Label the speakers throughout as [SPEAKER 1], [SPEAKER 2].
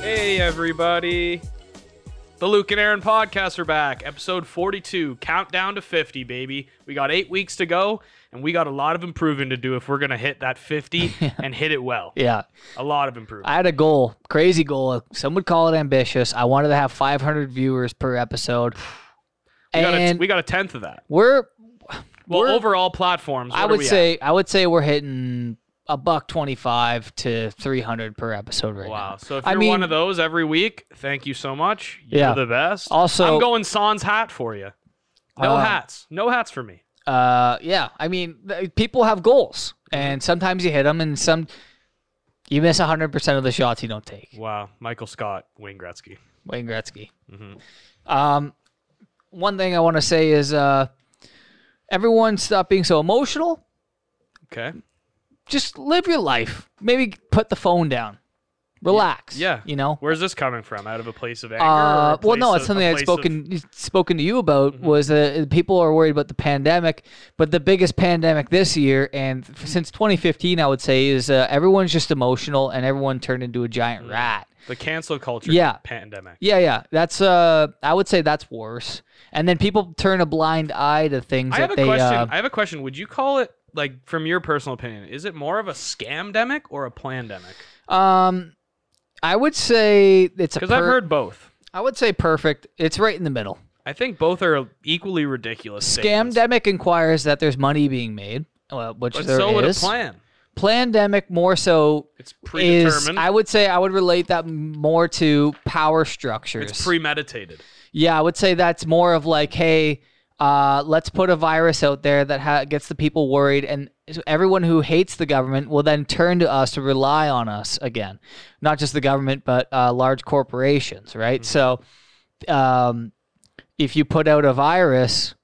[SPEAKER 1] Hey, everybody. The Luke and Aaron podcast are back. Episode 42, countdown to 50, baby. We got eight weeks to go, and we got a lot of improving to do if we're going to hit that 50 and hit it well.
[SPEAKER 2] Yeah.
[SPEAKER 1] A lot of improving.
[SPEAKER 2] I had a goal, crazy goal. Some would call it ambitious. I wanted to have 500 viewers per episode.
[SPEAKER 1] we, got a,
[SPEAKER 2] and
[SPEAKER 1] we got a tenth of that.
[SPEAKER 2] we're,
[SPEAKER 1] Well,
[SPEAKER 2] we're-
[SPEAKER 1] overall platforms,
[SPEAKER 2] I
[SPEAKER 1] what are
[SPEAKER 2] would
[SPEAKER 1] we at?
[SPEAKER 2] say, I would say we're hitting a buck 25 to 300 per episode right
[SPEAKER 1] Wow.
[SPEAKER 2] now.
[SPEAKER 1] So if
[SPEAKER 2] I
[SPEAKER 1] you're one
[SPEAKER 2] mean-
[SPEAKER 1] of those every week, thank you so much. You're
[SPEAKER 2] Yeah.
[SPEAKER 1] the best.
[SPEAKER 2] Also-
[SPEAKER 1] I'm going sans hat for you. No
[SPEAKER 2] Uh,
[SPEAKER 1] hats. No hats for me.
[SPEAKER 2] Uh, yeah. I mean, th- people have goals,
[SPEAKER 1] Mm-hmm.
[SPEAKER 2] and sometimes you hit them, and some you miss 100% of the shots you don't take.
[SPEAKER 1] Wow. Michael Scott, Wayne Gretzky.
[SPEAKER 2] Wayne Gretzky.
[SPEAKER 1] Mm-hmm.
[SPEAKER 2] Um, one thing I want to say is uh, everyone stop being so emotional.
[SPEAKER 1] Okay.
[SPEAKER 2] just live your life. Maybe put the phone down. Relax.
[SPEAKER 1] Yeah.
[SPEAKER 2] You know?
[SPEAKER 1] Where's this coming from? Out of a place of anger? or
[SPEAKER 2] Uh,
[SPEAKER 1] a
[SPEAKER 2] well, no,
[SPEAKER 1] place
[SPEAKER 2] it's
[SPEAKER 1] of-
[SPEAKER 2] something
[SPEAKER 1] a
[SPEAKER 2] I'd
[SPEAKER 1] place of- Mm-hmm.
[SPEAKER 2] spoken spoken to you about was that people are worried about the pandemic, but the biggest pandemic this year and
[SPEAKER 1] Mm-hmm.
[SPEAKER 2] f- since 2015, I would say, is uh, everyone's just emotional and everyone turned into a giant
[SPEAKER 1] Mm-hmm.
[SPEAKER 2] rat.
[SPEAKER 1] the cancel culture
[SPEAKER 2] Yeah.
[SPEAKER 1] pandemic.
[SPEAKER 2] Yeah, yeah, that's uh, I would say that's worse. And then people turn a blind eye to things
[SPEAKER 1] I
[SPEAKER 2] that
[SPEAKER 1] have a
[SPEAKER 2] they.
[SPEAKER 1] question.
[SPEAKER 2] uh,
[SPEAKER 1] I have a question. Would you call it, like, from your personal opinion, is it more of a scamdemic or a plandemic?
[SPEAKER 2] um, I would say it's a.
[SPEAKER 1] Because I've
[SPEAKER 2] per-
[SPEAKER 1] heard both.
[SPEAKER 2] I would say perfect. It's right in the middle.
[SPEAKER 1] I think both are equally ridiculous. statements.
[SPEAKER 2] Scamdemic inquires that there's money being made, uh, which
[SPEAKER 1] But
[SPEAKER 2] there
[SPEAKER 1] so would a
[SPEAKER 2] is.
[SPEAKER 1] plan.
[SPEAKER 2] Plandemic more so
[SPEAKER 1] It's
[SPEAKER 2] is
[SPEAKER 1] predetermined.
[SPEAKER 2] I would say I would relate that m- more to power structures.
[SPEAKER 1] it's premeditated.
[SPEAKER 2] yeah, I would say that's more of like, hey, uh, let's put a virus out there that ha- gets the people worried, and so everyone who hates the government will then turn to us to rely on us again. Not just the government, but uh, large corporations, right?
[SPEAKER 1] Mm-hmm.
[SPEAKER 2] So, um, if you put out a virus,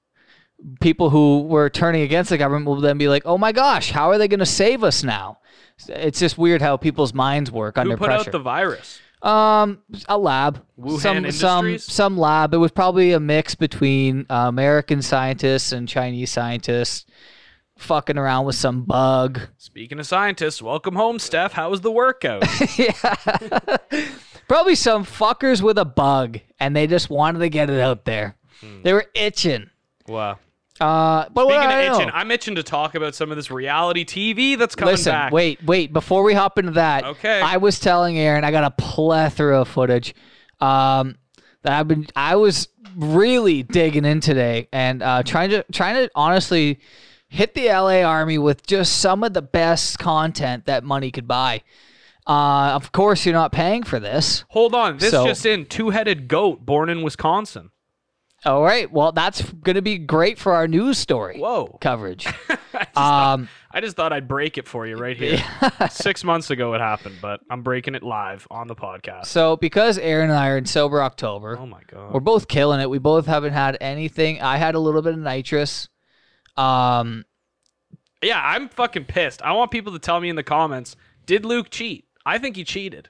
[SPEAKER 2] people who were turning against the government will then be like, "Oh my gosh, how are they going to save us now?" It's just weird how people's minds work
[SPEAKER 1] Who
[SPEAKER 2] under
[SPEAKER 1] put
[SPEAKER 2] pressure.
[SPEAKER 1] out the virus?
[SPEAKER 2] Um, a lab.
[SPEAKER 1] Wuhan
[SPEAKER 2] some, some
[SPEAKER 1] Industries?
[SPEAKER 2] some lab. It was probably a mix between uh, American scientists and Chinese scientists fucking around with some bug.
[SPEAKER 1] Speaking of scientists, welcome home, Steph. How was the workout?
[SPEAKER 2] Probably some fuckers with a bug, and they just wanted to get it out there. They were itching.
[SPEAKER 1] wow.
[SPEAKER 2] Uh, but what
[SPEAKER 1] Hmm. Speaking
[SPEAKER 2] do I
[SPEAKER 1] of
[SPEAKER 2] know?
[SPEAKER 1] itching, I'm itching to talk about some of this reality TV that's coming
[SPEAKER 2] Listen,
[SPEAKER 1] back.
[SPEAKER 2] wait, wait. Before we hop into that,
[SPEAKER 1] Okay.
[SPEAKER 2] I was telling Aaron I got a plethora of footage um, that I've been I was really digging in today and uh, trying to trying to honestly hit the LA Army with just some of the best content that money could buy. Uh, of course, you're not paying for this.
[SPEAKER 1] Hold on. This
[SPEAKER 2] So-
[SPEAKER 1] just in: two-headed goat born in Wisconsin.
[SPEAKER 2] All right, well, that's going to be great for our news story
[SPEAKER 1] Whoa.
[SPEAKER 2] coverage. um,
[SPEAKER 1] I just thought I'd break it for you right here. Six months ago it happened, but I'm breaking it live on the podcast.
[SPEAKER 2] so, because Aaron and I are in sober October,
[SPEAKER 1] Oh my god.
[SPEAKER 2] We're both killing it. We both haven't had anything. I had a little bit of nitrous. Um,
[SPEAKER 1] Yeah, I'm fucking pissed. I want people to tell me in the comments: Did Luke cheat? I think he cheated.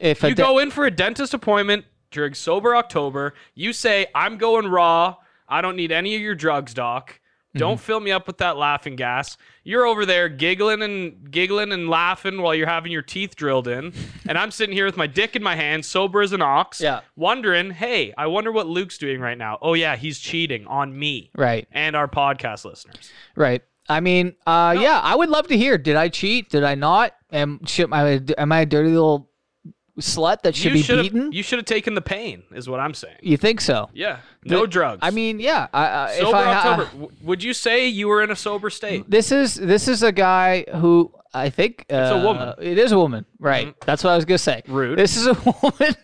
[SPEAKER 2] if
[SPEAKER 1] you
[SPEAKER 2] a de-
[SPEAKER 1] go in for a dentist appointment during sober October. You say, I'm going raw. I don't need any of your drugs, doc. Don't
[SPEAKER 2] Mm-hmm.
[SPEAKER 1] fill me up with that laughing gas. You're over there giggling and giggling and laughing while you're having your teeth drilled in. and I'm sitting here with my dick in my hand, sober as an ox,
[SPEAKER 2] Yeah.
[SPEAKER 1] wondering, hey, I wonder what Luke's doing right now. Oh, yeah, he's cheating on me
[SPEAKER 2] right,
[SPEAKER 1] and our podcast listeners.
[SPEAKER 2] right. I mean, uh, yeah, I would love to hear. Did I cheat? Did I not? Am shit? Am I, am I a dirty little slut that should
[SPEAKER 1] you
[SPEAKER 2] be
[SPEAKER 1] should've-
[SPEAKER 2] beaten? You,
[SPEAKER 1] You should have taken the pain, is what I'm saying.
[SPEAKER 2] think so?
[SPEAKER 1] Yeah. No
[SPEAKER 2] The-
[SPEAKER 1] drugs.
[SPEAKER 2] I mean, yeah. I, I, if
[SPEAKER 1] sober
[SPEAKER 2] I, ha-
[SPEAKER 1] October. W- would you say you were in a sober state?
[SPEAKER 2] this is this is a guy who I think uh,
[SPEAKER 1] a woman. Mm-hmm.
[SPEAKER 2] It is a woman, right? That's what I was gonna say.
[SPEAKER 1] Rude.
[SPEAKER 2] This is a woman.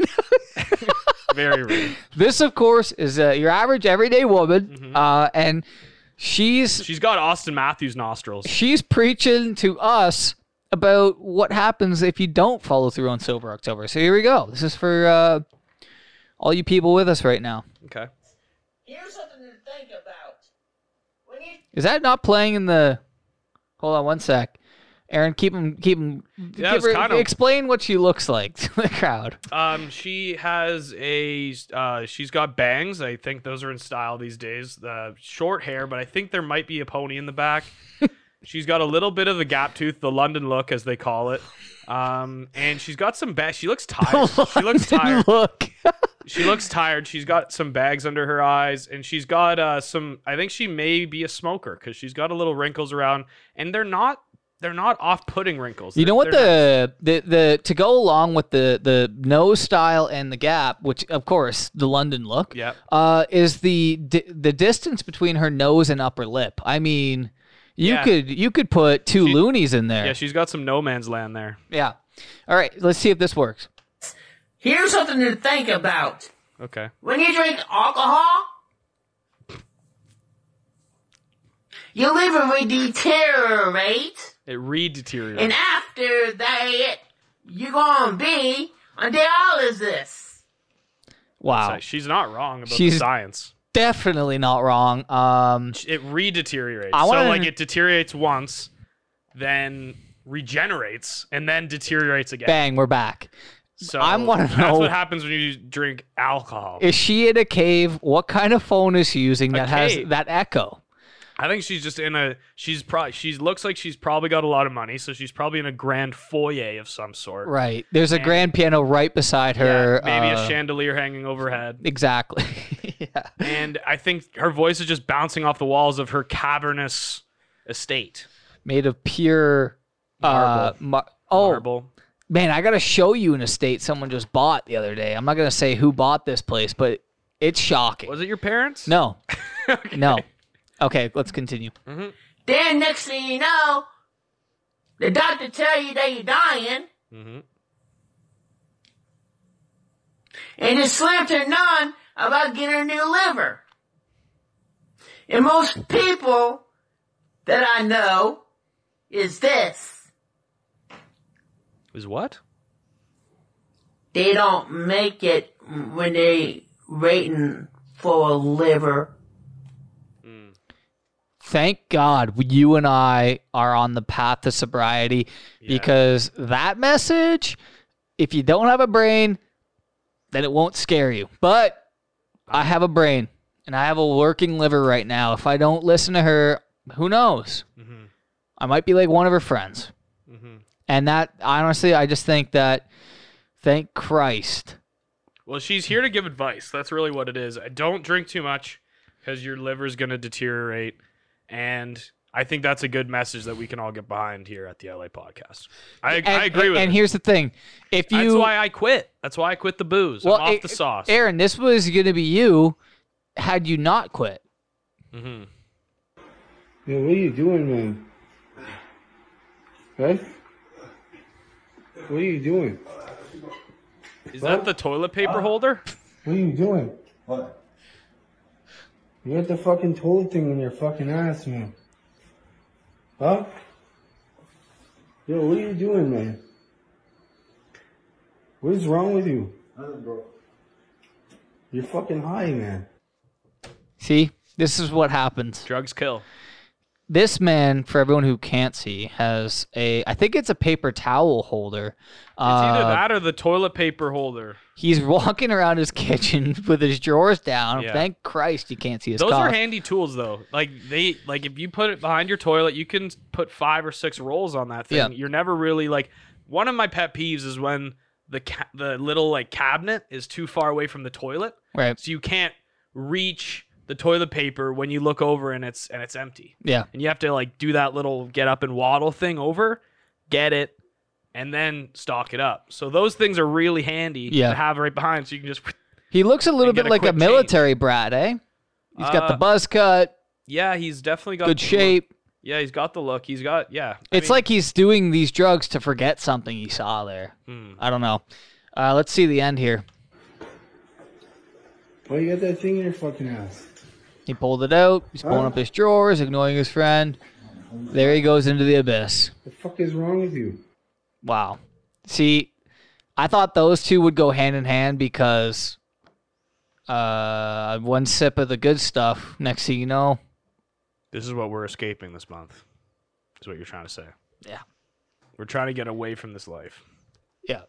[SPEAKER 1] Very rude.
[SPEAKER 2] This, of course, is uh, your average everyday woman,
[SPEAKER 1] Mm-hmm.
[SPEAKER 2] uh, and she's
[SPEAKER 1] She's got Austin Matthews nostrils.
[SPEAKER 2] she's preaching to us about what happens if you don't follow through on Sober October. So here we go. This is for uh, all you people with us right now.
[SPEAKER 1] Okay.
[SPEAKER 3] Here's something to think about. When you
[SPEAKER 2] Is that not playing in the? Hold on one sec. Aaron, keep him, keep him.
[SPEAKER 1] Yeah, it's kind of-
[SPEAKER 2] explain what she looks like to the crowd.
[SPEAKER 1] Um, she has a uh, she's got bangs. I think those are in style these days. Uh, short hair, but I think there might be a pony in the back. She's got a little bit of the gap tooth, the London look, as they call it. Um, and she's got some bags. She looks tired. She looks tired.
[SPEAKER 2] Look.
[SPEAKER 1] She looks tired. She's got some bags under her eyes, and she's got uh, some. I think she may be a smoker because she's got a little wrinkles around, and they're not. They're not off-putting wrinkles.
[SPEAKER 2] You
[SPEAKER 1] They're-
[SPEAKER 2] know what
[SPEAKER 1] they're nice.
[SPEAKER 2] the, the the to go along with the the nose style and the gap, which of course the London look,
[SPEAKER 1] Yep.
[SPEAKER 2] uh, is the di- the distance between her nose and upper lip. I mean, you
[SPEAKER 1] Yeah.
[SPEAKER 2] could you could put two
[SPEAKER 1] She-
[SPEAKER 2] loonies in there.
[SPEAKER 1] Yeah, she's got some no man's land there.
[SPEAKER 2] yeah. All right, let's see if this works.
[SPEAKER 3] Here's something to think about.
[SPEAKER 1] Okay.
[SPEAKER 3] When you drink alcohol, your liver will deteriorate,
[SPEAKER 1] It re-deteriorates.
[SPEAKER 3] and after that, you're gonna be on dialysis.
[SPEAKER 2] Wow,
[SPEAKER 1] So she's not wrong about
[SPEAKER 2] She's-
[SPEAKER 1] the science.
[SPEAKER 2] definitely not wrong. Um,
[SPEAKER 1] It re-deteriorates.
[SPEAKER 2] I
[SPEAKER 1] So
[SPEAKER 2] wanna-
[SPEAKER 1] like it deteriorates once, then regenerates, and then deteriorates again.
[SPEAKER 2] bang, we're back.
[SPEAKER 1] So
[SPEAKER 2] I wanna know-
[SPEAKER 1] that's what happens when you drink alcohol.
[SPEAKER 2] Is she in a cave? What kind of phone is she using that has
[SPEAKER 1] cave.
[SPEAKER 2] that echo?
[SPEAKER 1] I think she's just in a. She's probably. She looks like she's probably got a lot of money, so she's probably in a grand foyer of some sort.
[SPEAKER 2] Right. There's a
[SPEAKER 1] And-
[SPEAKER 2] grand piano right beside her.
[SPEAKER 1] Yeah, maybe
[SPEAKER 2] uh,
[SPEAKER 1] a chandelier hanging overhead.
[SPEAKER 2] Exactly. yeah.
[SPEAKER 1] and I think her voice is just bouncing off the walls of her cavernous estate.
[SPEAKER 2] Made of pure
[SPEAKER 1] Marble.
[SPEAKER 2] Uh, mar- oh
[SPEAKER 1] Marble.
[SPEAKER 2] man, I gotta show you an estate someone just bought the other day. I'm not gonna say who bought this place, but it's shocking.
[SPEAKER 1] Was it your parents?
[SPEAKER 2] No. No. Okay, let's continue.
[SPEAKER 3] Then next thing you know, the doctor tell you that you're dying,
[SPEAKER 1] hmm
[SPEAKER 3] and it's slim to none about getting a new liver. And most people that I know is this.
[SPEAKER 1] Is what?
[SPEAKER 3] They don't make it when they rating for a liver.
[SPEAKER 2] Thank God you and I are on the path to sobriety because that message, if you don't have a brain, then it won't scare you. But I have a brain and I have a working liver right now. If I don't listen to her, who knows? I might be like one of her friends. Mm-hmm. And that, honestly, I just think that, thank Christ.
[SPEAKER 1] Well, she's here to give advice. That's really what it is. Don't drink too much because your liver's going to deteriorate. And I think that's a good message that we can all get behind here at the LA podcast. I,
[SPEAKER 2] And,
[SPEAKER 1] I agree with
[SPEAKER 2] And
[SPEAKER 1] it.
[SPEAKER 2] here's the thing if you.
[SPEAKER 1] That's why I quit. That's why I quit the booze. I'm off
[SPEAKER 2] A-
[SPEAKER 1] the sauce.
[SPEAKER 2] Aaron, this was going to be you had you not quit.
[SPEAKER 1] hmm
[SPEAKER 4] Yeah, what are you doing, man? Right? What are you doing?
[SPEAKER 1] Is that the toilet paper holder?
[SPEAKER 4] What are you doing?
[SPEAKER 5] What?
[SPEAKER 4] You got the fucking toilet thing in your fucking ass, man. Huh? Yo, what are you doing, man? What is wrong with you?
[SPEAKER 5] Nothing, bro.
[SPEAKER 4] You're fucking high, man.
[SPEAKER 2] See, this is what happens.
[SPEAKER 1] Drugs kill.
[SPEAKER 2] This man, for everyone who can't see, has a I think it's a paper towel holder.
[SPEAKER 1] It's either
[SPEAKER 2] Uh,
[SPEAKER 1] that or the toilet paper holder.
[SPEAKER 2] he's walking around his kitchen with his drawers down.
[SPEAKER 1] Yeah.
[SPEAKER 2] Thank Christ you can't see his
[SPEAKER 1] Those are
[SPEAKER 2] cock.
[SPEAKER 1] handy tools, though. Like they, like if you put it behind your toilet, you can put five or six rolls on that thing.
[SPEAKER 2] Yeah.
[SPEAKER 1] You're never really like. One of my pet peeves is when the ca- the little like cabinet is too far away from the toilet,
[SPEAKER 2] right.
[SPEAKER 1] so you can't reach the toilet paper when you look over and it's and it's empty,
[SPEAKER 2] Yeah.
[SPEAKER 1] and you have to like do that little get up and waddle thing over, get it, and then stock it up. So those things are really handy
[SPEAKER 2] Yeah.
[SPEAKER 1] to have right behind, so you can just.
[SPEAKER 2] He looks a little
[SPEAKER 1] And
[SPEAKER 2] bit
[SPEAKER 1] get a
[SPEAKER 2] like a
[SPEAKER 1] quick
[SPEAKER 2] military brat, eh? He's got the
[SPEAKER 1] Uh,
[SPEAKER 2] buzz cut,
[SPEAKER 1] Yeah, he's definitely got
[SPEAKER 2] good
[SPEAKER 1] the look.
[SPEAKER 2] shape.
[SPEAKER 1] Yeah, he's got the look. He's got yeah. I
[SPEAKER 2] It's
[SPEAKER 1] mean-
[SPEAKER 2] like he's doing these drugs to forget something he saw there.
[SPEAKER 1] Hmm.
[SPEAKER 2] I don't know. Uh, let's see the end here.
[SPEAKER 4] Why you got that thing in your fucking ass?
[SPEAKER 2] He pulled it out. He's pulling up his drawers, ignoring his friend. There he goes into the abyss.
[SPEAKER 4] The fuck is wrong with you?
[SPEAKER 2] Wow. See, I thought those two would go hand in hand because uh, one sip of the good stuff, next thing you know,
[SPEAKER 1] This is what we're escaping this month. Is what you're trying to say.
[SPEAKER 2] Yeah.
[SPEAKER 1] We're trying to get away from this life.
[SPEAKER 2] yeah.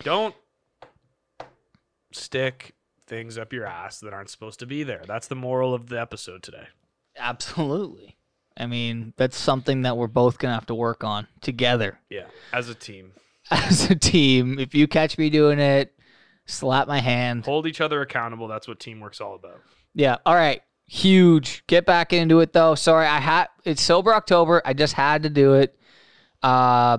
[SPEAKER 1] Don't stick things up your ass that aren't supposed to be there. That's the moral of the episode today.
[SPEAKER 2] Absolutely. I mean, that's something that we're both gonna have to work on together
[SPEAKER 1] Yeah, as a team,
[SPEAKER 2] as a team. If you catch me doing it, slap my hand.
[SPEAKER 1] hold each other accountable. That's what teamwork's all about.
[SPEAKER 2] Yeah. All right. Huge. Get back into it though. Sorry, I had it's sober October. I just had to do it. Uh,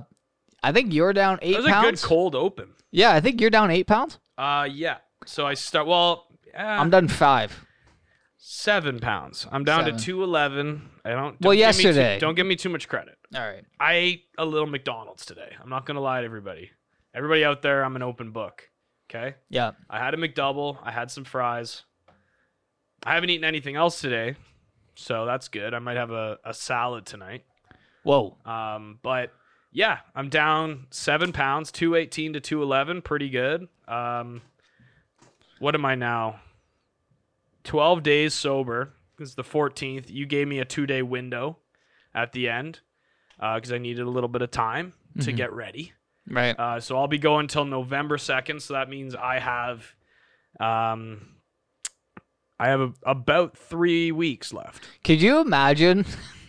[SPEAKER 2] I think you're down eight
[SPEAKER 1] That was a good
[SPEAKER 2] pounds.
[SPEAKER 1] cold open.
[SPEAKER 2] yeah, I think you're down eight pounds.
[SPEAKER 1] Uh, yeah. So I start. Well, eh,
[SPEAKER 2] I'm done five.
[SPEAKER 1] seven pounds. I'm down
[SPEAKER 2] Seven.
[SPEAKER 1] to two eleven. I don't. don't
[SPEAKER 2] Well,
[SPEAKER 1] give me too-
[SPEAKER 2] yesterday.
[SPEAKER 1] don't give me too much credit.
[SPEAKER 2] All right.
[SPEAKER 1] I ate a little McDonald's today. I'm not gonna lie to everybody. Everybody out there, I'm an open book. Okay.
[SPEAKER 2] Yeah.
[SPEAKER 1] I had a McDouble. I had some fries. I haven't eaten anything else today, so that's good. I might have a, a salad tonight.
[SPEAKER 2] Whoa.
[SPEAKER 1] Um, but yeah, I'm down seven pounds, two eighteen to two eleven, pretty good. Um, what am I now? Twelve days sober. It's the fourteenth. You gave me a two day window at the end because I needed a little bit of time to
[SPEAKER 2] Mm-hmm.
[SPEAKER 1] get ready.
[SPEAKER 2] Right.
[SPEAKER 1] Uh, so I'll be going till November second. So that means I have, um, I have a, about three weeks left.
[SPEAKER 2] Could you imagine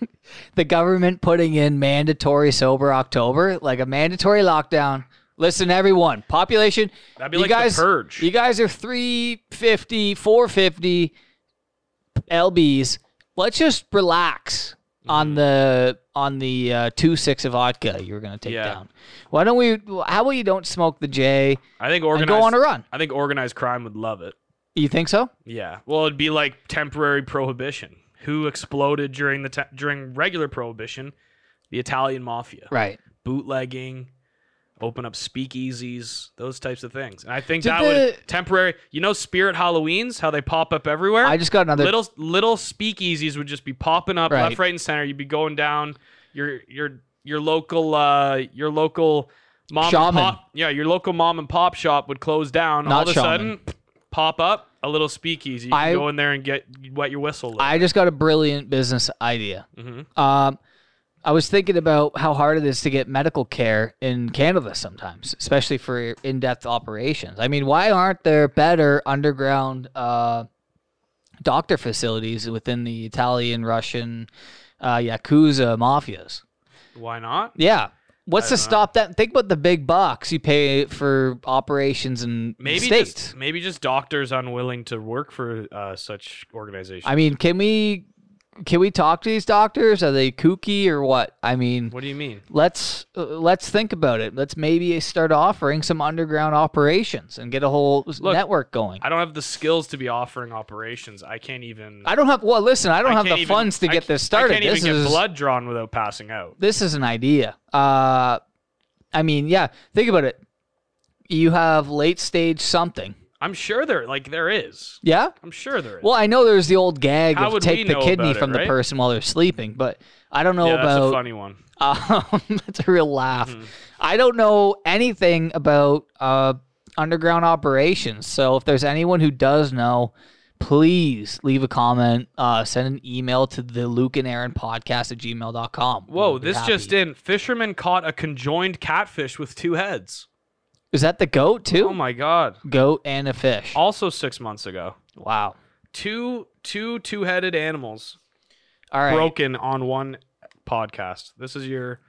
[SPEAKER 2] the government putting in mandatory sober October, like a mandatory lockdown? Listen, everyone, population.
[SPEAKER 1] That'd be
[SPEAKER 2] you
[SPEAKER 1] like
[SPEAKER 2] guys,
[SPEAKER 1] the purge.
[SPEAKER 2] You guys are 350, 450 lbs. Let's just relax
[SPEAKER 1] Mm-hmm.
[SPEAKER 2] on the on the uh, two six of vodka you were gonna take
[SPEAKER 1] Yeah.
[SPEAKER 2] down. Why don't we? How about you don't smoke the J
[SPEAKER 1] I think
[SPEAKER 2] and
[SPEAKER 1] organized.
[SPEAKER 2] go on a run?
[SPEAKER 1] I think organized crime would love it.
[SPEAKER 2] You think so?
[SPEAKER 1] Yeah. Well, it'd be like temporary prohibition. Who exploded during the te- during regular prohibition? The Italian mafia,
[SPEAKER 2] Right.
[SPEAKER 1] bootlegging, open up speakeasies, those types of things. And I think
[SPEAKER 2] Did
[SPEAKER 1] that
[SPEAKER 2] the-
[SPEAKER 1] would temporary. You know, spirit Halloweens, how they pop up everywhere.
[SPEAKER 2] I just got another
[SPEAKER 1] little little speakeasies would just be popping up
[SPEAKER 2] Right.
[SPEAKER 1] left, right, and center. You'd be going down your your your local uh your local mom
[SPEAKER 2] Shaman.
[SPEAKER 1] and pop yeah your local mom and pop shop would close down.
[SPEAKER 2] Not
[SPEAKER 1] All of a
[SPEAKER 2] shaman.
[SPEAKER 1] sudden, pop up a little speakeasy. You
[SPEAKER 2] I-
[SPEAKER 1] can go in there and get wet your whistle. a little.
[SPEAKER 2] I just got a brilliant business idea.
[SPEAKER 1] Mhm.
[SPEAKER 2] Um, I was thinking about how hard it is to get medical care in Canada sometimes, especially for in-depth operations. I mean, why aren't there better underground uh, doctor facilities within the Italian, Russian, uh, yakuza mafias?
[SPEAKER 1] Why not?
[SPEAKER 2] Yeah. What's
[SPEAKER 1] I
[SPEAKER 2] to
[SPEAKER 1] don't know.
[SPEAKER 2] stop that? Think about the big bucks you pay for operations in the
[SPEAKER 1] Maybe
[SPEAKER 2] states.
[SPEAKER 1] just maybe just doctors unwilling to work for uh, such organizations.
[SPEAKER 2] I mean, can we can we talk to these doctors? Are they kooky or what? I mean,
[SPEAKER 1] what do you mean?
[SPEAKER 2] let's uh, let's think about it. Let's maybe start offering some underground operations and get a whole s-
[SPEAKER 1] Look,
[SPEAKER 2] network going. I,
[SPEAKER 1] I don't have the skills to be offering operations. I can't even.
[SPEAKER 2] don't have well, listen, I don't
[SPEAKER 1] I
[SPEAKER 2] have the
[SPEAKER 1] can't even-
[SPEAKER 2] funds to
[SPEAKER 1] I
[SPEAKER 2] get
[SPEAKER 1] can't-
[SPEAKER 2] this started.
[SPEAKER 1] I can't
[SPEAKER 2] this
[SPEAKER 1] even
[SPEAKER 2] is
[SPEAKER 1] get blood drawn without passing out.
[SPEAKER 2] this is an idea. Uh, I mean, yeah, think about it. You have late stage something,
[SPEAKER 1] I'm sure there like there is.
[SPEAKER 2] yeah.
[SPEAKER 1] I'm sure there is.
[SPEAKER 2] Well, I know there's the old gag
[SPEAKER 1] How
[SPEAKER 2] of
[SPEAKER 1] would
[SPEAKER 2] take
[SPEAKER 1] we
[SPEAKER 2] the
[SPEAKER 1] know
[SPEAKER 2] kidney
[SPEAKER 1] about it,
[SPEAKER 2] from the
[SPEAKER 1] right?
[SPEAKER 2] person while they're sleeping, but I don't know
[SPEAKER 1] yeah,
[SPEAKER 2] about
[SPEAKER 1] that's a funny one.
[SPEAKER 2] Um, that's a real laugh.
[SPEAKER 1] Mm-hmm.
[SPEAKER 2] I don't know anything about uh, underground operations. So if there's anyone who does know, please leave a comment, uh, send an email to the Luke and Aaron podcast at gmail.com.
[SPEAKER 1] Whoa, this just in. Fisherman caught a conjoined catfish with two heads.
[SPEAKER 2] Is that the goat too?
[SPEAKER 1] Oh my god.
[SPEAKER 2] goat and a fish.
[SPEAKER 1] Also six months ago.
[SPEAKER 2] wow.
[SPEAKER 1] Two two two headed animals
[SPEAKER 2] All right.
[SPEAKER 1] broken on one podcast. This is your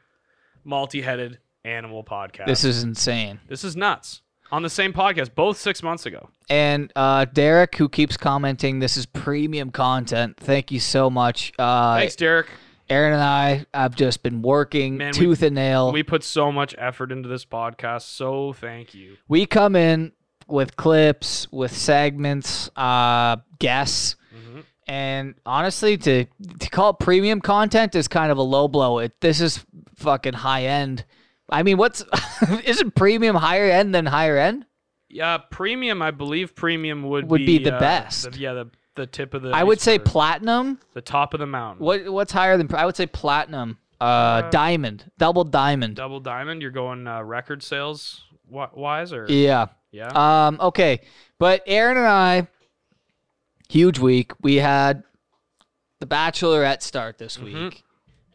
[SPEAKER 1] multi headed animal podcast.
[SPEAKER 2] This is insane.
[SPEAKER 1] this is nuts. On the same podcast, both six months ago.
[SPEAKER 2] And uh, Derek, who keeps commenting, this is premium content. Thank you so much. Uh,
[SPEAKER 1] Thanks, Derek.
[SPEAKER 2] Aaron and I have just been working
[SPEAKER 1] Man, we-
[SPEAKER 2] tooth and nail.
[SPEAKER 1] We put so much effort into this podcast, so thank you.
[SPEAKER 2] we come in with clips with segments uh guests
[SPEAKER 1] Mhm.
[SPEAKER 2] and honestly to to call it premium content is kind of a low blow it this is fucking high end i mean what's isn't premium higher end than higher end
[SPEAKER 1] Yeah, premium. I believe premium would
[SPEAKER 2] Would be the
[SPEAKER 1] uh,
[SPEAKER 2] best.
[SPEAKER 1] the- yeah, the, the tip of the.
[SPEAKER 2] i would say
[SPEAKER 1] iceberg,
[SPEAKER 2] platinum
[SPEAKER 1] the top of the mountain.
[SPEAKER 2] what what's higher than i would say platinum uh, diamond double diamond
[SPEAKER 1] double diamond? You're going uh, record sales wi- wise, or
[SPEAKER 2] yeah
[SPEAKER 1] yeah,
[SPEAKER 2] Um, okay. But Aaron and I, huge week. We had the Bachelorette start this week.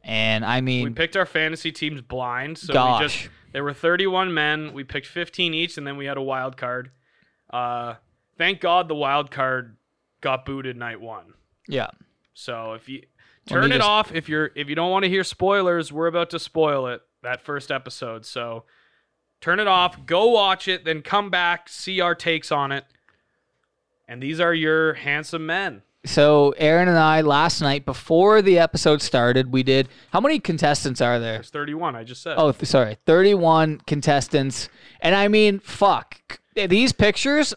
[SPEAKER 2] And I
[SPEAKER 1] Mm-hmm. we
[SPEAKER 2] mean,
[SPEAKER 1] picked our fantasy teams blind. So
[SPEAKER 2] Gosh.
[SPEAKER 1] we just there were 31 men. We picked 15 each, and then we had a wild card. Uh, thank God the wild card got booted night one.
[SPEAKER 2] yeah.
[SPEAKER 1] So if you
[SPEAKER 2] Let me
[SPEAKER 1] Turn it
[SPEAKER 2] just-
[SPEAKER 1] off if you're if you don't want to hear spoilers. We're about to spoil it that first episode. So turn it off, go watch it, then come back, see our takes on it. And these are your handsome men.
[SPEAKER 2] So Aaron and I last night before the episode started, we did how many contestants are there?
[SPEAKER 1] There's 31. I just said.
[SPEAKER 2] Oh, th- sorry, 31 contestants. And I mean, fuck. These pictures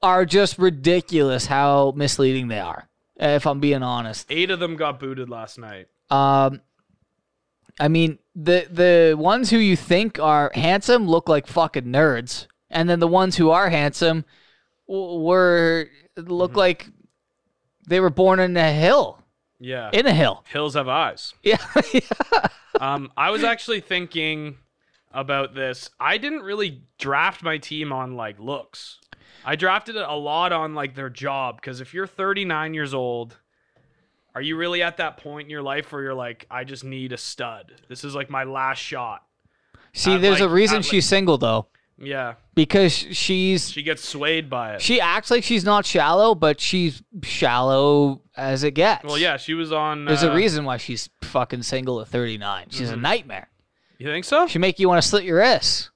[SPEAKER 2] are just ridiculous how misleading they are, if I'm being honest.
[SPEAKER 1] Eight of them got booted last night.
[SPEAKER 2] Um, I mean, the the ones who you think are handsome look like fucking nerds, and then the ones who are handsome w- were look
[SPEAKER 1] Mm-hmm.
[SPEAKER 2] like they were born in a hill,
[SPEAKER 1] Yeah.
[SPEAKER 2] in a hill.
[SPEAKER 1] Hills have eyes.
[SPEAKER 2] Yeah,
[SPEAKER 1] um, I was actually thinking about this. I didn't really draft my team on like looks. I drafted it a lot on like their job because if you're 39 years old, are you really at that point in your life where you're like, I just need a stud? This is like my last shot.
[SPEAKER 2] See,
[SPEAKER 1] Not
[SPEAKER 2] there's a
[SPEAKER 1] like-
[SPEAKER 2] reason
[SPEAKER 1] not like-
[SPEAKER 2] she's single though,
[SPEAKER 1] Yeah,
[SPEAKER 2] because she's
[SPEAKER 1] she gets swayed by it.
[SPEAKER 2] she acts like she's not shallow, but she's shallow as it gets.
[SPEAKER 1] well, yeah, she was on.
[SPEAKER 2] There's
[SPEAKER 1] uh,
[SPEAKER 2] a reason why she's fucking single at 39. She's
[SPEAKER 1] Mm-hmm.
[SPEAKER 2] a nightmare.
[SPEAKER 1] You think so?
[SPEAKER 2] She make you want to slit your wrists.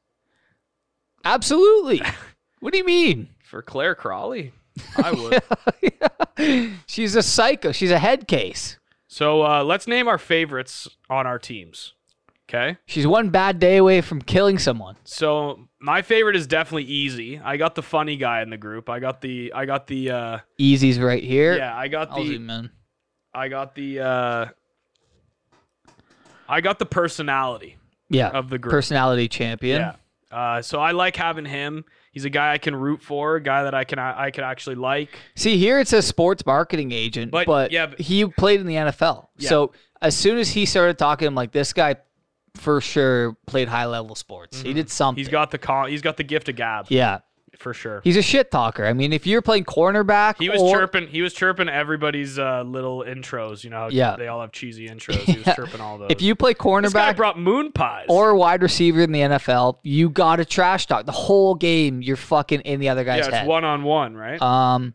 [SPEAKER 2] Absolutely. what do you mean?
[SPEAKER 1] For Claire Crawley, I would.
[SPEAKER 2] She's a psycho. She's a head case.
[SPEAKER 1] So uh, let's name our favorites on our teams. Okay.
[SPEAKER 2] She's one bad day away from killing someone.
[SPEAKER 1] So my favorite is definitely easy. I got the funny guy in the group. I got the I got the uh
[SPEAKER 2] Easy's right here.
[SPEAKER 1] yeah, I got
[SPEAKER 2] I'll
[SPEAKER 1] the
[SPEAKER 2] zoom in.
[SPEAKER 1] I got the uh I got the personality
[SPEAKER 2] Yeah.
[SPEAKER 1] of the group.
[SPEAKER 2] Personality champion.
[SPEAKER 1] yeah. Uh so I like having him. He's a guy I can root for, a guy that I can I, I can actually like.
[SPEAKER 2] See, here it says sports marketing agent, but,
[SPEAKER 1] But- yeah, but-
[SPEAKER 2] he played in the NFL.
[SPEAKER 1] Yeah.
[SPEAKER 2] So as soon as he started talking, I'm like, this guy for sure played high level sports. He did something.
[SPEAKER 1] Mm-hmm. He's got the con- he's got the gift of gab
[SPEAKER 2] yeah.
[SPEAKER 1] for sure.
[SPEAKER 2] He's a shit talker. I mean, if you're playing cornerback,
[SPEAKER 1] He was
[SPEAKER 2] or-
[SPEAKER 1] chirping he was chirping everybody's uh little intros, you know how
[SPEAKER 2] Yeah.
[SPEAKER 1] they all have cheesy intros. He was
[SPEAKER 2] Yeah.
[SPEAKER 1] chirping all those.
[SPEAKER 2] If you play
[SPEAKER 1] this guy
[SPEAKER 2] cornerback
[SPEAKER 1] brought moon pies.
[SPEAKER 2] or wide receiver in the NFL, you got to trash talk the whole game. You're fucking in the other
[SPEAKER 1] yeah,
[SPEAKER 2] guy's
[SPEAKER 1] it's
[SPEAKER 2] head.
[SPEAKER 1] one on one, right?
[SPEAKER 2] Um,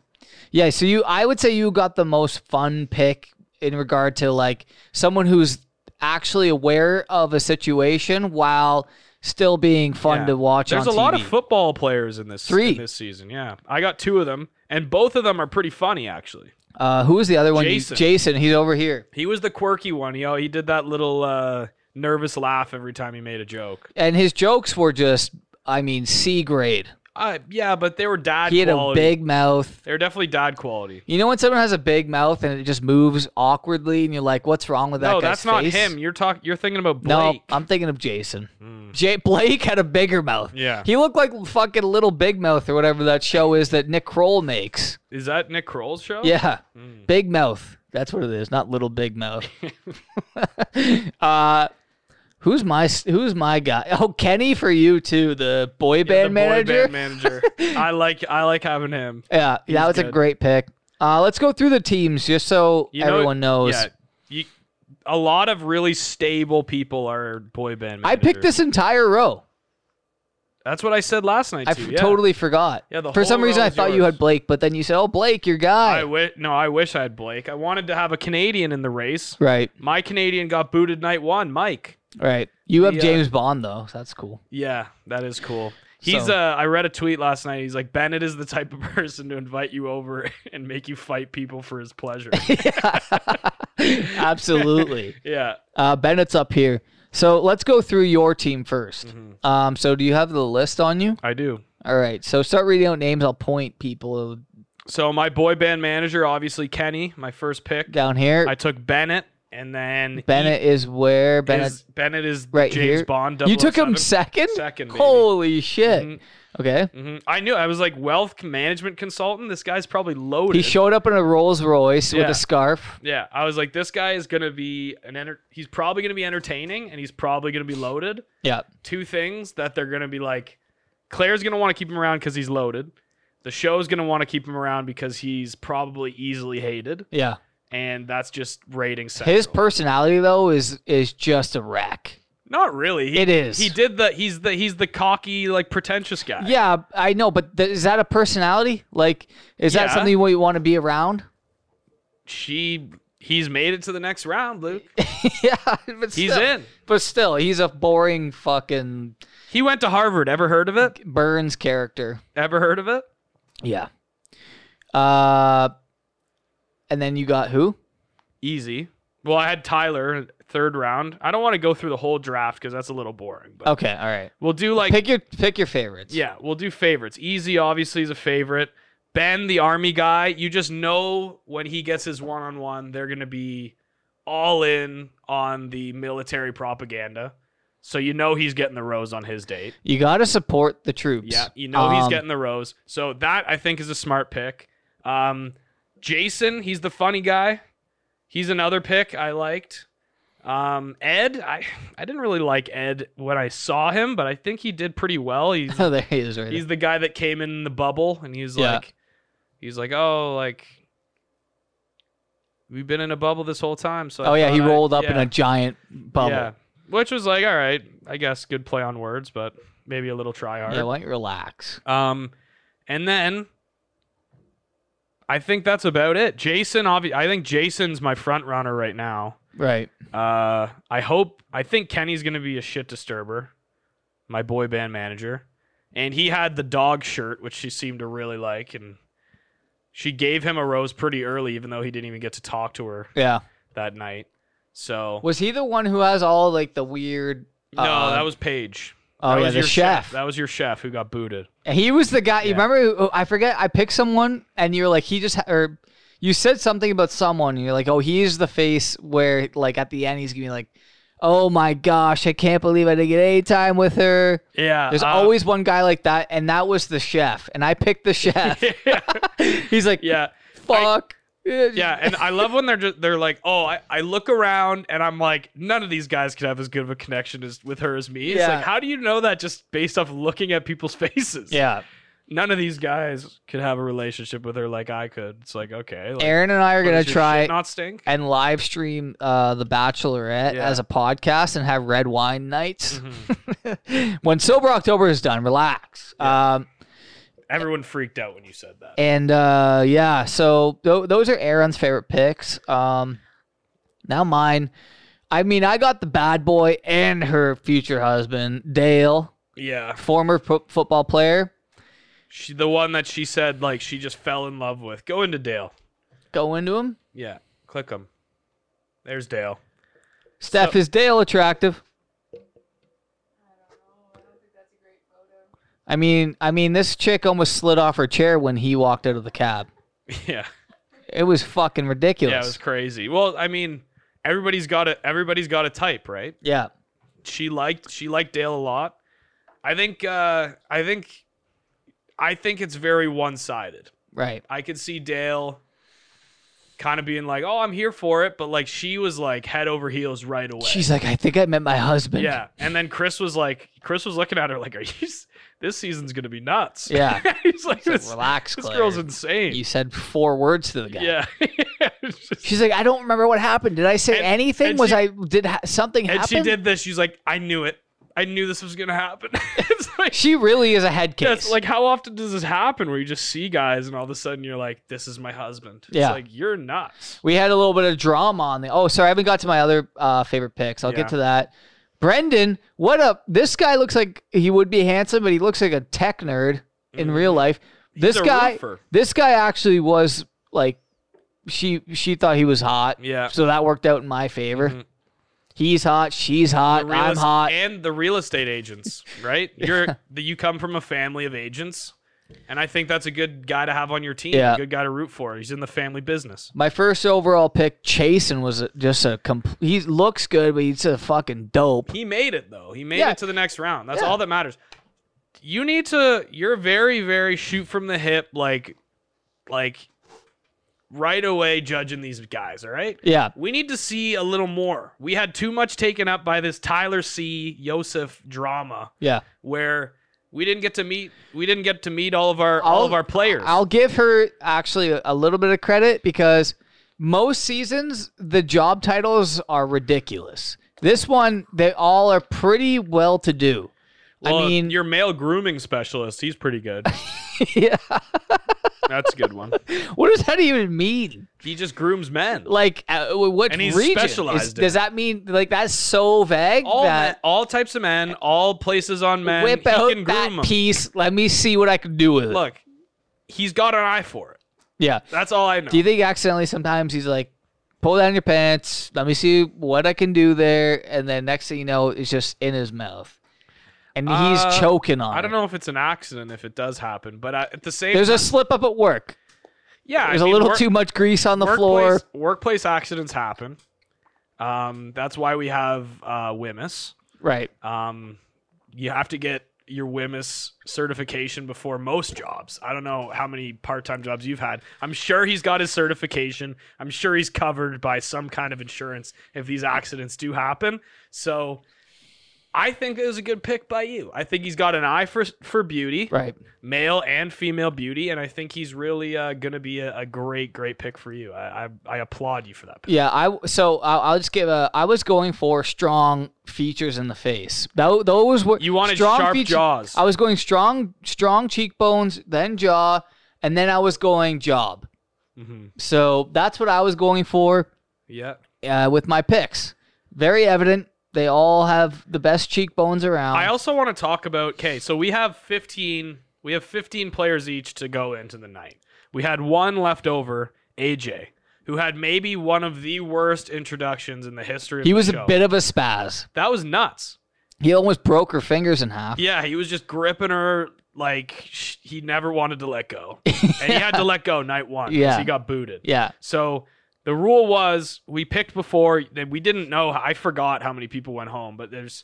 [SPEAKER 2] yeah. So you, I would say you got the most fun pick in regard to like someone who's actually aware of a situation while still being fun
[SPEAKER 1] Yeah.
[SPEAKER 2] to watch.
[SPEAKER 1] There's
[SPEAKER 2] on
[SPEAKER 1] a lot of
[SPEAKER 2] TV.
[SPEAKER 1] football players in this
[SPEAKER 2] Three.
[SPEAKER 1] in this season. Yeah, I got two of them, and both of them are pretty funny actually.
[SPEAKER 2] Uh, who was the other one? You-
[SPEAKER 1] Jason.
[SPEAKER 2] Jason. He's over here,
[SPEAKER 1] He was the quirky one. You know, he did that little uh, nervous laugh every time he made a joke.
[SPEAKER 2] and his jokes were just, I mean, C grade.
[SPEAKER 1] Uh, yeah, but they were dad
[SPEAKER 2] He had a
[SPEAKER 1] quality.
[SPEAKER 2] big mouth.
[SPEAKER 1] they were definitely dad quality.
[SPEAKER 2] You know when someone has a big mouth and it just moves awkwardly, and you're like, "What's wrong with that?"
[SPEAKER 1] no,
[SPEAKER 2] guy's
[SPEAKER 1] that's not
[SPEAKER 2] face?
[SPEAKER 1] him. You're talking. You're thinking about
[SPEAKER 2] No,
[SPEAKER 1] Blake.
[SPEAKER 2] I'm thinking of Jason. Jay Blake had a bigger mouth.
[SPEAKER 1] Hmm. Yeah.
[SPEAKER 2] He looked like fucking Little Big Mouth or whatever that show is that Nick Kroll makes.
[SPEAKER 1] Is that Nick Kroll's show?
[SPEAKER 2] Yeah.
[SPEAKER 1] Hmm.
[SPEAKER 2] Big Mouth. That's what it is, not Little Big Mouth. uh Who's my s- who's my guy? Oh, Kenny for you too, the boy
[SPEAKER 1] Yeah,
[SPEAKER 2] band
[SPEAKER 1] the
[SPEAKER 2] manager.
[SPEAKER 1] Boy band manager. I like. I like having him.
[SPEAKER 2] yeah, that was a
[SPEAKER 1] good.
[SPEAKER 2] great pick. Uh, let's go through the teams just so
[SPEAKER 1] You know-
[SPEAKER 2] everyone knows.
[SPEAKER 1] Yeah. You, a lot of really stable people are boy band.
[SPEAKER 2] I picked
[SPEAKER 1] managers.
[SPEAKER 2] this entire row.
[SPEAKER 1] That's what I said last night.
[SPEAKER 2] I
[SPEAKER 1] too,
[SPEAKER 2] f-
[SPEAKER 1] yeah.
[SPEAKER 2] totally forgot.
[SPEAKER 1] Yeah, the
[SPEAKER 2] For some
[SPEAKER 1] whole row
[SPEAKER 2] reason, I
[SPEAKER 1] is
[SPEAKER 2] thought you
[SPEAKER 1] yours.
[SPEAKER 2] had Blake, but then you said, "Oh, Blake, your guy."
[SPEAKER 1] I wi- no, I wish I had Blake. I wanted to have a Canadian in the race.
[SPEAKER 2] right,
[SPEAKER 1] My Canadian got booted night one, Mike.
[SPEAKER 2] right. You have
[SPEAKER 1] The, uh,
[SPEAKER 2] James Bond though, so that's cool.
[SPEAKER 1] Yeah, that is cool. He's
[SPEAKER 2] So-
[SPEAKER 1] uh I read a tweet last night. He's like Bennett is the type of person to invite you over and make you fight people for his pleasure.
[SPEAKER 2] Absolutely.
[SPEAKER 1] yeah.
[SPEAKER 2] Uh, Bennett's up here, so let's go through your team 1st
[SPEAKER 1] Mm-hmm.
[SPEAKER 2] Um, so do you have the list on you?
[SPEAKER 1] I do.
[SPEAKER 2] All right, so start reading out names. I'll point people
[SPEAKER 1] So my boy band manager obviously Kenny, my first pick.
[SPEAKER 2] down here.
[SPEAKER 1] I took Bennett and then
[SPEAKER 2] Bennett is where
[SPEAKER 1] he
[SPEAKER 2] Bennett
[SPEAKER 1] is, Bennett is
[SPEAKER 2] right
[SPEAKER 1] James
[SPEAKER 2] here.
[SPEAKER 1] Bond.
[SPEAKER 2] you took him
[SPEAKER 1] 007.
[SPEAKER 2] second.
[SPEAKER 1] Second, baby.
[SPEAKER 2] Holy shit.
[SPEAKER 1] Mhm.
[SPEAKER 2] Okay.
[SPEAKER 1] Mhm. I knew. I was like wealth management consultant. This guy's probably loaded.
[SPEAKER 2] He showed up in a Rolls Royce with
[SPEAKER 1] Yeah.
[SPEAKER 2] a scarf.
[SPEAKER 1] Yeah, I was like, this guy is gonna be an enter- he's probably gonna be entertaining and he's probably gonna be loaded.
[SPEAKER 2] Yeah.
[SPEAKER 1] Two things that they're gonna be like, Claire's gonna want to keep him around because he's loaded. The show's gonna want to keep him around because he's probably easily hated,
[SPEAKER 2] Yeah.
[SPEAKER 1] and that's just rating central.
[SPEAKER 2] His personality though is is just a wreck.
[SPEAKER 1] Not really. He,
[SPEAKER 2] It is.
[SPEAKER 1] He did the. He's the. He's the cocky, like pretentious guy.
[SPEAKER 2] Yeah, I know, but th- is that a personality? Like, is that
[SPEAKER 1] Yeah.
[SPEAKER 2] something you want to be around?
[SPEAKER 1] She. He's made it to the next round, Luke.
[SPEAKER 2] yeah, but still,
[SPEAKER 1] He's in.
[SPEAKER 2] But still, he's a boring fucking
[SPEAKER 1] He went to Harvard. Ever heard of it?
[SPEAKER 2] Burns character.
[SPEAKER 1] Ever heard of it?
[SPEAKER 2] Yeah. Uh, and then you got who?
[SPEAKER 1] Easy. Well, I had Tyler third round. I don't want to go through the whole draft because that's a little boring. But
[SPEAKER 2] Okay, all right.
[SPEAKER 1] we'll do like
[SPEAKER 2] Pick your pick your favorites.
[SPEAKER 1] yeah, we'll do favorites. Easy obviously is a favorite. Ben, the army guy, you just know when he gets his one on one, they're gonna be all in on the military propaganda. So you know he's getting the rose on his date.
[SPEAKER 2] You got to support the troops.
[SPEAKER 1] Yeah, you know he's
[SPEAKER 2] Um,
[SPEAKER 1] getting the rose. So that I think is a smart pick. Um, Jason, he's the funny guy. He's another pick I liked. Um, Ed, I I didn't really like Ed when I saw him, but I think he did pretty well. He's
[SPEAKER 2] Oh, there he is right
[SPEAKER 1] he's the guy that came in the bubble and he's
[SPEAKER 2] Yeah.
[SPEAKER 1] like he's like, "Oh, like we've been in a bubble this whole time." So
[SPEAKER 2] there. Oh
[SPEAKER 1] I
[SPEAKER 2] yeah, he
[SPEAKER 1] thought I-
[SPEAKER 2] rolled up in
[SPEAKER 1] yeah.
[SPEAKER 2] a giant bubble.
[SPEAKER 1] Yeah. Which was like, "All right, I guess good play on words, but maybe a little try hard."
[SPEAKER 2] Yeah, why don't you relax?
[SPEAKER 1] Um, and then I think that's about it. Jason, obvi- I think Jason's my front runner right now.
[SPEAKER 2] Right.
[SPEAKER 1] Uh, I hope. I think Kenny's gonna be a shit disturber, my boy band manager, and he had the dog shirt, which she seemed to really like, and she gave him a rose pretty early, even though he didn't even get to talk to her
[SPEAKER 2] Yeah.
[SPEAKER 1] that night. So
[SPEAKER 2] Was he the one who has all like the weird?
[SPEAKER 1] no,
[SPEAKER 2] uh,
[SPEAKER 1] that was Paige.
[SPEAKER 2] Oh
[SPEAKER 1] that
[SPEAKER 2] yeah,
[SPEAKER 1] was
[SPEAKER 2] the
[SPEAKER 1] your
[SPEAKER 2] chef.
[SPEAKER 1] That was your chef who got booted.
[SPEAKER 2] He was the guy. You
[SPEAKER 1] Yeah.
[SPEAKER 2] remember? who- oh, I forget. I picked someone, and you're like, he just ha- or you said something about someone. And you're like, oh, he's the face where like at the end he's gonna be like, oh my gosh, I can't believe I didn't get any time with her.
[SPEAKER 1] Yeah,
[SPEAKER 2] There's
[SPEAKER 1] uh,
[SPEAKER 2] always one guy like that, and that was the chef, and I picked the chef. he's like,
[SPEAKER 1] yeah.
[SPEAKER 2] fuck.
[SPEAKER 1] Yeah, and I love when they're just they're like, oh, I, I look around and I'm like, none of these guys could have as good of a connection as with her as me. It's
[SPEAKER 2] Yeah.
[SPEAKER 1] like, how do you know that just based off looking at people's faces?
[SPEAKER 2] yeah.
[SPEAKER 1] none of these guys could have a relationship with her like I could. It's like, okay, like,
[SPEAKER 2] Aaron and I are
[SPEAKER 1] what,
[SPEAKER 2] gonna
[SPEAKER 1] does your
[SPEAKER 2] try
[SPEAKER 1] shit not stink.
[SPEAKER 2] and live stream uh, the Bachelorette
[SPEAKER 1] Yeah.
[SPEAKER 2] as a podcast and have red wine nights. when sober October is done, relax. Um,
[SPEAKER 1] Everyone freaked out when you said that.
[SPEAKER 2] and uh, yeah, so th- those are Aaron's favorite picks. Um, now mine. I mean, I got the bad boy and her future husband Dale,
[SPEAKER 1] yeah,
[SPEAKER 2] former pro- football player,
[SPEAKER 1] she, the one that she said like she just fell in love with. Go into Dale.
[SPEAKER 2] go into him.
[SPEAKER 1] Yeah, click him. There's Dale.
[SPEAKER 2] Steph, is Dale attractive? I mean, I mean, this chick almost slid off her chair when he walked out of the cab.
[SPEAKER 1] Yeah.
[SPEAKER 2] It was fucking ridiculous.
[SPEAKER 1] Yeah, it was crazy. Well, I mean, everybody's got a everybody's got a type, right?
[SPEAKER 2] Yeah.
[SPEAKER 1] She liked she liked Dale a lot. I think uh I think I think it's very one-sided.
[SPEAKER 2] right.
[SPEAKER 1] I could see Dale kind of being like, "Oh, I'm here for it," but like she was like head over heels right away.
[SPEAKER 2] She's like, I think I met my husband.
[SPEAKER 1] yeah, and then Chris was like, Chris was looking at her like, "Are you? s- This season's gonna be nuts."
[SPEAKER 2] Yeah.
[SPEAKER 1] he's like,
[SPEAKER 2] It's like,
[SPEAKER 1] "This,
[SPEAKER 2] relax,
[SPEAKER 1] this
[SPEAKER 2] Claire.
[SPEAKER 1] girl's insane."
[SPEAKER 2] you said four words to the guy.
[SPEAKER 1] yeah, It's just-
[SPEAKER 2] She's like, I don't remember what happened. Did I say
[SPEAKER 1] And-
[SPEAKER 2] anything?
[SPEAKER 1] and
[SPEAKER 2] was
[SPEAKER 1] she-
[SPEAKER 2] I did ha- something
[SPEAKER 1] and
[SPEAKER 2] happen?
[SPEAKER 1] she did this. She's like, "I knew it. I knew this was gonna happen." it's like,
[SPEAKER 2] She really is a head case.
[SPEAKER 1] Yes, like how often does this happen where you just see guys and all of a sudden you're like, this is my husband? It's
[SPEAKER 2] Yeah.
[SPEAKER 1] like, you're nuts.
[SPEAKER 2] We had a little bit of drama on the. Oh, sorry, I haven't got to my other uh, favorite picks. I'll
[SPEAKER 1] Yeah.
[SPEAKER 2] get to that. Brendan, what up? This guy looks like he would be handsome, but he looks like a tech nerd in real life. This
[SPEAKER 1] Mm-hmm. a
[SPEAKER 2] guy,
[SPEAKER 1] roofer.
[SPEAKER 2] this guy actually was like, she she thought he was hot.
[SPEAKER 1] Yeah. Mm-hmm.
[SPEAKER 2] So that worked out in my favor. He's hot. She's hot.
[SPEAKER 1] The
[SPEAKER 2] I'm
[SPEAKER 1] realest-
[SPEAKER 2] hot.
[SPEAKER 1] And the real estate agents, right? You're that you come from a family of agents. And I think that's a good guy to have on your team.
[SPEAKER 2] Yeah.
[SPEAKER 1] Good guy to root for. He's in the family business.
[SPEAKER 2] my first overall pick, Chasen, was just a complete. He looks good, but he's a fucking dope.
[SPEAKER 1] He made it though. He made
[SPEAKER 2] Yeah.
[SPEAKER 1] it to the next round. That's
[SPEAKER 2] Yeah.
[SPEAKER 1] all that matters. You need to you're very, very shoot from the hip, like like right away judging these guys, all right?
[SPEAKER 2] Yeah.
[SPEAKER 1] We need to see a little more. We had too much taken up by this Tyler C. Yosef drama
[SPEAKER 2] Yeah.
[SPEAKER 1] where we didn't get to meet we didn't get to meet all of our all
[SPEAKER 2] I'll-
[SPEAKER 1] of our players.
[SPEAKER 2] I'll give her actually a- a little bit of credit because most seasons the job titles are ridiculous. This one, they all are pretty well to do.
[SPEAKER 1] Well,
[SPEAKER 2] I mean,
[SPEAKER 1] your male grooming specialist, he's pretty good.
[SPEAKER 2] yeah,
[SPEAKER 1] That's a good one.
[SPEAKER 2] What does that even mean?
[SPEAKER 1] He just grooms men.
[SPEAKER 2] Like, uh, w- what
[SPEAKER 1] And he's
[SPEAKER 2] region? Is-
[SPEAKER 1] specialized in
[SPEAKER 2] does
[SPEAKER 1] it.
[SPEAKER 2] that mean like that's so vague
[SPEAKER 1] All men,
[SPEAKER 2] that
[SPEAKER 1] all types of men, all places on men.
[SPEAKER 2] whip
[SPEAKER 1] he
[SPEAKER 2] out
[SPEAKER 1] can
[SPEAKER 2] that
[SPEAKER 1] groom 'em.
[SPEAKER 2] piece? Let me see what I can do with it.
[SPEAKER 1] Look, he's got an eye for it.
[SPEAKER 2] yeah.
[SPEAKER 1] That's all I know.
[SPEAKER 2] Do you think accidentally sometimes he's like, pull down your pants, let me see what I can do there, and then next thing you know, it's just in his mouth, and he's
[SPEAKER 1] Uh,
[SPEAKER 2] choking on.
[SPEAKER 1] I don't
[SPEAKER 2] it.
[SPEAKER 1] know if it's an accident if it does happen, but I, at the same
[SPEAKER 2] There's a slip up at work.
[SPEAKER 1] yeah,
[SPEAKER 2] There's
[SPEAKER 1] I mean,
[SPEAKER 2] a little
[SPEAKER 1] work-
[SPEAKER 2] too much grease on the floor.
[SPEAKER 1] workplace, Workplace accidents happen. Um, that's why we have uh, WMIS.
[SPEAKER 2] Right.
[SPEAKER 1] Um, you have to get your WMIS certification before most jobs. I don't know how many part-time jobs you've had. I'm sure he's got his certification. I'm sure he's covered by some kind of insurance if these accidents do happen. So I think it was a good pick by you. I think he's got an eye for for beauty,
[SPEAKER 2] Right.
[SPEAKER 1] male and female beauty, and I think he's really uh, going to be a, a great great pick for you. I, I I applaud you for that pick.
[SPEAKER 2] Yeah, I so I'll, I'll just give a. I was going for strong features in the face. Tho- those were
[SPEAKER 1] You wanted
[SPEAKER 2] strong
[SPEAKER 1] sharp
[SPEAKER 2] feature-
[SPEAKER 1] jaws.
[SPEAKER 2] I was going strong, strong cheekbones, then jaw, and then I was going job.
[SPEAKER 1] Mhm.
[SPEAKER 2] So that's what I was going for
[SPEAKER 1] Yeah.
[SPEAKER 2] uh, with my picks. Very evident. They all have the best cheekbones around.
[SPEAKER 1] I also want to talk about okay, so we have 15 we have 15 players each to go into the night. We had one left over, AJ, who had maybe one of the worst introductions in the history of
[SPEAKER 2] he
[SPEAKER 1] the
[SPEAKER 2] was
[SPEAKER 1] show.
[SPEAKER 2] a bit of a spaz.
[SPEAKER 1] That was nuts.
[SPEAKER 2] He almost broke her fingers in half.
[SPEAKER 1] Yeah, he was just gripping her like sh- he never wanted to let go. And he had to let go night 1 because
[SPEAKER 2] Yeah.
[SPEAKER 1] he got booted.
[SPEAKER 2] Yeah.
[SPEAKER 1] So the rule was we picked before that we didn't know. I forgot how many people went home, but there's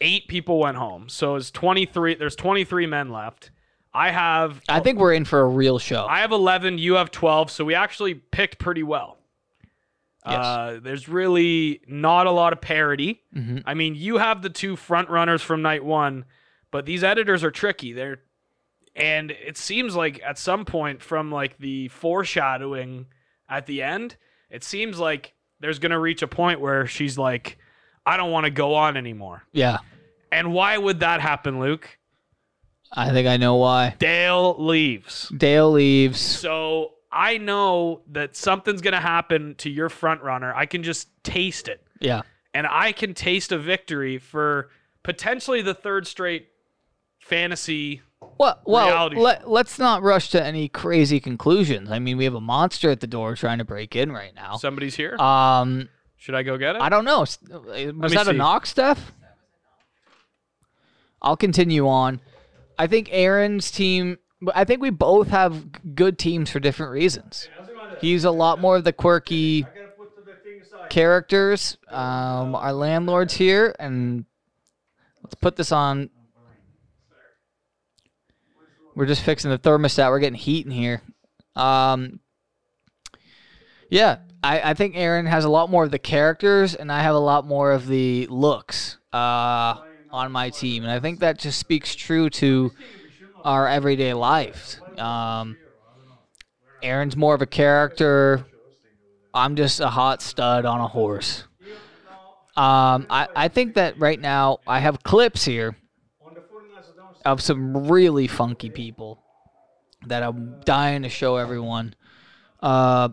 [SPEAKER 1] eight people went home. So it's 23. There's 23 men left. I have
[SPEAKER 2] I think we're in for a real show.
[SPEAKER 1] I have 11. You have 12. So we actually picked pretty well. Uh, there's really not a lot of parity.
[SPEAKER 2] Mhm.
[SPEAKER 1] I mean, you have the two front runners from night one, but these editors are tricky. They're and it seems like at some point from like the foreshadowing at the end, it seems like there's gonna reach a point where she's like, I don't want to go on anymore.
[SPEAKER 2] yeah.
[SPEAKER 1] And why would that happen, Luke?
[SPEAKER 2] I think I know why.
[SPEAKER 1] Dale leaves.
[SPEAKER 2] Dale leaves.
[SPEAKER 1] So I know that something's going to happen to your front runner. I can just taste it.
[SPEAKER 2] Yeah.
[SPEAKER 1] And I can taste a victory for potentially the third straight fantasy.
[SPEAKER 2] Well, well
[SPEAKER 1] reality
[SPEAKER 2] let, us not rush to any crazy conclusions. I mean, we have a monster at the door trying to break in right now.
[SPEAKER 1] Somebody's here.
[SPEAKER 2] um,
[SPEAKER 1] Should I go get it?
[SPEAKER 2] I don't know. S- uh, Was
[SPEAKER 1] me
[SPEAKER 2] that a
[SPEAKER 1] see.
[SPEAKER 2] knock, Steph? I'll continue on. I think Aaron's team. but I think we both have g- good teams for different reasons. He's a lot more of the quirky characters. Um, our landlord's here, and let's put this on. We're just fixing the thermostat. We're getting heat in here. Um, yeah, I, I think Aaron has a lot more of the characters, and I have a lot more of the looks uh, on my team, and I think that just speaks true to our everyday lives. Um, Aaron's more of a character. I'm just a hot stud on a horse. Um, I, I think that right now I have clips here of some really funky people that I'm dying to show everyone. Uh,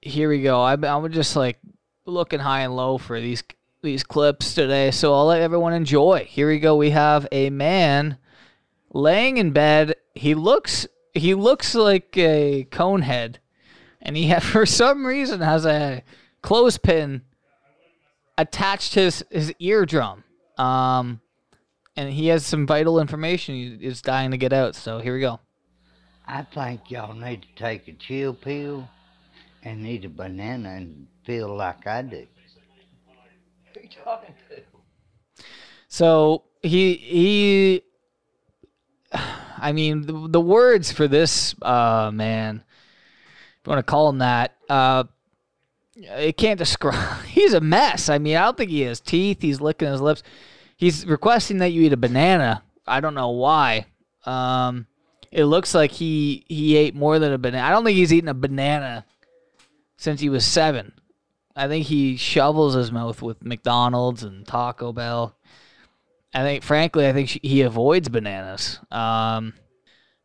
[SPEAKER 2] here we go. I, I'm just like looking high and low for these these clips today, so I'll let everyone enjoy. Here we go. We have a man laying in bed. He looks he looks like a cone head, and he ha- for some reason has a clothespin attached to his his eardrum. Um, and he has some vital information he is dying to get out. So here we go.
[SPEAKER 5] I think y'all need to take a chill pill and eat a banana and feel like I do.
[SPEAKER 2] So he he, I mean the, the words for this uh, man, if you want to call him that, uh, it can't describe. He's a mess. I mean, I don't think he has teeth. He's licking his lips. He's requesting that you eat a banana. I don't know why. Um, it looks like he he ate more than a banana. I don't think he's eaten a banana since he was seven. I think he shovels his mouth with McDonald's and Taco Bell. I think, frankly, I think she, he avoids bananas. Um,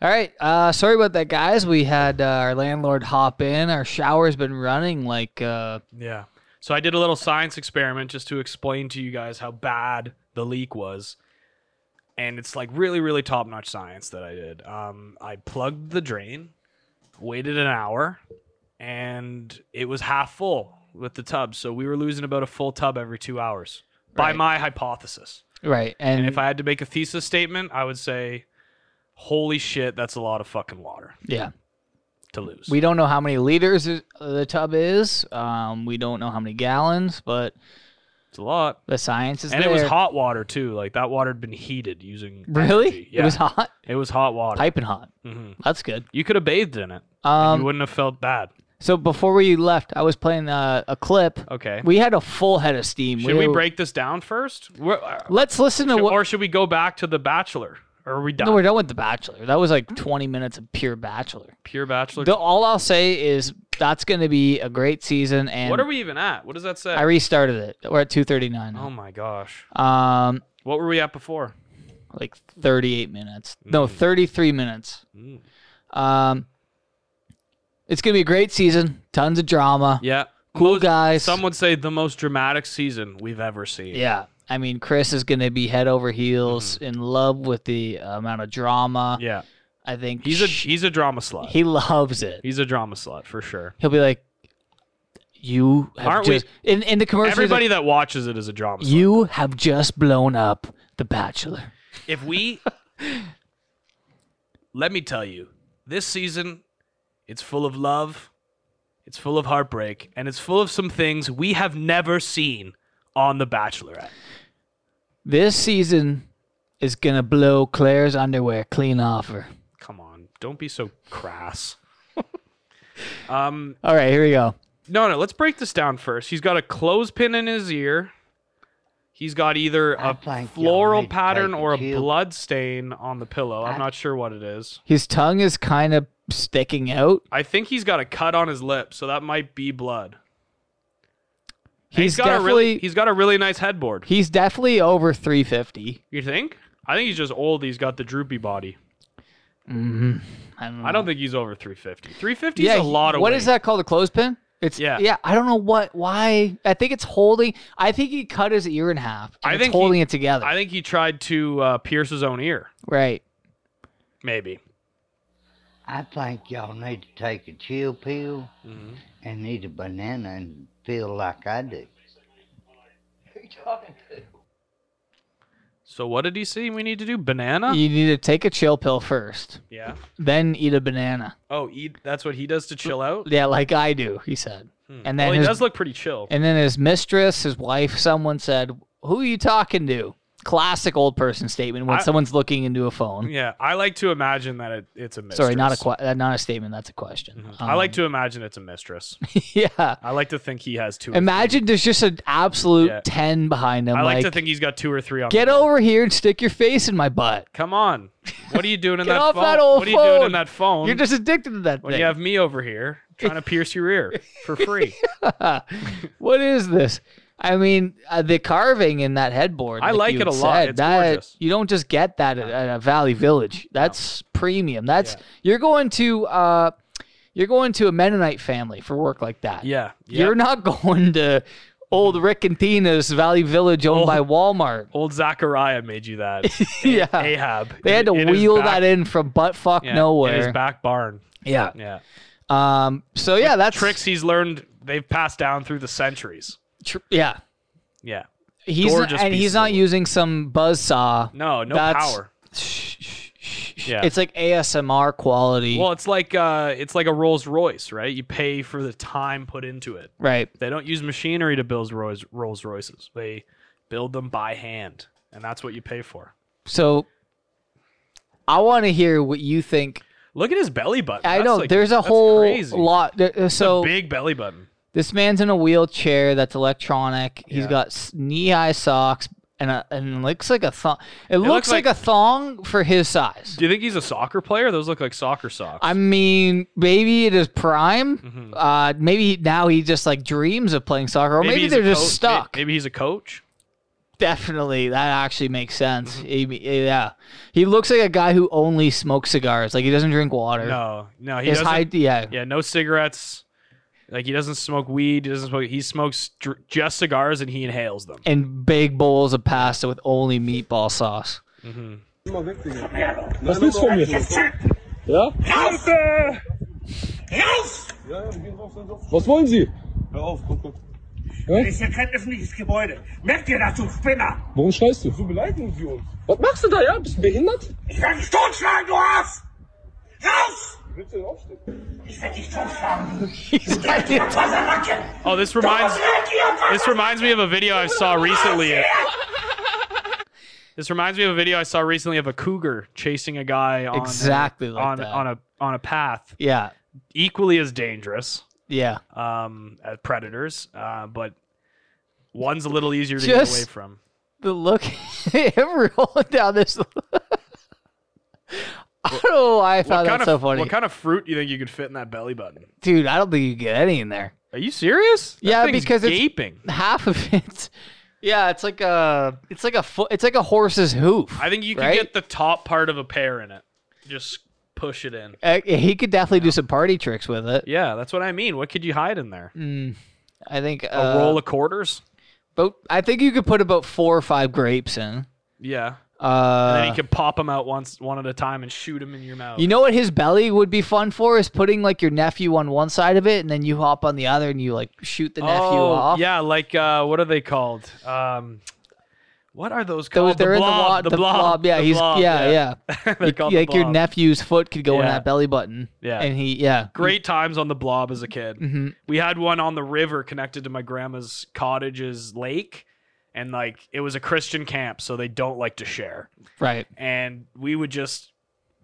[SPEAKER 2] All right. Uh, sorry about that, guys. We had uh, our landlord hop in. Our shower's been running like uh,
[SPEAKER 1] Yeah. So I did a little science experiment just to explain to you guys how bad the leak was. And it's like really, really top notch science that I did. Um, I plugged the drain, waited an hour, and it was half full with the tub. So we were losing about a full tub every two hours by
[SPEAKER 2] Right.
[SPEAKER 1] my hypothesis.
[SPEAKER 2] right. And,
[SPEAKER 1] And if I had to make a thesis statement, I would say, holy shit, that's a lot of fucking water
[SPEAKER 2] yeah,
[SPEAKER 1] to lose.
[SPEAKER 2] we don't know how many liters is- the tub is. Um, we don't know how many gallons, but
[SPEAKER 1] it's a lot.
[SPEAKER 2] the science is
[SPEAKER 1] and
[SPEAKER 2] there.
[SPEAKER 1] it was hot water too. Like that water had been heated using
[SPEAKER 2] Really?
[SPEAKER 1] energy. Yeah,
[SPEAKER 2] It was hot,
[SPEAKER 1] hot water.
[SPEAKER 2] piping hot.
[SPEAKER 1] hmm
[SPEAKER 2] That's good.
[SPEAKER 1] You could have bathed in it.
[SPEAKER 2] Um,
[SPEAKER 1] you wouldn't have felt bad.
[SPEAKER 2] So before we left, I was playing uh, a clip.
[SPEAKER 1] Okay.
[SPEAKER 2] We had a full head of steam.
[SPEAKER 1] should we
[SPEAKER 2] were-
[SPEAKER 1] break this down first? We're- uh,
[SPEAKER 2] Let's listen to
[SPEAKER 1] should-
[SPEAKER 2] what.
[SPEAKER 1] or should we go back to the Bachelor? Or are we done? Hmm.
[SPEAKER 2] No, we're done with the Bachelor. That was like 20 minutes of pure Bachelor.
[SPEAKER 1] Pure Bachelor.
[SPEAKER 2] The, all I'll say is that's going to be a great season. And
[SPEAKER 1] what are we even at? What does that say?
[SPEAKER 2] I restarted it. We're at 239.
[SPEAKER 1] oh
[SPEAKER 2] now.
[SPEAKER 1] my gosh.
[SPEAKER 2] Um,
[SPEAKER 1] What were we at before?
[SPEAKER 2] like 38 minutes. No,
[SPEAKER 1] Mm.
[SPEAKER 2] 33 minutes.
[SPEAKER 1] Mm.
[SPEAKER 2] Um, it's going to be a great season. Tons of drama.
[SPEAKER 1] Yeah.
[SPEAKER 2] Cool
[SPEAKER 1] Most-
[SPEAKER 2] guys.
[SPEAKER 1] Some would say the most dramatic season we've ever seen.
[SPEAKER 2] Yeah. I mean, Chris is going to be head over heels in love with the uh, amount of drama.
[SPEAKER 1] Mm-hmm. Yeah.
[SPEAKER 2] I think
[SPEAKER 1] He's a
[SPEAKER 2] sh-
[SPEAKER 1] he's a drama slut.
[SPEAKER 2] he loves it.
[SPEAKER 1] he's a drama slut for sure.
[SPEAKER 2] He'll be like, "You have
[SPEAKER 1] Aren't we-
[SPEAKER 2] just in in the commercial." he's like,
[SPEAKER 1] Everybody that watches it is a drama slut.
[SPEAKER 2] You have just blown up The Bachelor.
[SPEAKER 1] if we let me tell you this season it's full of love it's full of heartbreak and it's full of some things we have never seen on the bachelorette
[SPEAKER 2] This season is gonna blow Claire's underwear clean off her.
[SPEAKER 1] come on don't be so crass um
[SPEAKER 2] All right, here we go.
[SPEAKER 1] no no let's break this down first he's got a clothespin in his ear he's got either
[SPEAKER 5] I
[SPEAKER 1] a
[SPEAKER 5] think y'all
[SPEAKER 1] floral
[SPEAKER 5] need to
[SPEAKER 1] pattern
[SPEAKER 5] take a
[SPEAKER 1] or a
[SPEAKER 5] chill.
[SPEAKER 1] blood stain on the pillow i'm not sure what it is
[SPEAKER 2] His tongue is kind of sticking out.
[SPEAKER 1] i think he's got a cut on his lip so that might be blood And
[SPEAKER 2] He's,
[SPEAKER 1] got
[SPEAKER 2] definitely
[SPEAKER 1] a really he's got a really nice headboard.
[SPEAKER 2] he's definitely over 350.
[SPEAKER 1] You think? I think he's just old. He's got the droopy body.
[SPEAKER 2] Mm, I don't know.
[SPEAKER 1] I don't think he's over 350. 350
[SPEAKER 2] yeah,
[SPEAKER 1] is a lot of
[SPEAKER 2] What
[SPEAKER 1] weight.
[SPEAKER 2] is that called? A clothespin? It's
[SPEAKER 1] Yeah.
[SPEAKER 2] yeah. yeah. I don't know what why. I think it's holding. I think he cut his ear in half. and
[SPEAKER 1] I
[SPEAKER 2] it's
[SPEAKER 1] think he-
[SPEAKER 2] holding it together.
[SPEAKER 1] I think he tried to uh, pierce his own ear.
[SPEAKER 2] right.
[SPEAKER 1] Maybe.
[SPEAKER 5] I think y'all need to take a chill pill
[SPEAKER 1] Mhm.
[SPEAKER 5] and eat a banana and feel like I do.
[SPEAKER 1] So what did he see? We need to do banana.
[SPEAKER 2] You need to take a chill pill first,
[SPEAKER 1] yeah.
[SPEAKER 2] then eat a banana.
[SPEAKER 1] Oh, eat. That's what he does to chill out.
[SPEAKER 2] Yeah, like I do. He said.
[SPEAKER 1] Hmm.
[SPEAKER 2] And then
[SPEAKER 1] well, he
[SPEAKER 2] his-
[SPEAKER 1] does look pretty chill.
[SPEAKER 2] And then his mistress, his wife, someone said, Who are you talking to? Classic old person statement when
[SPEAKER 1] I-
[SPEAKER 2] someone's looking into a phone.
[SPEAKER 1] yeah, I like to imagine that it, it's a mistress.
[SPEAKER 2] Sorry, not a um, que- uh, not a statement. That's a question.
[SPEAKER 1] Mhm. I like to imagine it's a mistress.
[SPEAKER 2] Um, yeah.
[SPEAKER 1] I like to think he has two. or
[SPEAKER 2] Imagine there's just an absolute
[SPEAKER 1] Yeah.
[SPEAKER 2] ten behind him.
[SPEAKER 1] three. I like,
[SPEAKER 2] like,
[SPEAKER 1] to think he's got two or three on.
[SPEAKER 2] get
[SPEAKER 1] the board.
[SPEAKER 2] over here and stick your face in my butt.
[SPEAKER 1] Come on. What are you doing in
[SPEAKER 2] Get
[SPEAKER 1] that
[SPEAKER 2] off
[SPEAKER 1] phone?
[SPEAKER 2] that old
[SPEAKER 1] what are you doing in
[SPEAKER 2] phone.
[SPEAKER 1] that phone?
[SPEAKER 2] You're just addicted to that
[SPEAKER 1] when
[SPEAKER 2] thing.
[SPEAKER 1] you have me over here trying to pierce your ear for free.
[SPEAKER 2] what is this? I mean, uh, the carving in that headboard.
[SPEAKER 1] I like
[SPEAKER 2] you
[SPEAKER 1] it a
[SPEAKER 2] had
[SPEAKER 1] lot.
[SPEAKER 2] said,
[SPEAKER 1] It's
[SPEAKER 2] that,
[SPEAKER 1] gorgeous.
[SPEAKER 2] You don't just get that at, at a Valley Village. That's premium. That's you're going to uh, you're going to a Mennonite family for work like that.
[SPEAKER 1] Yeah. yeah.
[SPEAKER 2] You're not going to old Rick and Tina's Valley Village owned
[SPEAKER 1] Old-
[SPEAKER 2] by Walmart.
[SPEAKER 1] Old Zachariah made you that.
[SPEAKER 2] yeah.
[SPEAKER 1] Ahab.
[SPEAKER 2] they had to
[SPEAKER 1] In- in his
[SPEAKER 2] wheel
[SPEAKER 1] back-
[SPEAKER 2] that in from butt fuck
[SPEAKER 1] yeah, In
[SPEAKER 2] nowhere.
[SPEAKER 1] his back barn.
[SPEAKER 2] yeah.
[SPEAKER 1] Yeah.
[SPEAKER 2] Um. So yeah, that's
[SPEAKER 1] Tricks he's learned they've passed down through the centuries.
[SPEAKER 2] tr- yeah.
[SPEAKER 1] Yeah.
[SPEAKER 2] He's
[SPEAKER 1] Gorgeous
[SPEAKER 2] and
[SPEAKER 1] piece
[SPEAKER 2] he's
[SPEAKER 1] of
[SPEAKER 2] not
[SPEAKER 1] wood.
[SPEAKER 2] using some buzz saw.
[SPEAKER 1] No, no
[SPEAKER 2] That's-
[SPEAKER 1] power. Yeah.
[SPEAKER 2] Yeah. It's like ASMR quality.
[SPEAKER 1] Well, it's like uh it's like a Rolls Royce, right? You pay for the time put into it.
[SPEAKER 2] right.
[SPEAKER 1] They don't use machinery to build Rolls Rolls Royces. They build them by hand. And that's what you pay for.
[SPEAKER 2] So I want to hear what you think.
[SPEAKER 1] Look at his belly button.
[SPEAKER 2] I
[SPEAKER 1] That's
[SPEAKER 2] know
[SPEAKER 1] like-
[SPEAKER 2] there's a
[SPEAKER 1] that's
[SPEAKER 2] whole
[SPEAKER 1] crazy.
[SPEAKER 2] lot. there- uh,
[SPEAKER 1] It's a
[SPEAKER 2] So
[SPEAKER 1] big belly button.
[SPEAKER 2] this man's in a wheelchair that's electronic. He's
[SPEAKER 1] Yeah.
[SPEAKER 2] got knee high socks and a, and looks like a thong. It, looks,
[SPEAKER 1] looks
[SPEAKER 2] like,
[SPEAKER 1] like-
[SPEAKER 2] a thong for his size.
[SPEAKER 1] Do you think he's a soccer player? Those look like soccer socks.
[SPEAKER 2] I mean, maybe it is prime.
[SPEAKER 1] Mhm.
[SPEAKER 2] Uh, maybe now he just like dreams of playing soccer, or maybe,
[SPEAKER 1] he's a
[SPEAKER 2] they're just
[SPEAKER 1] coach- may-
[SPEAKER 2] stuck.
[SPEAKER 1] Maybe he's a coach.
[SPEAKER 2] Definitely, that actually makes sense.
[SPEAKER 1] Mm-hmm.
[SPEAKER 2] He- yeah, he looks like a guy who only smokes cigars. Like he doesn't drink water.
[SPEAKER 1] No, no, he
[SPEAKER 2] His
[SPEAKER 1] doesn't.
[SPEAKER 2] high, yeah,
[SPEAKER 1] yeah, no cigarettes. Like he doesn't smoke weed. He doesn't smoke. He smokes dr- just cigars and he inhales them.
[SPEAKER 2] and big bowls of pasta with only meatball sauce.
[SPEAKER 4] Das ist nichts von mir. Ja? Was wollen Sie?
[SPEAKER 6] Hör auf, guck, guck.
[SPEAKER 4] Hä?
[SPEAKER 6] Das ist ja kein öffentliches Gebäude. Merkt ihr das, du Spinner?
[SPEAKER 4] Warum schreist du?
[SPEAKER 6] So beleidigen sie uns.
[SPEAKER 4] Was machst du da, ja? Bist du behindert?
[SPEAKER 6] Ich werde dich totschlagen, du Ass! Raus! Willst du denn aufstehen? Ich werde dich totschlagen. Bleib dir aus der Macke!
[SPEAKER 1] Oh, this reminds
[SPEAKER 6] Bleib dir aus
[SPEAKER 1] this reminds me of a video I saw recently. This reminds me of a video I saw recently of a cougar chasing a guy on uh,
[SPEAKER 2] Exactly like
[SPEAKER 1] on
[SPEAKER 2] that.
[SPEAKER 1] on a on a path
[SPEAKER 2] Yeah,
[SPEAKER 1] equally as dangerous
[SPEAKER 2] yeah.
[SPEAKER 1] um, as predators, uh, but one's a little easier to
[SPEAKER 2] Just-
[SPEAKER 1] get away from.
[SPEAKER 2] The look him rolling down this. I don't know why I found
[SPEAKER 1] kind
[SPEAKER 2] that
[SPEAKER 1] of
[SPEAKER 2] so funny,
[SPEAKER 1] what kind of fruit do you think you could fit in that belly button?
[SPEAKER 2] dude. I don't think you could get any in there.
[SPEAKER 1] Are you serious? That
[SPEAKER 2] Yeah,
[SPEAKER 1] thing's
[SPEAKER 2] because it's-
[SPEAKER 1] gaping.
[SPEAKER 2] Half of it. Yeah, it's like a, it's like a foot, it's like a horse's hoof.
[SPEAKER 1] I think you could
[SPEAKER 2] Right?
[SPEAKER 1] get the top part of a pear in it. Just push it in.
[SPEAKER 2] Uh, he could definitely do some party tricks with it.
[SPEAKER 1] Yeah, that's what I mean. What could you hide in there?
[SPEAKER 2] I think uh,
[SPEAKER 1] A roll of quarters?
[SPEAKER 2] about- I think you could put about four or five grapes in.
[SPEAKER 1] Yeah. And then
[SPEAKER 2] Uh,
[SPEAKER 1] you could pop them out once, one at a time, and shoot them in your mouth.
[SPEAKER 2] you know what his belly would be fun for is putting like your nephew on one side of it, and then you hop on the other, and you like shoot the nephew
[SPEAKER 1] oh,
[SPEAKER 2] off.
[SPEAKER 1] yeah, like uh, what are they called? Um, what are those
[SPEAKER 2] Those,
[SPEAKER 1] called?
[SPEAKER 2] they're
[SPEAKER 1] Oh, the
[SPEAKER 2] in
[SPEAKER 1] blob,
[SPEAKER 2] wa- the blob. Yeah,
[SPEAKER 1] the
[SPEAKER 2] he's
[SPEAKER 1] blob,
[SPEAKER 2] yeah, yeah.
[SPEAKER 1] They're
[SPEAKER 2] Like-
[SPEAKER 1] called the
[SPEAKER 2] like your
[SPEAKER 1] blob.
[SPEAKER 2] nephew's foot could go in
[SPEAKER 1] Yeah.
[SPEAKER 2] that belly button.
[SPEAKER 1] Yeah.
[SPEAKER 2] and he yeah.
[SPEAKER 1] Great times on the blob as a kid.
[SPEAKER 2] Mm-hmm.
[SPEAKER 1] We had one on the river connected to my grandma's cottage's lake, and like it was a Christian camp, so they don't like to share.
[SPEAKER 2] Right.
[SPEAKER 1] and we would just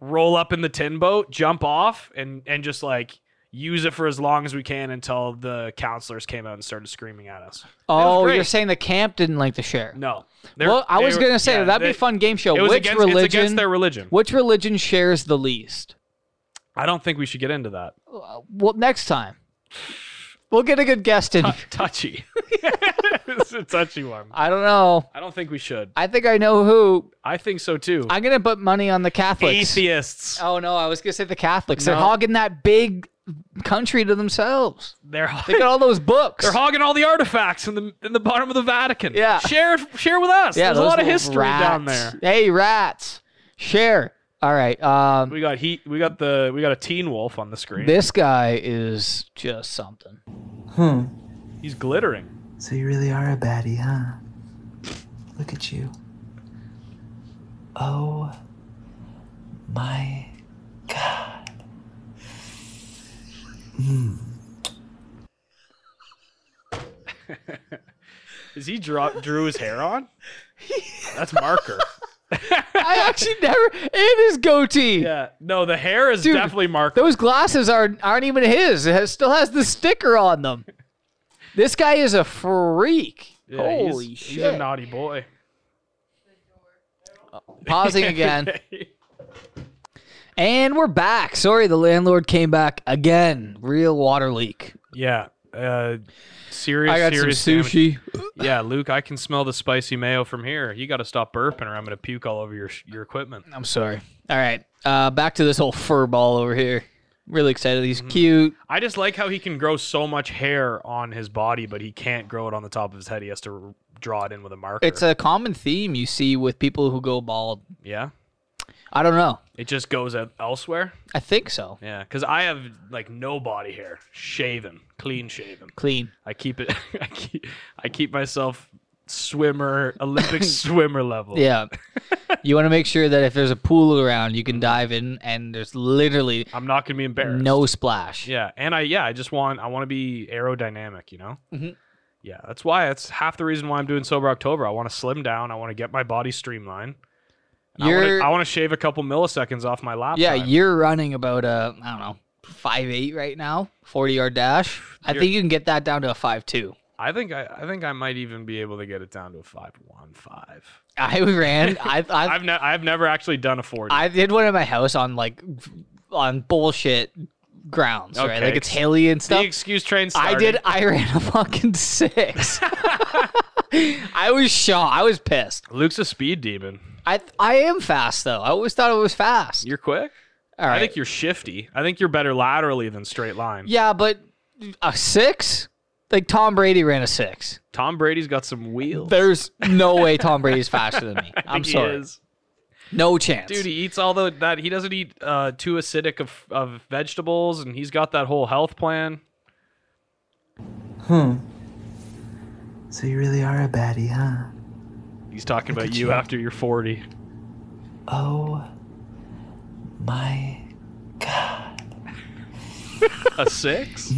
[SPEAKER 1] roll up in the tin boat, jump off, and and just like use it for as long as we can until the counselors came out and started screaming at us.
[SPEAKER 2] Oh, you're
[SPEAKER 1] great.
[SPEAKER 2] saying the camp didn't like to share.
[SPEAKER 1] No, They're-
[SPEAKER 2] Well, I
[SPEAKER 1] they
[SPEAKER 2] was
[SPEAKER 1] were-
[SPEAKER 2] gonna say
[SPEAKER 1] yeah,
[SPEAKER 2] that'd be
[SPEAKER 1] they-
[SPEAKER 2] a fun game show.
[SPEAKER 1] It was
[SPEAKER 2] Which
[SPEAKER 1] against,
[SPEAKER 2] religion?
[SPEAKER 1] It's against their religion.
[SPEAKER 2] Which religion shares the least?
[SPEAKER 1] I don't think we should get into that.
[SPEAKER 2] Well, next time we'll get a good guest in.
[SPEAKER 1] Touchy. it's a touchy one.
[SPEAKER 2] I don't know.
[SPEAKER 1] I don't think we should.
[SPEAKER 2] I think I know who.
[SPEAKER 1] I think so too.
[SPEAKER 2] I'm gonna put money on the Catholics.
[SPEAKER 1] Atheists.
[SPEAKER 2] Oh no, I was gonna say the Catholics. They're
[SPEAKER 1] No.
[SPEAKER 2] hogging that big country to themselves.
[SPEAKER 1] They're
[SPEAKER 2] They got all those books.
[SPEAKER 1] they're hogging all the artifacts in the in the bottom of the Vatican.
[SPEAKER 2] Yeah.
[SPEAKER 1] Share share with us. There's a
[SPEAKER 2] those
[SPEAKER 1] lot of
[SPEAKER 2] little
[SPEAKER 1] history down
[SPEAKER 2] rats.
[SPEAKER 1] there.
[SPEAKER 2] Hey, rats, share. All right. Um,
[SPEAKER 1] We got heat. We got the we got a Teen Wolf on the screen.
[SPEAKER 2] this guy is just something.
[SPEAKER 1] He's glittering.
[SPEAKER 7] So you really are a baddie, huh? Look at you. Oh my Hmm.
[SPEAKER 1] Is he draw, drew his hair on? That's marker.
[SPEAKER 2] I actually never. It is goatee.
[SPEAKER 1] Yeah. No, the hair is
[SPEAKER 2] Dude,
[SPEAKER 1] definitely marker.
[SPEAKER 2] Those glasses are aren't even his. It has, still has the sticker on them. This guy is a freak.
[SPEAKER 1] Yeah, he's-
[SPEAKER 2] Holy
[SPEAKER 1] he's,
[SPEAKER 2] shit!
[SPEAKER 1] a naughty boy.
[SPEAKER 2] Pausing again, and we're back. Sorry, the landlord came back again. Real water leak.
[SPEAKER 1] yeah. Uh, serious.
[SPEAKER 2] I got some
[SPEAKER 1] serious damage.
[SPEAKER 2] sushi.
[SPEAKER 1] Yeah, Luke, I can smell the spicy mayo from here. You got to stop burping, or I'm gonna puke all over your sh- your equipment.
[SPEAKER 2] I'm sorry. All right. Uh, back to this whole fur ball over here. Really excited.
[SPEAKER 1] Mm-hmm.
[SPEAKER 2] He's cute.
[SPEAKER 1] I just like how he can grow so much hair on his body, but he can't grow it on the top of his head. He has to r- draw it in with a marker.
[SPEAKER 2] It's a common theme you see with people who go bald.
[SPEAKER 1] yeah.
[SPEAKER 2] I don't know.
[SPEAKER 1] It just goes out elsewhere.
[SPEAKER 2] I think so.
[SPEAKER 1] Yeah, because I have like no body hair, shaven, clean shaven.
[SPEAKER 2] Clean.
[SPEAKER 1] I keep it. I keep. I keep myself swimmer, Olympic swimmer level.
[SPEAKER 2] Yeah. you want to make sure that if there's a pool around, you can
[SPEAKER 1] Mm-hmm.
[SPEAKER 2] dive in and there's literally
[SPEAKER 1] I'm not gonna be embarrassed.
[SPEAKER 2] no splash.
[SPEAKER 1] Yeah, and I yeah I just want I want to be aerodynamic. You know. Mm-hmm. Yeah, that's why. That's half the reason why I'm doing sober October. I want to slim down. I want to get my body streamlined. and I wanna-
[SPEAKER 2] You're
[SPEAKER 1] I want to shave a couple milliseconds off my lap.
[SPEAKER 2] Yeah,
[SPEAKER 1] time.
[SPEAKER 2] you're running about a I don't know, 5'8 right now, 40-yard dash. I think you can get that down to a 5'2.
[SPEAKER 1] I think I, I think I might even be able to get it down to a five one five.
[SPEAKER 2] I ran I I
[SPEAKER 1] I've ne- I've never actually done a forty.
[SPEAKER 2] I did one at my house on like on bullshit grounds, right?
[SPEAKER 1] Okay.
[SPEAKER 2] Like it's hilly and
[SPEAKER 1] the
[SPEAKER 2] stuff.
[SPEAKER 1] excuse train. Started.
[SPEAKER 2] I did. I ran a fucking six. I was shocked. I was pissed.
[SPEAKER 1] Luke's a speed demon.
[SPEAKER 2] I I am fast though. I always thought it was fast.
[SPEAKER 1] You're quick.
[SPEAKER 2] All right.
[SPEAKER 1] I think you're shifty. I think you're better laterally than straight line.
[SPEAKER 2] yeah, but a six? Like Tom Brady ran a six.
[SPEAKER 1] Tom Brady's got some wheels.
[SPEAKER 2] There's no way Tom Brady's faster than me. I'm
[SPEAKER 1] He
[SPEAKER 2] sorry.
[SPEAKER 1] is.
[SPEAKER 2] No chance.
[SPEAKER 1] Dude, he eats all the that he doesn't eat uh, too acidic of, of vegetables, and he's got that whole health plan.
[SPEAKER 7] Hmm. So you really are a baddie, huh?
[SPEAKER 1] He's talking
[SPEAKER 7] Look
[SPEAKER 1] about
[SPEAKER 7] at
[SPEAKER 1] you
[SPEAKER 7] you.
[SPEAKER 1] after you're 40.
[SPEAKER 7] Oh. My. God.
[SPEAKER 1] A six?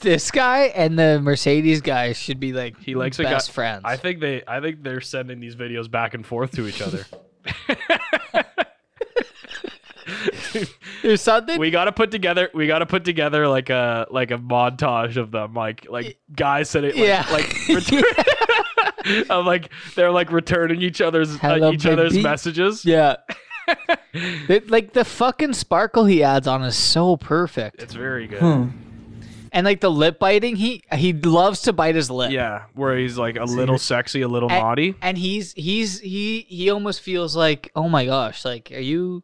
[SPEAKER 2] this guy and the Mercedes guy should be like
[SPEAKER 7] Mm.
[SPEAKER 1] He likes a guy-
[SPEAKER 2] best friends.
[SPEAKER 1] I think they I think they're sending these videos back and forth to each other.
[SPEAKER 2] There's something.
[SPEAKER 1] we gotta put together we gotta put together like a like a montage of them like like guys said it like,
[SPEAKER 2] Yeah.
[SPEAKER 1] like return- of like they're like returning each other's uh,
[SPEAKER 2] Hello,
[SPEAKER 1] each other's
[SPEAKER 2] baby.
[SPEAKER 1] messages
[SPEAKER 2] yeah. It- like the fucking sparkle he adds on is so perfect,
[SPEAKER 1] it's very good
[SPEAKER 7] Hmm.
[SPEAKER 2] and like the lip biting, he he loves to bite his lip.
[SPEAKER 1] yeah where he's like a little sexy a little
[SPEAKER 2] And-
[SPEAKER 1] naughty
[SPEAKER 2] And he's he's he he almost feels like oh my gosh, like are you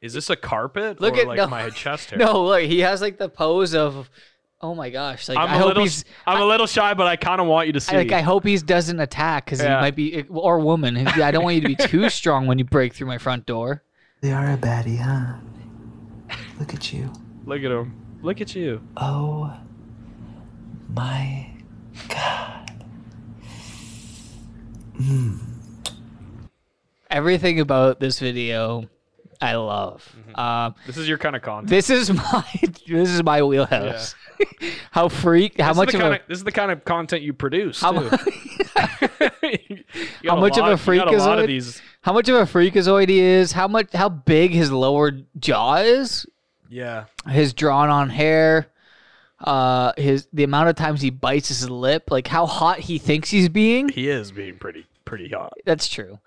[SPEAKER 1] is this a carpet
[SPEAKER 2] Look
[SPEAKER 1] or
[SPEAKER 2] at-
[SPEAKER 1] like
[SPEAKER 2] no.
[SPEAKER 1] my chest hair
[SPEAKER 2] no like he has like the pose of oh my gosh, like
[SPEAKER 1] I'm
[SPEAKER 2] I
[SPEAKER 1] a
[SPEAKER 2] hope
[SPEAKER 1] little
[SPEAKER 2] he's
[SPEAKER 1] I'm a little shy but I kind of want you to see
[SPEAKER 2] like I hope he doesn't attack because
[SPEAKER 1] Yeah.
[SPEAKER 2] he might be eh, or woman. Yeah, I don't want you to be too strong when you break through my front door.
[SPEAKER 7] They are a baddie, huh? Look at you.
[SPEAKER 1] look at him look at you
[SPEAKER 7] Oh. My. God.
[SPEAKER 2] Everything about this video, I love.
[SPEAKER 1] Mm-hmm.
[SPEAKER 2] Um,
[SPEAKER 1] this is your kind of content
[SPEAKER 2] this is my this is my wheelhouse. how freak? How
[SPEAKER 1] This is
[SPEAKER 2] much
[SPEAKER 1] the
[SPEAKER 2] of
[SPEAKER 1] kinda,
[SPEAKER 2] a
[SPEAKER 1] this is the kind of content you produce
[SPEAKER 2] how,
[SPEAKER 1] too.
[SPEAKER 2] mu-
[SPEAKER 1] You got
[SPEAKER 2] How much of
[SPEAKER 1] lot-
[SPEAKER 2] a
[SPEAKER 1] you
[SPEAKER 2] freak
[SPEAKER 1] got a
[SPEAKER 2] is
[SPEAKER 1] lot
[SPEAKER 2] it?
[SPEAKER 1] of these?
[SPEAKER 2] how much of a freakazoid he is? How much? How big his lower jaw is?
[SPEAKER 1] Yeah.
[SPEAKER 2] His drawn-on hair. Uh, his the amount of times he bites his lip, like how hot he thinks he's being.
[SPEAKER 1] He is being pretty pretty hot.
[SPEAKER 2] That's true.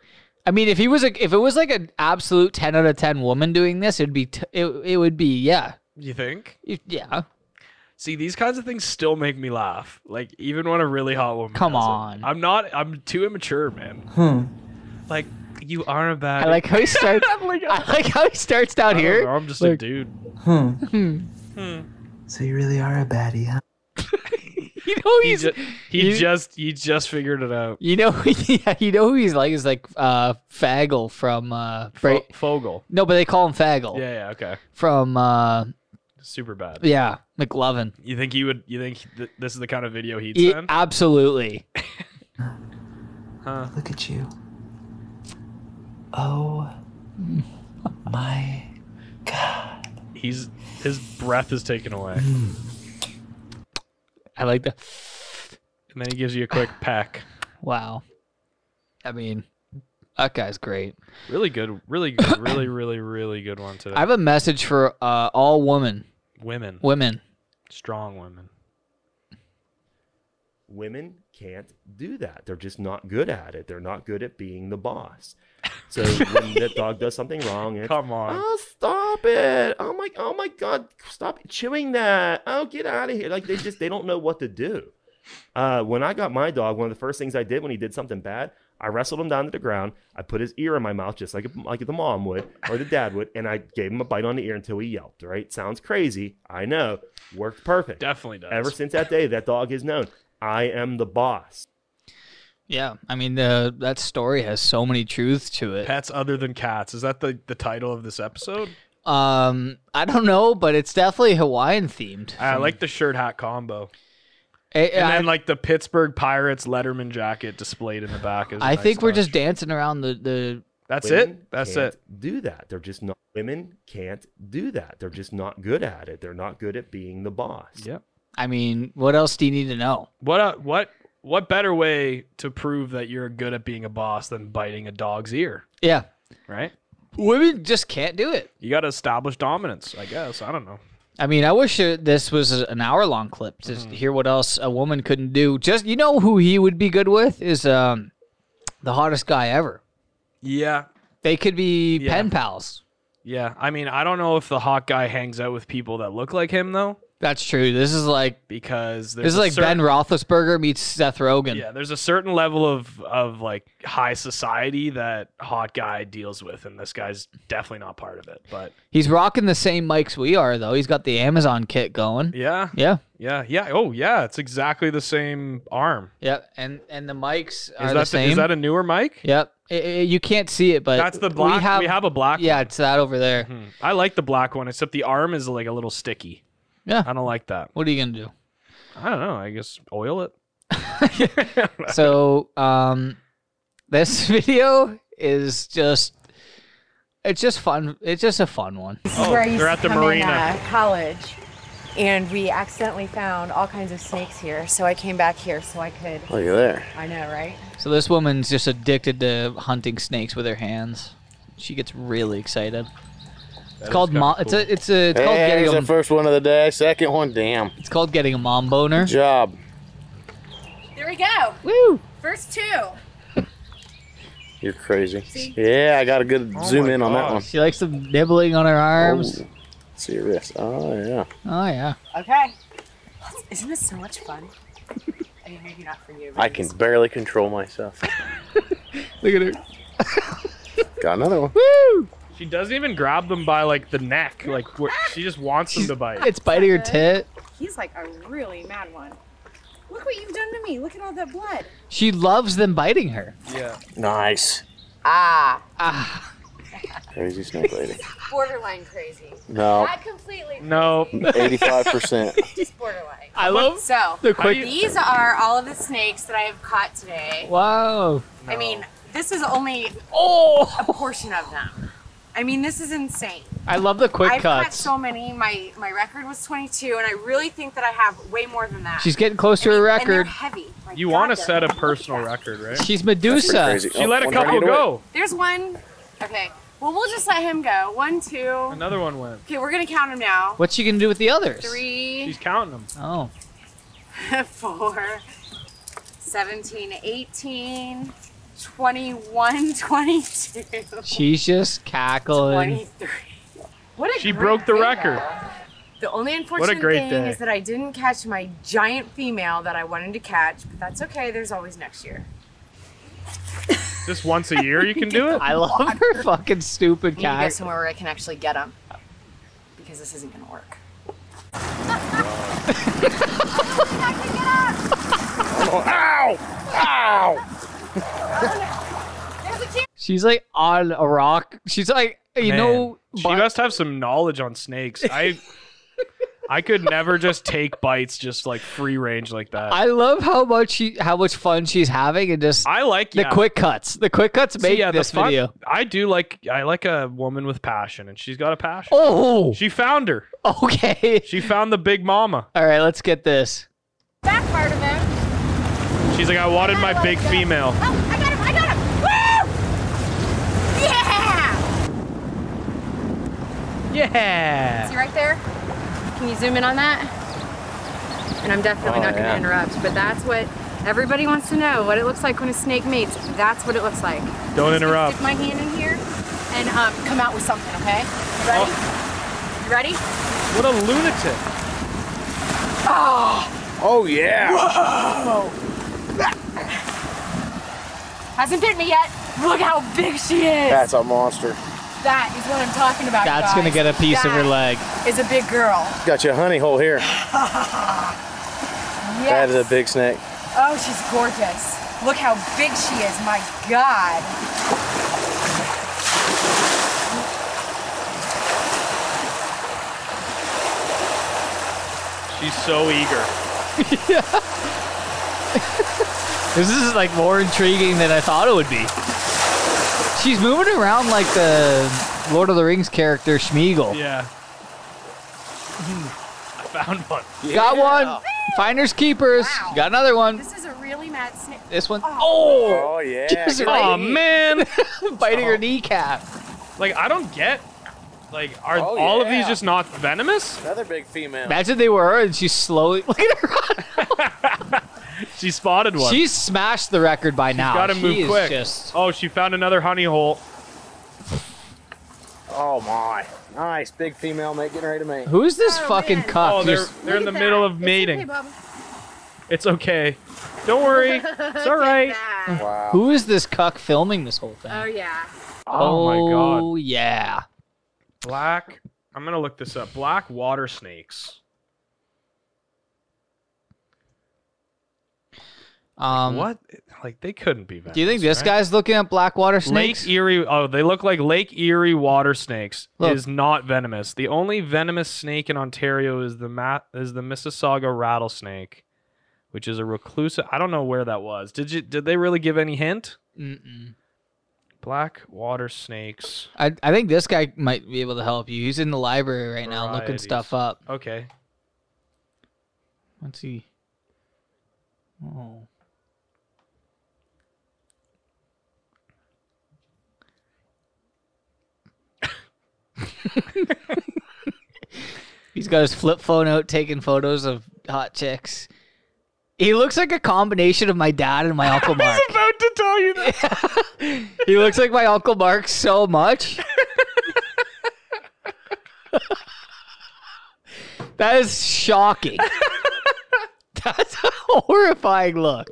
[SPEAKER 2] I mean, if he was a, if it was like an absolute ten out of ten woman doing this, it'd be t- it, it would be yeah
[SPEAKER 1] You think?
[SPEAKER 2] Y- yeah.
[SPEAKER 1] See, these kinds of things still make me laugh. Like even when a really hot woman.
[SPEAKER 2] Come
[SPEAKER 1] does it.
[SPEAKER 2] on.
[SPEAKER 1] I'm not. I'm too immature, man.
[SPEAKER 7] Hmm.
[SPEAKER 1] Like you are a bad.
[SPEAKER 2] I like how he starts. I like how he starts down
[SPEAKER 1] Oh I don't know,
[SPEAKER 2] here.
[SPEAKER 1] I'm just a
[SPEAKER 2] Like-
[SPEAKER 1] dude.
[SPEAKER 7] Hmm. So you really are a baddie, huh?
[SPEAKER 2] You know
[SPEAKER 1] He,
[SPEAKER 2] he's.
[SPEAKER 1] ju- he
[SPEAKER 2] he's-
[SPEAKER 1] just he just figured it out.
[SPEAKER 2] you know, yeah, you know who he's like is like uh, Faggle from uh, Bra-
[SPEAKER 1] Fo- Fogel.
[SPEAKER 2] no, but they call him Faggle
[SPEAKER 1] Yeah. Yeah. Okay.
[SPEAKER 2] from uh,
[SPEAKER 1] Super bad.
[SPEAKER 2] yeah McLovin.
[SPEAKER 1] You think he would? You think th- this is the kind of video he'd
[SPEAKER 2] He-
[SPEAKER 1] send?
[SPEAKER 2] absolutely,
[SPEAKER 7] Look at you. Oh. My. God.
[SPEAKER 1] He's his breath is taken away,
[SPEAKER 2] I like that.
[SPEAKER 1] and then he gives you a quick peck.
[SPEAKER 2] Wow, I mean, that guy's great.
[SPEAKER 1] Really good, really good, really, really, really good one today.
[SPEAKER 2] I have a message for uh, all women.
[SPEAKER 1] women,
[SPEAKER 2] Women.
[SPEAKER 1] strong women.
[SPEAKER 8] women can't do that. They're just not good at it. They're not good at being the boss. So when that dog does something wrong, it's,
[SPEAKER 1] Come on.
[SPEAKER 8] oh stop it! Oh my, oh my God, stop chewing that! Oh, get out of here! Like they just they don't know what to do. Uh, when I got my dog, one of the first things I did when he did something bad, I wrestled him down to the ground. I put his ear in my mouth just like like the mom would or the dad would, and I gave him a bite on the ear until he yelped. Right? Sounds crazy. I know. Worked perfect.
[SPEAKER 1] Definitely does.
[SPEAKER 8] Ever since that day, that dog is known. I am the boss.
[SPEAKER 2] Yeah, I mean the that story has so many truths to it.
[SPEAKER 1] Pets other than cats. Is that the, the title of this episode?
[SPEAKER 2] Um, I don't know, but it's definitely Hawaiian themed.
[SPEAKER 1] I like the shirt hat combo.
[SPEAKER 2] I,
[SPEAKER 1] And
[SPEAKER 2] I-
[SPEAKER 1] then like the Pittsburgh Pirates Letterman jacket displayed in the back is a
[SPEAKER 2] I
[SPEAKER 1] nice
[SPEAKER 2] think we're
[SPEAKER 1] touch.
[SPEAKER 2] just dancing around the the.
[SPEAKER 1] That's
[SPEAKER 8] Women
[SPEAKER 1] it. That's
[SPEAKER 8] can't
[SPEAKER 1] it.
[SPEAKER 8] Do that. They're just not. Women can't do that. They're just not good at it. They're not good at being the boss.
[SPEAKER 1] Yep.
[SPEAKER 2] I mean, what else do you need to know?
[SPEAKER 1] What uh, what what better way to prove that you're good at being a boss than biting a dog's ear,
[SPEAKER 2] Yeah,
[SPEAKER 1] right?
[SPEAKER 2] women just can't do it.
[SPEAKER 1] You got to establish dominance, I guess. I don't know.
[SPEAKER 2] I mean, I wish uh, this was a- an hour long clip to
[SPEAKER 1] Mm-hmm.
[SPEAKER 2] hear what else a woman couldn't do. Just you know who he would be good with is um, the hottest guy ever.
[SPEAKER 1] Yeah.
[SPEAKER 2] They could be
[SPEAKER 1] Yeah.
[SPEAKER 2] pen pals.
[SPEAKER 1] Yeah. I mean, I don't know if the hot guy hangs out with people that look like him though.
[SPEAKER 2] That's true. This is like
[SPEAKER 1] because
[SPEAKER 2] this
[SPEAKER 1] there's
[SPEAKER 2] is
[SPEAKER 1] a
[SPEAKER 2] like
[SPEAKER 1] certain,
[SPEAKER 2] Ben Roethlisberger meets Seth Rogen.
[SPEAKER 1] Yeah, there's a certain level of of like high society that hot guy deals with, and this guy's definitely not part of it. But
[SPEAKER 2] He's rocking the same mics we are though. He's got the Amazon kit going.
[SPEAKER 1] yeah,
[SPEAKER 2] Yeah,
[SPEAKER 1] yeah, yeah. Oh yeah, it's exactly the same arm.
[SPEAKER 2] yeah, and and the mics are
[SPEAKER 1] Is that
[SPEAKER 2] the
[SPEAKER 1] the-
[SPEAKER 2] same.
[SPEAKER 1] is that a newer mic?
[SPEAKER 2] Yep. I- I- you can't see it, but
[SPEAKER 1] That's the black. Mm-hmm.
[SPEAKER 2] We have,
[SPEAKER 1] a black.
[SPEAKER 2] yeah, it's that over there.
[SPEAKER 1] one. I like the black one, except the arm is like a little sticky.
[SPEAKER 2] Yeah.
[SPEAKER 1] I don't like that.
[SPEAKER 2] What are you gonna do?
[SPEAKER 1] I don't know. I guess oil it.
[SPEAKER 2] so um this video is just it's just fun it's just a fun one
[SPEAKER 1] Oh,
[SPEAKER 9] where I used
[SPEAKER 1] they're
[SPEAKER 9] to
[SPEAKER 1] at the
[SPEAKER 9] come in,
[SPEAKER 1] marina.
[SPEAKER 9] uh, college, and we accidentally found all kinds of snakes here. So I came back here so I could.
[SPEAKER 10] Look at there.
[SPEAKER 9] I know, right?
[SPEAKER 2] so this woman's just addicted to hunting snakes with her hands she gets really excited it's called mom it's a it's a it's called
[SPEAKER 10] Hey,
[SPEAKER 2] getting
[SPEAKER 10] there's
[SPEAKER 2] a,
[SPEAKER 10] the first one of the day. Second one, damn.
[SPEAKER 2] it's called getting a mom boner
[SPEAKER 10] Job.
[SPEAKER 9] There we go.
[SPEAKER 2] Woo!
[SPEAKER 9] First two.
[SPEAKER 10] You're crazy. Yeah, I got a good Oh zoom
[SPEAKER 1] my
[SPEAKER 10] in on that
[SPEAKER 1] gosh.
[SPEAKER 10] one.
[SPEAKER 2] she likes them nibbling on her arms
[SPEAKER 10] Oh, see your wrist. Oh yeah.
[SPEAKER 2] oh yeah
[SPEAKER 9] Okay. Isn't this so much fun? I mean, maybe not for you. but
[SPEAKER 10] I can barely control myself.
[SPEAKER 2] look at her
[SPEAKER 10] Got another one.
[SPEAKER 2] Woo!
[SPEAKER 1] She doesn't even grab them by like the neck. Like where- she just wants them to bite.
[SPEAKER 2] it's biting her tit
[SPEAKER 9] He's like a really mad one. Look what you've done to me. Look at all that blood.
[SPEAKER 2] she loves them biting her
[SPEAKER 10] Nice.
[SPEAKER 9] Ah.
[SPEAKER 10] Crazy snake lady.
[SPEAKER 9] Borderline crazy.
[SPEAKER 10] No.
[SPEAKER 9] Not completely.
[SPEAKER 1] No.
[SPEAKER 10] Eighty-five percent.
[SPEAKER 9] Just borderline.
[SPEAKER 2] i love
[SPEAKER 9] So
[SPEAKER 2] the quick
[SPEAKER 9] these are all of the snakes that I have caught today.
[SPEAKER 2] wow
[SPEAKER 9] I mean, this is only
[SPEAKER 2] oh
[SPEAKER 9] a portion of them. I mean, this is insane.
[SPEAKER 2] i love the quick
[SPEAKER 9] I've caught
[SPEAKER 2] cuts
[SPEAKER 9] so many. My my record was 22, and I really think that I have way more than that.
[SPEAKER 2] She's getting close to her
[SPEAKER 9] And they're
[SPEAKER 2] record.
[SPEAKER 9] heavy. My
[SPEAKER 1] You
[SPEAKER 9] God,
[SPEAKER 1] want to
[SPEAKER 9] they're
[SPEAKER 1] set a
[SPEAKER 9] heavy.
[SPEAKER 1] personal record, right?
[SPEAKER 2] She's Medusa.
[SPEAKER 10] Crazy.
[SPEAKER 1] She
[SPEAKER 10] Oh,
[SPEAKER 1] let a
[SPEAKER 10] one right
[SPEAKER 1] couple
[SPEAKER 10] away.
[SPEAKER 1] go.
[SPEAKER 9] There's one. Okay. Well, we'll just let him go. One, two.
[SPEAKER 1] Another one went.
[SPEAKER 9] Okay, we're gonna count him now.
[SPEAKER 2] What's she gonna do with the others?
[SPEAKER 9] Three,
[SPEAKER 1] She's counting them.
[SPEAKER 2] Oh,
[SPEAKER 9] four, 17, 18, 21, 22.
[SPEAKER 2] she's just cackling.
[SPEAKER 9] 23. What a
[SPEAKER 1] She
[SPEAKER 9] great
[SPEAKER 1] broke the
[SPEAKER 9] day,
[SPEAKER 1] record.
[SPEAKER 9] though. The only unfortunate
[SPEAKER 1] great
[SPEAKER 9] thing
[SPEAKER 1] day.
[SPEAKER 9] is that I didn't catch my giant female that I wanted to catch, but that's okay. There's always next year.
[SPEAKER 1] Just once a year, you can do it.
[SPEAKER 2] I love her fucking stupid
[SPEAKER 9] I need to go
[SPEAKER 2] cack.
[SPEAKER 9] somewhere where I can actually get them because this isn't going to work.
[SPEAKER 2] She's like on a rock. She's like, you
[SPEAKER 1] Man,
[SPEAKER 2] know,
[SPEAKER 1] she
[SPEAKER 2] bi-
[SPEAKER 1] must have some knowledge on snakes. I, I could never just take bites just like free range like that. I,
[SPEAKER 2] I love how much she, how much fun she's having, and just
[SPEAKER 1] like
[SPEAKER 2] the
[SPEAKER 1] yeah,
[SPEAKER 2] quick cuts. The quick
[SPEAKER 1] see,
[SPEAKER 2] cuts make
[SPEAKER 1] yeah, the
[SPEAKER 2] this
[SPEAKER 1] fun-
[SPEAKER 2] video.
[SPEAKER 1] I do like I like a woman with passion, and she's got a passion.
[SPEAKER 2] Oh,
[SPEAKER 1] She found her.
[SPEAKER 2] okay.
[SPEAKER 1] She found the big mama.
[SPEAKER 2] All right, let's get this.
[SPEAKER 9] Back part of him.
[SPEAKER 1] She's like, I wanted my big female.
[SPEAKER 9] Oh, I got him. I got him. Woo! Yeah!
[SPEAKER 2] Yeah.
[SPEAKER 9] See right there? Can you zoom in on that? And I'm definitely
[SPEAKER 10] Oh,
[SPEAKER 9] not going to
[SPEAKER 10] yeah.
[SPEAKER 9] interrupt, but that's what everybody wants to know what it looks like when a snake mates. That's what it looks like.
[SPEAKER 1] Don't
[SPEAKER 9] Just gonna
[SPEAKER 1] interrupt.
[SPEAKER 9] Stick my hand in here and um, come out with something, okay? You ready? You ready?
[SPEAKER 1] What a lunatic!
[SPEAKER 10] Oh yeah.
[SPEAKER 9] Hasn't bit me yet. Look how big she is.
[SPEAKER 10] That's a monster.
[SPEAKER 9] that is what I'm talking about.
[SPEAKER 2] That's gonna
[SPEAKER 9] guys.
[SPEAKER 2] get a piece of her
[SPEAKER 9] That
[SPEAKER 2] leg.
[SPEAKER 9] Is a big girl.
[SPEAKER 10] Got you a honey hole here.
[SPEAKER 9] Yes.
[SPEAKER 10] That is a big snake.
[SPEAKER 9] Oh, she's gorgeous. Look how big she is. My God.
[SPEAKER 1] She's so eager.
[SPEAKER 2] This is like more intriguing than I thought it would be. She's moving around like the Lord of the Rings character Schmeagol.
[SPEAKER 1] Yeah. I found one.
[SPEAKER 2] Got one. Finders keepers.
[SPEAKER 9] Wow.
[SPEAKER 2] Got another one.
[SPEAKER 9] This is a really mad snake.
[SPEAKER 2] This one.
[SPEAKER 9] Oh.
[SPEAKER 10] Oh yeah.
[SPEAKER 2] Just
[SPEAKER 10] Good
[SPEAKER 1] Oh
[SPEAKER 10] eat.
[SPEAKER 1] man!
[SPEAKER 2] biting her kneecap.
[SPEAKER 1] Like I don't get. Like are
[SPEAKER 10] Oh,
[SPEAKER 1] all of these
[SPEAKER 10] yeah.
[SPEAKER 1] just not venomous?
[SPEAKER 10] Another big female.
[SPEAKER 2] Imagine they were, and she slowly. Look at her.
[SPEAKER 1] She spotted one.
[SPEAKER 2] She's smashed the record by now.
[SPEAKER 1] Gotta
[SPEAKER 2] She
[SPEAKER 1] move
[SPEAKER 2] is
[SPEAKER 1] quick.
[SPEAKER 2] Just,
[SPEAKER 1] Oh, she found another honey hole.
[SPEAKER 10] Oh my. Nice. Big female mate getting ready to mate.
[SPEAKER 2] Who's this fucking cuck?
[SPEAKER 1] Oh, they're,
[SPEAKER 2] Ah, Just-
[SPEAKER 1] they're in the middle of mating. It's okay. Don't worry. It's all right.
[SPEAKER 10] Wow.
[SPEAKER 2] Who is this cuck filming this whole thing?
[SPEAKER 9] Oh yeah.
[SPEAKER 1] Oh my God.
[SPEAKER 2] Oh, yeah.
[SPEAKER 1] Black. I'm gonna look this up. Black water snakes.
[SPEAKER 2] Um,
[SPEAKER 1] what? Like they couldn't be. Venomous,
[SPEAKER 2] Do you think this
[SPEAKER 1] right?
[SPEAKER 2] guy's looking at blackwater snakes?
[SPEAKER 1] Lake Erie. Oh, they look like Lake Erie water snakes.
[SPEAKER 2] Look.
[SPEAKER 1] Is not venomous. The only venomous snake in Ontario is the ma- is the Mississauga rattlesnake, which is a reclusive. I don't know where that was. Did you? Did they really give any hint?
[SPEAKER 2] Mm-mm.
[SPEAKER 1] Black water snakes.
[SPEAKER 2] I, I think this guy might be able to help you. He's in the library right now looking
[SPEAKER 1] Varieties.
[SPEAKER 2] stuff up.
[SPEAKER 1] Okay.
[SPEAKER 2] Let's see. Oh. He's got his flip phone out taking photos of hot chicks. He looks like a combination of my dad and my Uncle Mark.
[SPEAKER 1] About to tell you that.
[SPEAKER 2] he looks like my Uncle Mark so much. that is shocking. That's a horrifying look.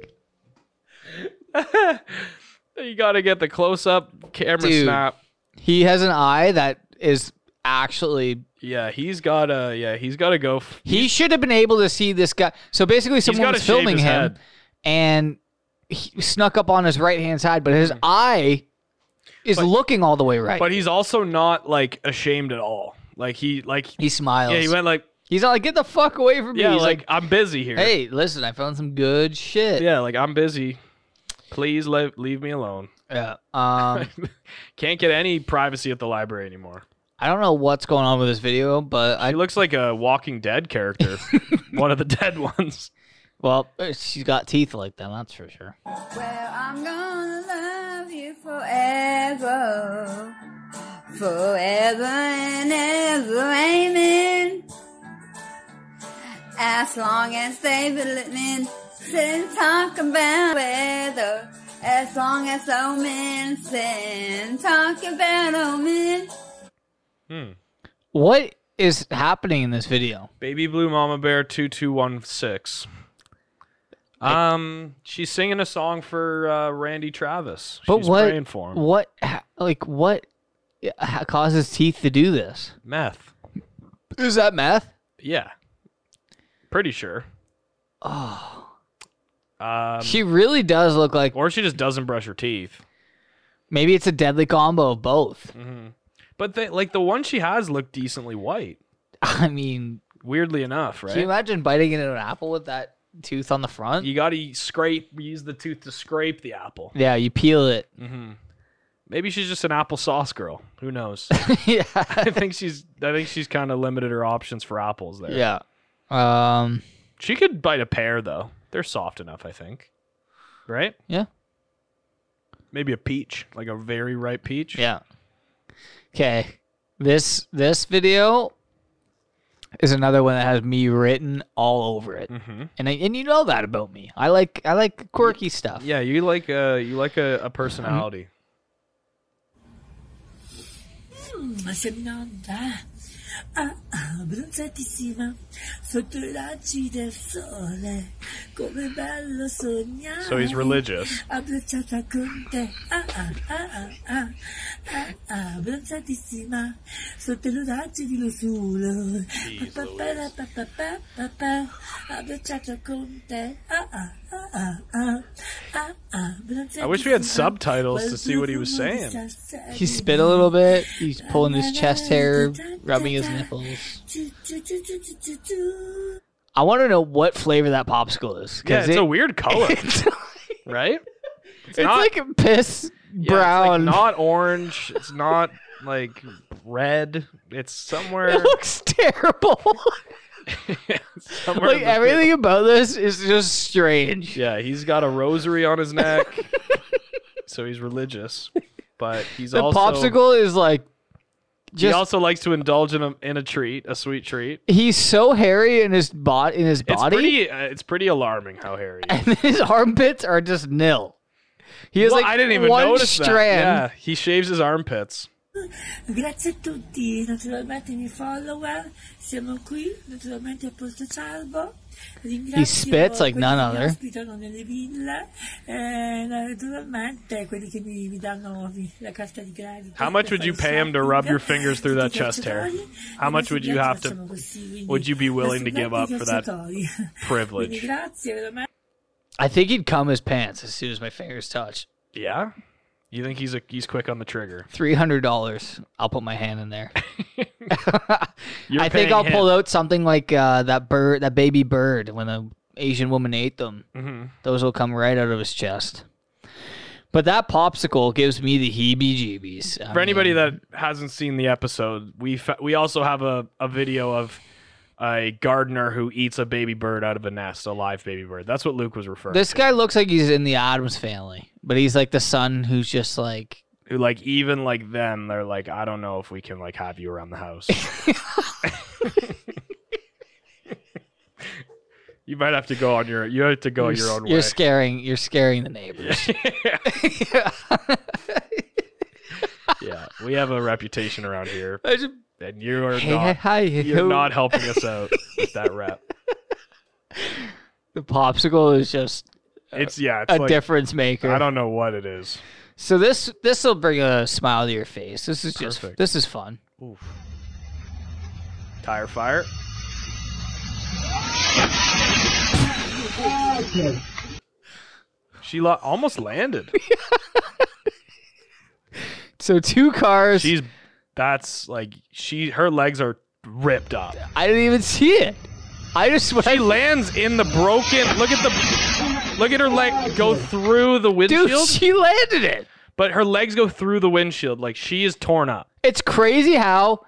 [SPEAKER 1] You got to get the close up camera
[SPEAKER 2] Dude.
[SPEAKER 1] snap.
[SPEAKER 2] He has an eye that is actually.
[SPEAKER 1] Yeah, he's got to. Yeah, he's got to go. f-
[SPEAKER 2] He should have been able to see this guy. So basically, someone
[SPEAKER 1] gotta
[SPEAKER 2] was
[SPEAKER 1] shave
[SPEAKER 2] filming
[SPEAKER 1] his
[SPEAKER 2] him
[SPEAKER 1] head.
[SPEAKER 2] and he snuck up on his right hand side, but his eye is looking all the way right.
[SPEAKER 1] But he's also not like ashamed at all. Like he like
[SPEAKER 2] he smiles.
[SPEAKER 1] yeah he went like
[SPEAKER 2] He's not like, get the fuck away from me.
[SPEAKER 1] yeah
[SPEAKER 2] He's
[SPEAKER 1] like,
[SPEAKER 2] like,
[SPEAKER 1] I'm busy here.
[SPEAKER 2] hey, listen, I found some good shit.
[SPEAKER 1] Yeah, like I'm busy. Please le- leave me alone.
[SPEAKER 2] Yeah. Um,
[SPEAKER 1] Can't get any privacy at the library anymore.
[SPEAKER 2] I don't know what's going on with this video, but I
[SPEAKER 1] He looks like a Walking Dead character, one of the dead ones.
[SPEAKER 2] well, she's got teeth like them. That's for sure.
[SPEAKER 11] Well, I'm gonna love you forever, forever and ever, amen. As long as they be letting sit and talk about weather, as long as old men sit and talk about old men.
[SPEAKER 2] What is happening in this video?
[SPEAKER 1] Baby Blue Mama Bear two two one six. Um, she's singing a song for uh, Randy Travis.
[SPEAKER 2] But
[SPEAKER 1] she's
[SPEAKER 2] what?
[SPEAKER 1] praying for him.
[SPEAKER 2] What? ha- Like what? ha- Causes teeth to do this?
[SPEAKER 1] Meth.
[SPEAKER 2] Is that meth?
[SPEAKER 1] Yeah. Pretty sure.
[SPEAKER 2] Oh,
[SPEAKER 1] Um,
[SPEAKER 2] she really does look like.
[SPEAKER 1] or she just doesn't brush her teeth.
[SPEAKER 2] Maybe it's a deadly combo of both.
[SPEAKER 1] Mm-hmm. But they, like the one she has looked decently white.
[SPEAKER 2] I mean,
[SPEAKER 1] Weirdly enough, right?
[SPEAKER 2] can you imagine biting into an apple with that tooth on the front?
[SPEAKER 1] you got to scrape, use the tooth to scrape the apple.
[SPEAKER 2] yeah, you peel it.
[SPEAKER 1] Maybe she's just an applesauce girl. Who knows?
[SPEAKER 2] yeah.
[SPEAKER 1] I think she's, I think she's kind of limited her options for apples there.
[SPEAKER 2] Yeah. Um.
[SPEAKER 1] She could bite a pear though. They're soft enough, I think. Right?
[SPEAKER 2] Yeah.
[SPEAKER 1] Maybe a peach, like a very ripe peach.
[SPEAKER 2] Yeah. Okay. This this video is another one that has me written all over it,
[SPEAKER 1] Mhm.
[SPEAKER 2] and I, and you know that about me. I like I like quirky stuff.
[SPEAKER 1] Yeah, you like uh you like a, a personality.
[SPEAKER 12] Mm, Seminanda, abbronzatissima, Ah, sotto i raggi del sole, come bello sognare. Ah,
[SPEAKER 1] So he's religious.
[SPEAKER 12] Abbracciata con te, ah ah ah ah ah, ah ah, abbronzatissima, sotto i raggi di sole, pa pa pa la pa pa pa pa pa, abbracciata con te, ah ah ah ah ah, ah ah,
[SPEAKER 1] I wish we had
[SPEAKER 12] abbronzatissima.
[SPEAKER 1] subtitles to see what he was saying.
[SPEAKER 2] He spit a little bit. He's pulling his chest hair, rubbing his nipples. I want to know what flavor that popsicle is. 'cause
[SPEAKER 1] Yeah, it's
[SPEAKER 2] it-
[SPEAKER 1] a weird color,
[SPEAKER 2] It's,
[SPEAKER 1] right?
[SPEAKER 2] it's
[SPEAKER 1] not-
[SPEAKER 2] like a piss
[SPEAKER 1] Yeah,
[SPEAKER 2] brown.
[SPEAKER 1] It's like not orange. It's not like red. It's somewhere.
[SPEAKER 2] it looks terrible.
[SPEAKER 1] somewhere in
[SPEAKER 2] like
[SPEAKER 1] the
[SPEAKER 2] everything about this is just strange.
[SPEAKER 1] middle. Yeah, he's got a rosary on his neck, so he's religious. But he's
[SPEAKER 2] The
[SPEAKER 1] also
[SPEAKER 2] popsicle is like
[SPEAKER 1] he
[SPEAKER 2] just
[SPEAKER 1] also likes to indulge in a in a treat, a sweet treat.
[SPEAKER 2] he's so hairy in his bot in his
[SPEAKER 1] It's
[SPEAKER 2] body,
[SPEAKER 1] pretty. Uh, it's pretty alarming how hairy. He is.
[SPEAKER 2] and his armpits are just nil. He has
[SPEAKER 1] Well,
[SPEAKER 2] like
[SPEAKER 1] I didn't even
[SPEAKER 2] one
[SPEAKER 1] notice
[SPEAKER 2] strand.
[SPEAKER 1] that. Yeah, he shaves his armpits.
[SPEAKER 12] Grazie a tutti, naturalmente i miei follower. Siamo qui, naturalmente a Porto Salvo. Ringrazio
[SPEAKER 2] He spits like
[SPEAKER 12] quelli
[SPEAKER 2] none
[SPEAKER 12] che mi
[SPEAKER 2] other.
[SPEAKER 12] ospitano nelle ville. eh, naturalmente quelli che mi, mi danno vi- la carta di credito.
[SPEAKER 1] How much would you pay him to rub your fingers through that chest hair? How much would you have to would you be willing to give up for that
[SPEAKER 12] Quindi
[SPEAKER 1] privilege?
[SPEAKER 12] grazie veramente.
[SPEAKER 2] I think he'd cum his pants as soon as my fingers touch.
[SPEAKER 1] Yeah? You think he's a, he's quick on the trigger?
[SPEAKER 2] Three hundred dollars. I'll put my hand in there.
[SPEAKER 1] You're
[SPEAKER 2] I think
[SPEAKER 1] paying
[SPEAKER 2] I'll pull
[SPEAKER 1] him.
[SPEAKER 2] out something like uh, that bird, that baby bird, when the Asian woman ate them.
[SPEAKER 1] Mhm.
[SPEAKER 2] Those will come right out of his chest. But that popsicle gives me the heebie-jeebies. I
[SPEAKER 1] For anybody that hasn't seen the episode, we fa- we also have a, a video of a gardener who eats a baby bird out of a nest, a live baby bird. That's what Luke was referring.
[SPEAKER 2] This
[SPEAKER 1] to.
[SPEAKER 2] guy looks like he's in the Adams family, but he's like the son who's just like
[SPEAKER 1] who like even like them, they're like, I don't know if we can like have you around the house. you might have to go on your you have to go
[SPEAKER 2] you're,
[SPEAKER 1] your own
[SPEAKER 2] you're
[SPEAKER 1] way.
[SPEAKER 2] scaring you're scaring the neighbors.
[SPEAKER 1] yeah, we have a reputation around here,
[SPEAKER 2] I just-
[SPEAKER 1] and you are
[SPEAKER 2] Hey,
[SPEAKER 1] not
[SPEAKER 2] hi,
[SPEAKER 1] you're
[SPEAKER 2] ho.
[SPEAKER 1] not helping us out with that rep.
[SPEAKER 2] the popsicle is just
[SPEAKER 1] It's yeah, it's
[SPEAKER 2] a
[SPEAKER 1] like-
[SPEAKER 2] difference maker.
[SPEAKER 1] I don't know what it is.
[SPEAKER 2] So this this will bring a smile to your face. This is just
[SPEAKER 1] Perfect.
[SPEAKER 2] this is fun.
[SPEAKER 1] Tire fire. She lo- almost landed.
[SPEAKER 2] So two cars.
[SPEAKER 1] She's that's like she her legs are ripped up.
[SPEAKER 2] I didn't even see it. I just
[SPEAKER 1] she lands in the broken. Look at the look at her leg go through the windshield.
[SPEAKER 2] she landed it.
[SPEAKER 1] But her legs go through the windshield. Like she is torn up.
[SPEAKER 2] It's crazy how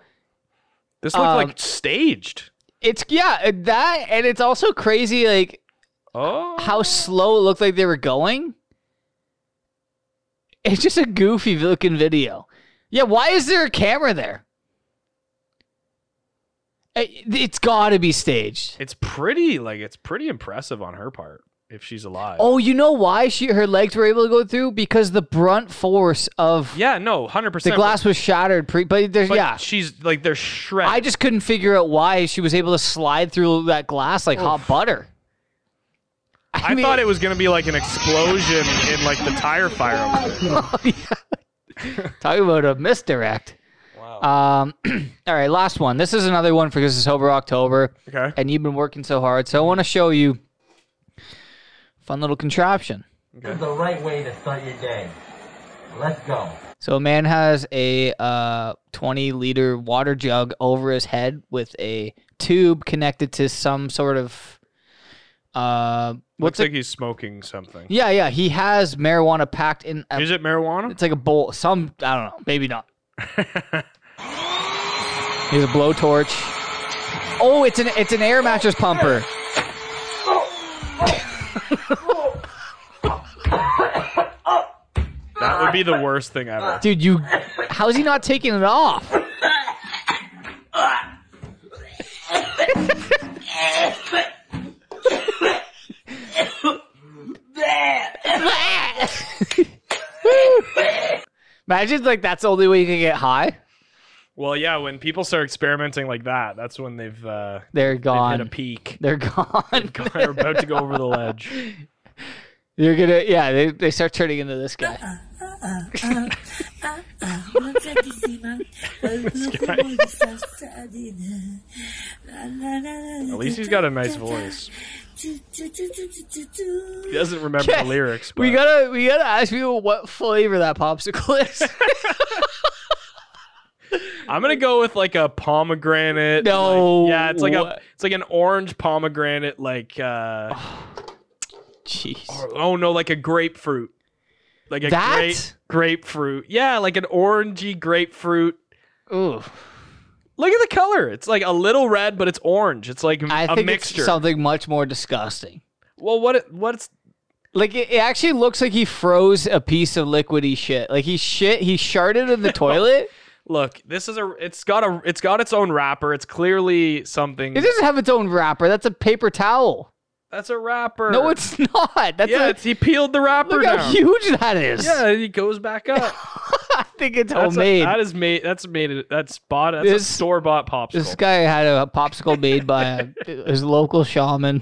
[SPEAKER 1] This looked
[SPEAKER 2] Um,
[SPEAKER 1] like staged.
[SPEAKER 2] it's yeah that and it's also crazy like
[SPEAKER 1] oh
[SPEAKER 2] how slow it looked like they were going. It's just a goofy looking video. Yeah, why is there a camera there? It- It's got to be staged.
[SPEAKER 1] It's pretty like it's pretty impressive on her part if she's alive.
[SPEAKER 2] Oh, you know why she her legs were able to go through because the brunt force of
[SPEAKER 1] yeah, no, hundred
[SPEAKER 2] the
[SPEAKER 1] percent.
[SPEAKER 2] glass was shattered. Pre, but there's
[SPEAKER 1] But
[SPEAKER 2] yeah.
[SPEAKER 1] she's like they're shred.
[SPEAKER 2] I just couldn't figure out why she was able to slide through that glass like hot butter.
[SPEAKER 1] I, thought it was gonna be like an explosion in like the tire fire. Over there.
[SPEAKER 2] Talking about a misdirect. Wow. Um, all right, last one. This is another one for because it's Sober October.
[SPEAKER 1] Okay.
[SPEAKER 2] And you've been working so hard, so I want to show you fun little contraption.
[SPEAKER 13] This is the right way to start your day. Let's go.
[SPEAKER 2] So a man has a uh, 20 liter water jug over his head with a tube connected to some sort of uh,
[SPEAKER 1] Looks
[SPEAKER 2] what's
[SPEAKER 1] like
[SPEAKER 2] it?
[SPEAKER 1] he's smoking something.
[SPEAKER 2] Yeah, yeah. He has marijuana packed in. A,
[SPEAKER 1] Is it marijuana?
[SPEAKER 2] It's like a bowl. Some I don't know. Maybe not. he has a blowtorch. Oh, it's an it's an air mattress pumper.
[SPEAKER 1] That would be the worst thing ever.
[SPEAKER 2] Dude, you. How's he not taking it off? Imagine like that's the only way you can get high.
[SPEAKER 1] Well, yeah, when people start experimenting like that, that's when they've uh,
[SPEAKER 2] They're gone.
[SPEAKER 1] a peak.
[SPEAKER 2] They're gone.
[SPEAKER 1] They're about to go over the ledge.
[SPEAKER 2] You're gonna yeah. They, they start turning into this guy.
[SPEAKER 12] Ah, ah, ah, ah, avanzatissima. Qualcuno con voi di salsa di- La, la, la, la,
[SPEAKER 1] At least he's
[SPEAKER 12] ta,
[SPEAKER 1] got a nice
[SPEAKER 12] ta, ta.
[SPEAKER 1] voice.
[SPEAKER 12] Chu, chu, chu, chu, chu, chu, chu.
[SPEAKER 1] He doesn't remember the lyrics. But
[SPEAKER 2] We gotta we gotta ask people what flavor that popsicle is.
[SPEAKER 1] I'm gonna go with like a pomegranate.
[SPEAKER 2] No
[SPEAKER 1] like- yeah, it's like a
[SPEAKER 2] way.
[SPEAKER 1] it's like an orange pomegranate. Like, uh,
[SPEAKER 2] jeez.
[SPEAKER 1] oh no, like a grapefruit. Like a
[SPEAKER 2] That?
[SPEAKER 1] grape grapefruit. Yeah, like an orangey grapefruit.
[SPEAKER 2] Ooh.
[SPEAKER 1] Look at the color. It's like a little red, but it's orange. It's like
[SPEAKER 2] I
[SPEAKER 1] a
[SPEAKER 2] think
[SPEAKER 1] mixture.
[SPEAKER 2] it's something much more disgusting.
[SPEAKER 1] well, what it, what's
[SPEAKER 2] Like it, it actually looks like he froze a piece of liquidy shit. Like he shit he sharded in the toilet.
[SPEAKER 1] Look, this is a. It's got a. It's got its own wrapper. It's clearly something.
[SPEAKER 2] It doesn't have its own wrapper. That's a paper towel.
[SPEAKER 1] That's a wrapper.
[SPEAKER 2] No, it's not. That's
[SPEAKER 1] yeah.
[SPEAKER 2] a,
[SPEAKER 1] it's, he peeled the wrapper
[SPEAKER 2] look
[SPEAKER 1] down.
[SPEAKER 2] how huge that is.
[SPEAKER 1] Yeah, he goes back up.
[SPEAKER 2] think it's
[SPEAKER 1] That's a-
[SPEAKER 2] homemade.
[SPEAKER 1] that is made. That's made. it- That's bought. That's
[SPEAKER 2] Oh, This-
[SPEAKER 1] a store bought popsicle.
[SPEAKER 2] this guy had a, popsicle made by a, his local shaman.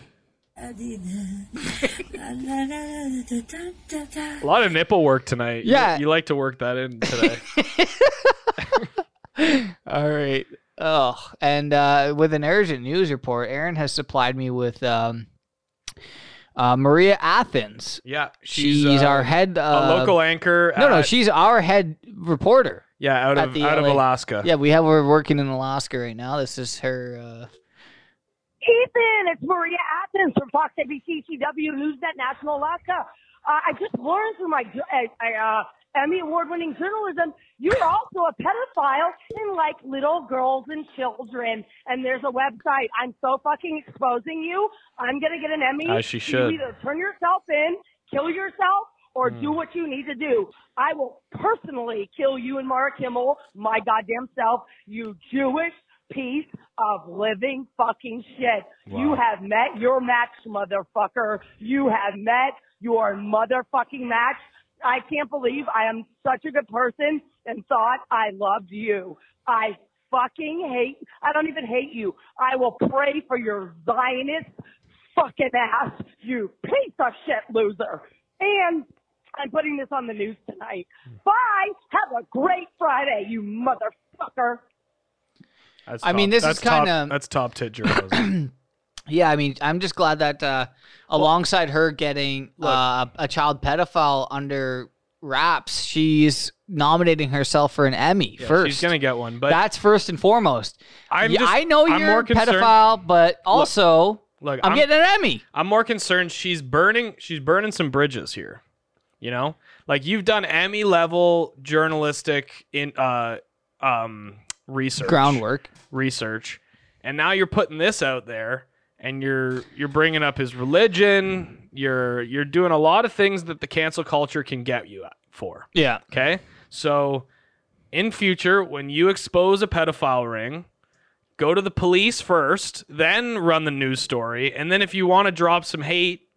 [SPEAKER 1] a lot of nipple work tonight. You-
[SPEAKER 2] Yeah.
[SPEAKER 1] you, like to work that in today.
[SPEAKER 2] All right. Oh, and uh, with an urgent news report, Aaron has supplied me with um, uh, Maria Athens.
[SPEAKER 1] Yeah,
[SPEAKER 2] she's,
[SPEAKER 1] she's, uh,
[SPEAKER 2] our head.
[SPEAKER 1] a
[SPEAKER 2] Uh,
[SPEAKER 1] local anchor
[SPEAKER 2] No, no,
[SPEAKER 1] at-
[SPEAKER 2] she's our head reporter.
[SPEAKER 1] Yeah, out
[SPEAKER 2] at
[SPEAKER 1] of
[SPEAKER 2] the
[SPEAKER 1] out of
[SPEAKER 2] LA
[SPEAKER 1] Alaska.
[SPEAKER 2] Yeah, we have her working in Alaska right now. This is her. Uh,
[SPEAKER 14] Ethan, it's Maria Athens from Fox ABC CW Newsnet National Alaska. Uh, I just learned through my jo- I, I, uh, Emmy award-winning journalism, you're also a pedophile in like little girls and children. And there's a website. I'm so fucking exposing you. I'm gonna get an Emmy.
[SPEAKER 1] As she
[SPEAKER 14] You
[SPEAKER 1] should. Hmm.
[SPEAKER 14] either turn yourself in, kill yourself, or do what you need to do. I will personally kill you and Mara Kimmel, my goddamn self, you Jewish piece of living fucking shit. You
[SPEAKER 15] Wow.
[SPEAKER 14] have met your match, motherfucker. You have met your motherfucking match. I can't believe I am such a good person and thought I loved you. I fucking hate, I don't even hate you. I will pray for your Zionist fucking ass, you piece of shit loser. And I'm putting this on the news tonight. Bye. Have a great Friday, you motherfucker.
[SPEAKER 1] That's
[SPEAKER 2] I mean,
[SPEAKER 1] top-
[SPEAKER 2] this is
[SPEAKER 1] that's top-
[SPEAKER 2] kinda-
[SPEAKER 1] that's top tit journalism.
[SPEAKER 2] yeah, I mean, I'm just glad that uh, alongside her getting uh, a child pedophile under wraps, she's nominating herself for an Emmy
[SPEAKER 1] Yeah,
[SPEAKER 2] first.
[SPEAKER 1] she's gonna get one, but
[SPEAKER 2] That's first and foremost.
[SPEAKER 1] I'm
[SPEAKER 2] Yeah,
[SPEAKER 1] just-
[SPEAKER 2] I know
[SPEAKER 1] I'm
[SPEAKER 2] you're
[SPEAKER 1] more
[SPEAKER 2] a
[SPEAKER 1] concerned-
[SPEAKER 2] pedophile, but also
[SPEAKER 1] Look,
[SPEAKER 2] I'm, getting an Emmy.
[SPEAKER 1] I'm more concerned she's burning she's burning some bridges here. You know? Like you've done Emmy level journalistic in uh um research.
[SPEAKER 2] Groundwork.
[SPEAKER 1] Research. And now you're putting this out there and you're you're bringing up his religion, you're you're doing a lot of things that the cancel culture can get you at- for.
[SPEAKER 2] Yeah.
[SPEAKER 1] Okay? So in future when you expose a pedophile ring, go to the police first, then run the news story, and then if you want to drop some hate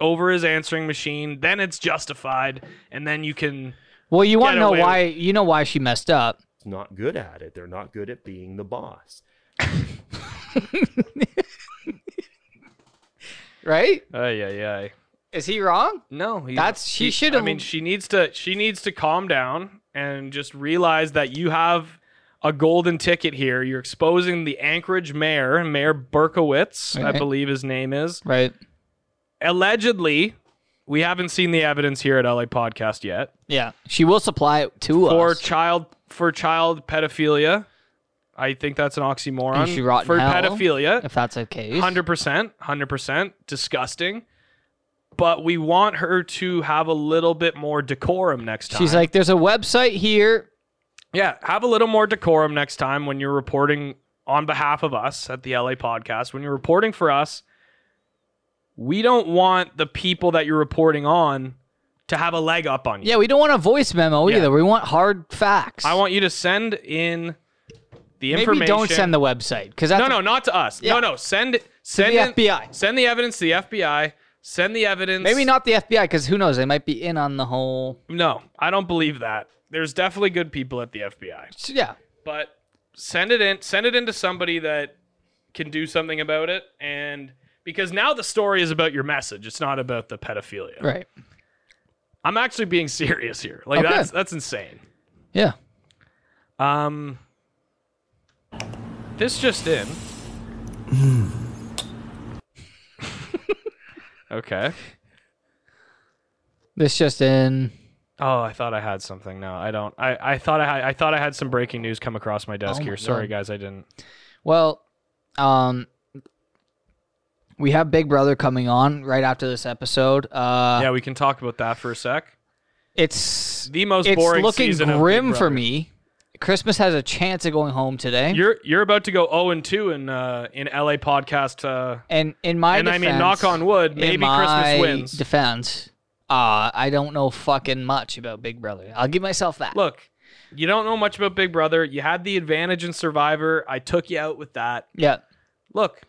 [SPEAKER 1] over his answering machine, then it's justified, and then you can.
[SPEAKER 2] Well, you want to
[SPEAKER 1] get
[SPEAKER 2] know
[SPEAKER 1] away
[SPEAKER 2] why? You know why she messed up.
[SPEAKER 8] Not good at it. They're not good at being the boss.
[SPEAKER 2] right?
[SPEAKER 1] Ay, ay, ay.
[SPEAKER 2] Is he wrong?
[SPEAKER 1] No, he,
[SPEAKER 2] That's- she
[SPEAKER 1] he-
[SPEAKER 2] should've-
[SPEAKER 1] I mean, she needs to. She needs to calm down and just realize that you have a golden ticket here. You're exposing the Anchorage mayor, Mayor Berkowitz, I
[SPEAKER 2] Right.
[SPEAKER 1] believe his name is.
[SPEAKER 2] Right.
[SPEAKER 1] Allegedly, we haven't seen the evidence here at LA Podcast yet.
[SPEAKER 2] Yeah, she will supply it to
[SPEAKER 1] for
[SPEAKER 2] us.
[SPEAKER 1] child for child pedophilia. I think that's an oxymoron.
[SPEAKER 2] Is she rotten
[SPEAKER 1] for
[SPEAKER 2] hell,
[SPEAKER 1] pedophilia,
[SPEAKER 2] if that's the case.
[SPEAKER 1] hundred percent, hundred percent, disgusting. But we want her to have a little bit more decorum next time.
[SPEAKER 2] She's like, there's a website here.
[SPEAKER 1] yeah, have a little more decorum next time when you're reporting on behalf of us at the LA podcast. When you're reporting for us, we don't want the people that you're reporting on to have a leg up on you.
[SPEAKER 2] Yeah, we don't want a voice memo either. We want hard facts.
[SPEAKER 1] I want you to send in the information.
[SPEAKER 2] Maybe don't send the website because
[SPEAKER 1] no, no, not to us.
[SPEAKER 2] Yeah.
[SPEAKER 1] No, no, send send
[SPEAKER 2] the
[SPEAKER 1] in-
[SPEAKER 2] FBI.
[SPEAKER 1] Send the evidence to the FBI. Send the evidence.
[SPEAKER 2] Maybe not the FBI because who knows? They might be in on the whole.
[SPEAKER 1] No, I don't believe that. There's definitely good people at the FBI.
[SPEAKER 2] Yeah.
[SPEAKER 1] But send it in. Send it in to somebody that can do something about it. And because now the story is about your message, it's not about the pedophilia.
[SPEAKER 2] Right. Oh,
[SPEAKER 1] I'm actually being serious here. Like
[SPEAKER 2] Okay.
[SPEAKER 1] that's that's insane.
[SPEAKER 2] Yeah.
[SPEAKER 1] Um. This just in.
[SPEAKER 2] Hmm.
[SPEAKER 1] Okay.
[SPEAKER 2] This just in.
[SPEAKER 1] Oh, I thought I had something. No, I don't. I, I thought I had, I thought I had some breaking news come across my desk
[SPEAKER 2] Oh my
[SPEAKER 1] here. Sorry,
[SPEAKER 2] God.
[SPEAKER 1] guys, I didn't.
[SPEAKER 2] Well, um, we have Big Brother coming on right after this episode. Uh,
[SPEAKER 1] yeah, we can talk about that for a sec.
[SPEAKER 2] It's
[SPEAKER 1] the most
[SPEAKER 2] it's
[SPEAKER 1] boring
[SPEAKER 2] looking
[SPEAKER 1] season of Big
[SPEAKER 2] grim for
[SPEAKER 1] Brother.
[SPEAKER 2] me. Christmas has a chance of going home today.
[SPEAKER 1] You're you're about to go zero and two in uh, in LA podcast. Uh,
[SPEAKER 2] and in my
[SPEAKER 1] and I mean,
[SPEAKER 2] defense-
[SPEAKER 1] knock on wood,
[SPEAKER 2] in
[SPEAKER 1] maybe
[SPEAKER 2] my
[SPEAKER 1] Christmas wins.
[SPEAKER 2] Defense. Uh, I don't know fucking much about Big Brother. I'll give myself that.
[SPEAKER 1] Look, you don't know much about Big Brother. You had the advantage in Survivor. I took you out with that.
[SPEAKER 2] Yeah.
[SPEAKER 1] Look,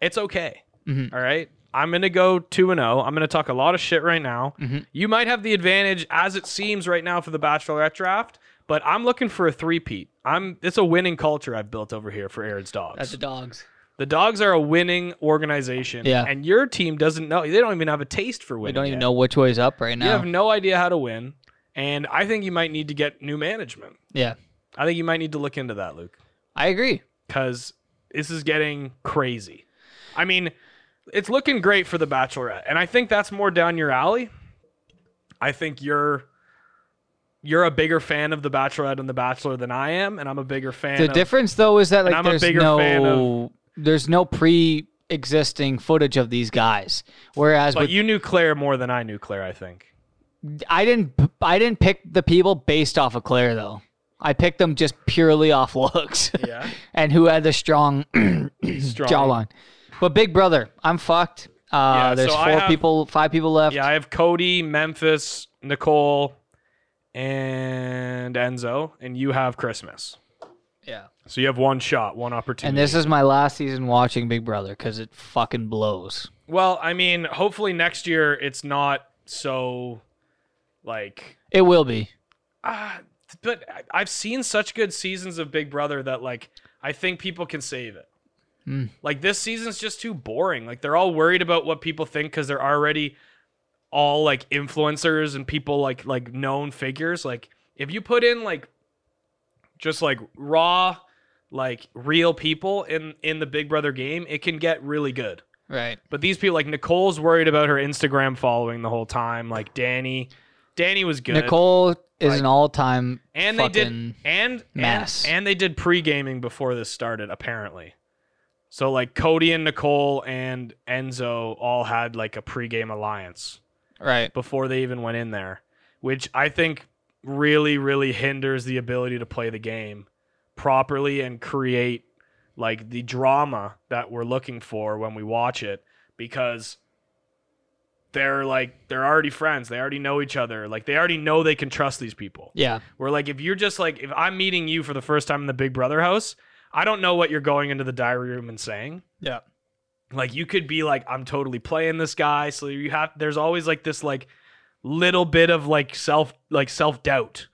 [SPEAKER 1] it's okay.
[SPEAKER 2] Mhm.
[SPEAKER 1] All right. I'm going to go 2 and 0. I'm going to talk a lot of shit right now.
[SPEAKER 2] Mhm.
[SPEAKER 1] You might have the advantage as it seems right now for the bachelorette draft, but I'm looking for a three-peat. I'm it's a winning culture I've built over here for Aaron's Dogs.
[SPEAKER 2] At the dogs.
[SPEAKER 1] The Dogs are a winning organization
[SPEAKER 2] Yeah.
[SPEAKER 1] and your team doesn't know. They don't even have a taste for
[SPEAKER 2] We
[SPEAKER 1] winning.
[SPEAKER 2] don't even
[SPEAKER 1] yet.
[SPEAKER 2] know which way's up right
[SPEAKER 1] You
[SPEAKER 2] now.
[SPEAKER 1] have no idea how to win, and I think you might need to get new management.
[SPEAKER 2] yeah.
[SPEAKER 1] I think you might need to look into that, Luke.
[SPEAKER 2] I agree.
[SPEAKER 1] Because this is getting crazy. I mean, it's looking great for The Bachelorette, and I think that's more down your alley. I think you're you're a bigger fan of The Bachelorette and The Bachelor than I am, and I'm a bigger fan.
[SPEAKER 2] The
[SPEAKER 1] of,
[SPEAKER 2] difference though is that
[SPEAKER 1] and
[SPEAKER 2] like
[SPEAKER 1] I'm a
[SPEAKER 2] there's
[SPEAKER 1] bigger
[SPEAKER 2] no
[SPEAKER 1] fan of-
[SPEAKER 2] there's no pre-existing footage of these guys. Whereas
[SPEAKER 1] But
[SPEAKER 2] with,
[SPEAKER 1] you knew Claire more than I knew Claire. I think.
[SPEAKER 2] I didn't p- I didn't pick the people based off of Claire though. I picked them just purely off looks.
[SPEAKER 1] Yeah.
[SPEAKER 2] and who had the strong,
[SPEAKER 1] Strong.
[SPEAKER 2] jawline. But Big Brother, I'm fucked. Uh,
[SPEAKER 1] Yeah,
[SPEAKER 2] there's
[SPEAKER 1] so I
[SPEAKER 2] four
[SPEAKER 1] have-
[SPEAKER 2] people, five people left.
[SPEAKER 1] Yeah, I have Cody, Memphis, Nicole, and Enzo, and you have Christmas.
[SPEAKER 2] Yeah.
[SPEAKER 1] So you have one shot, one opportunity.
[SPEAKER 2] And this is my last season watching Big Brother because it fucking blows.
[SPEAKER 1] well, I mean, hopefully next year it's not so like
[SPEAKER 2] It will be.
[SPEAKER 1] ah but I- I've seen such good seasons of Big Brother that like I think people can save it.
[SPEAKER 2] Mm.
[SPEAKER 1] Like this season's just too boring. Like they're all worried about what people think because they're already all like influencers and people like like known figures. Like if you put in like just like raw like real people in in the Big Brother game, it can get really good.
[SPEAKER 2] Right.
[SPEAKER 1] But these people like Nicole's worried about her Instagram following the whole time. Like Danny, Danny was good.
[SPEAKER 2] Nicole is an all-time
[SPEAKER 1] and they
[SPEAKER 2] fucking
[SPEAKER 1] did and
[SPEAKER 2] mess.
[SPEAKER 1] and and they did pre gaming before this started apparently. So like Cody and Nicole and Enzo all had like a pregame alliance
[SPEAKER 2] right
[SPEAKER 1] before they even went in there, which I think really really hinders the ability to play the game properly and create like the drama that we're looking for when we watch it because they're like they're already friends, they already know each other, like they already know they can trust these people.
[SPEAKER 2] Yeah.
[SPEAKER 1] Where like if you're just like if I'm meeting you for the first time in the Big Brother house, I don't know what you're going into the diary room and saying.
[SPEAKER 2] Yeah.
[SPEAKER 1] Like you could be like I'm totally playing this guy, so you have there's always like this like little bit of like self like self-doubt,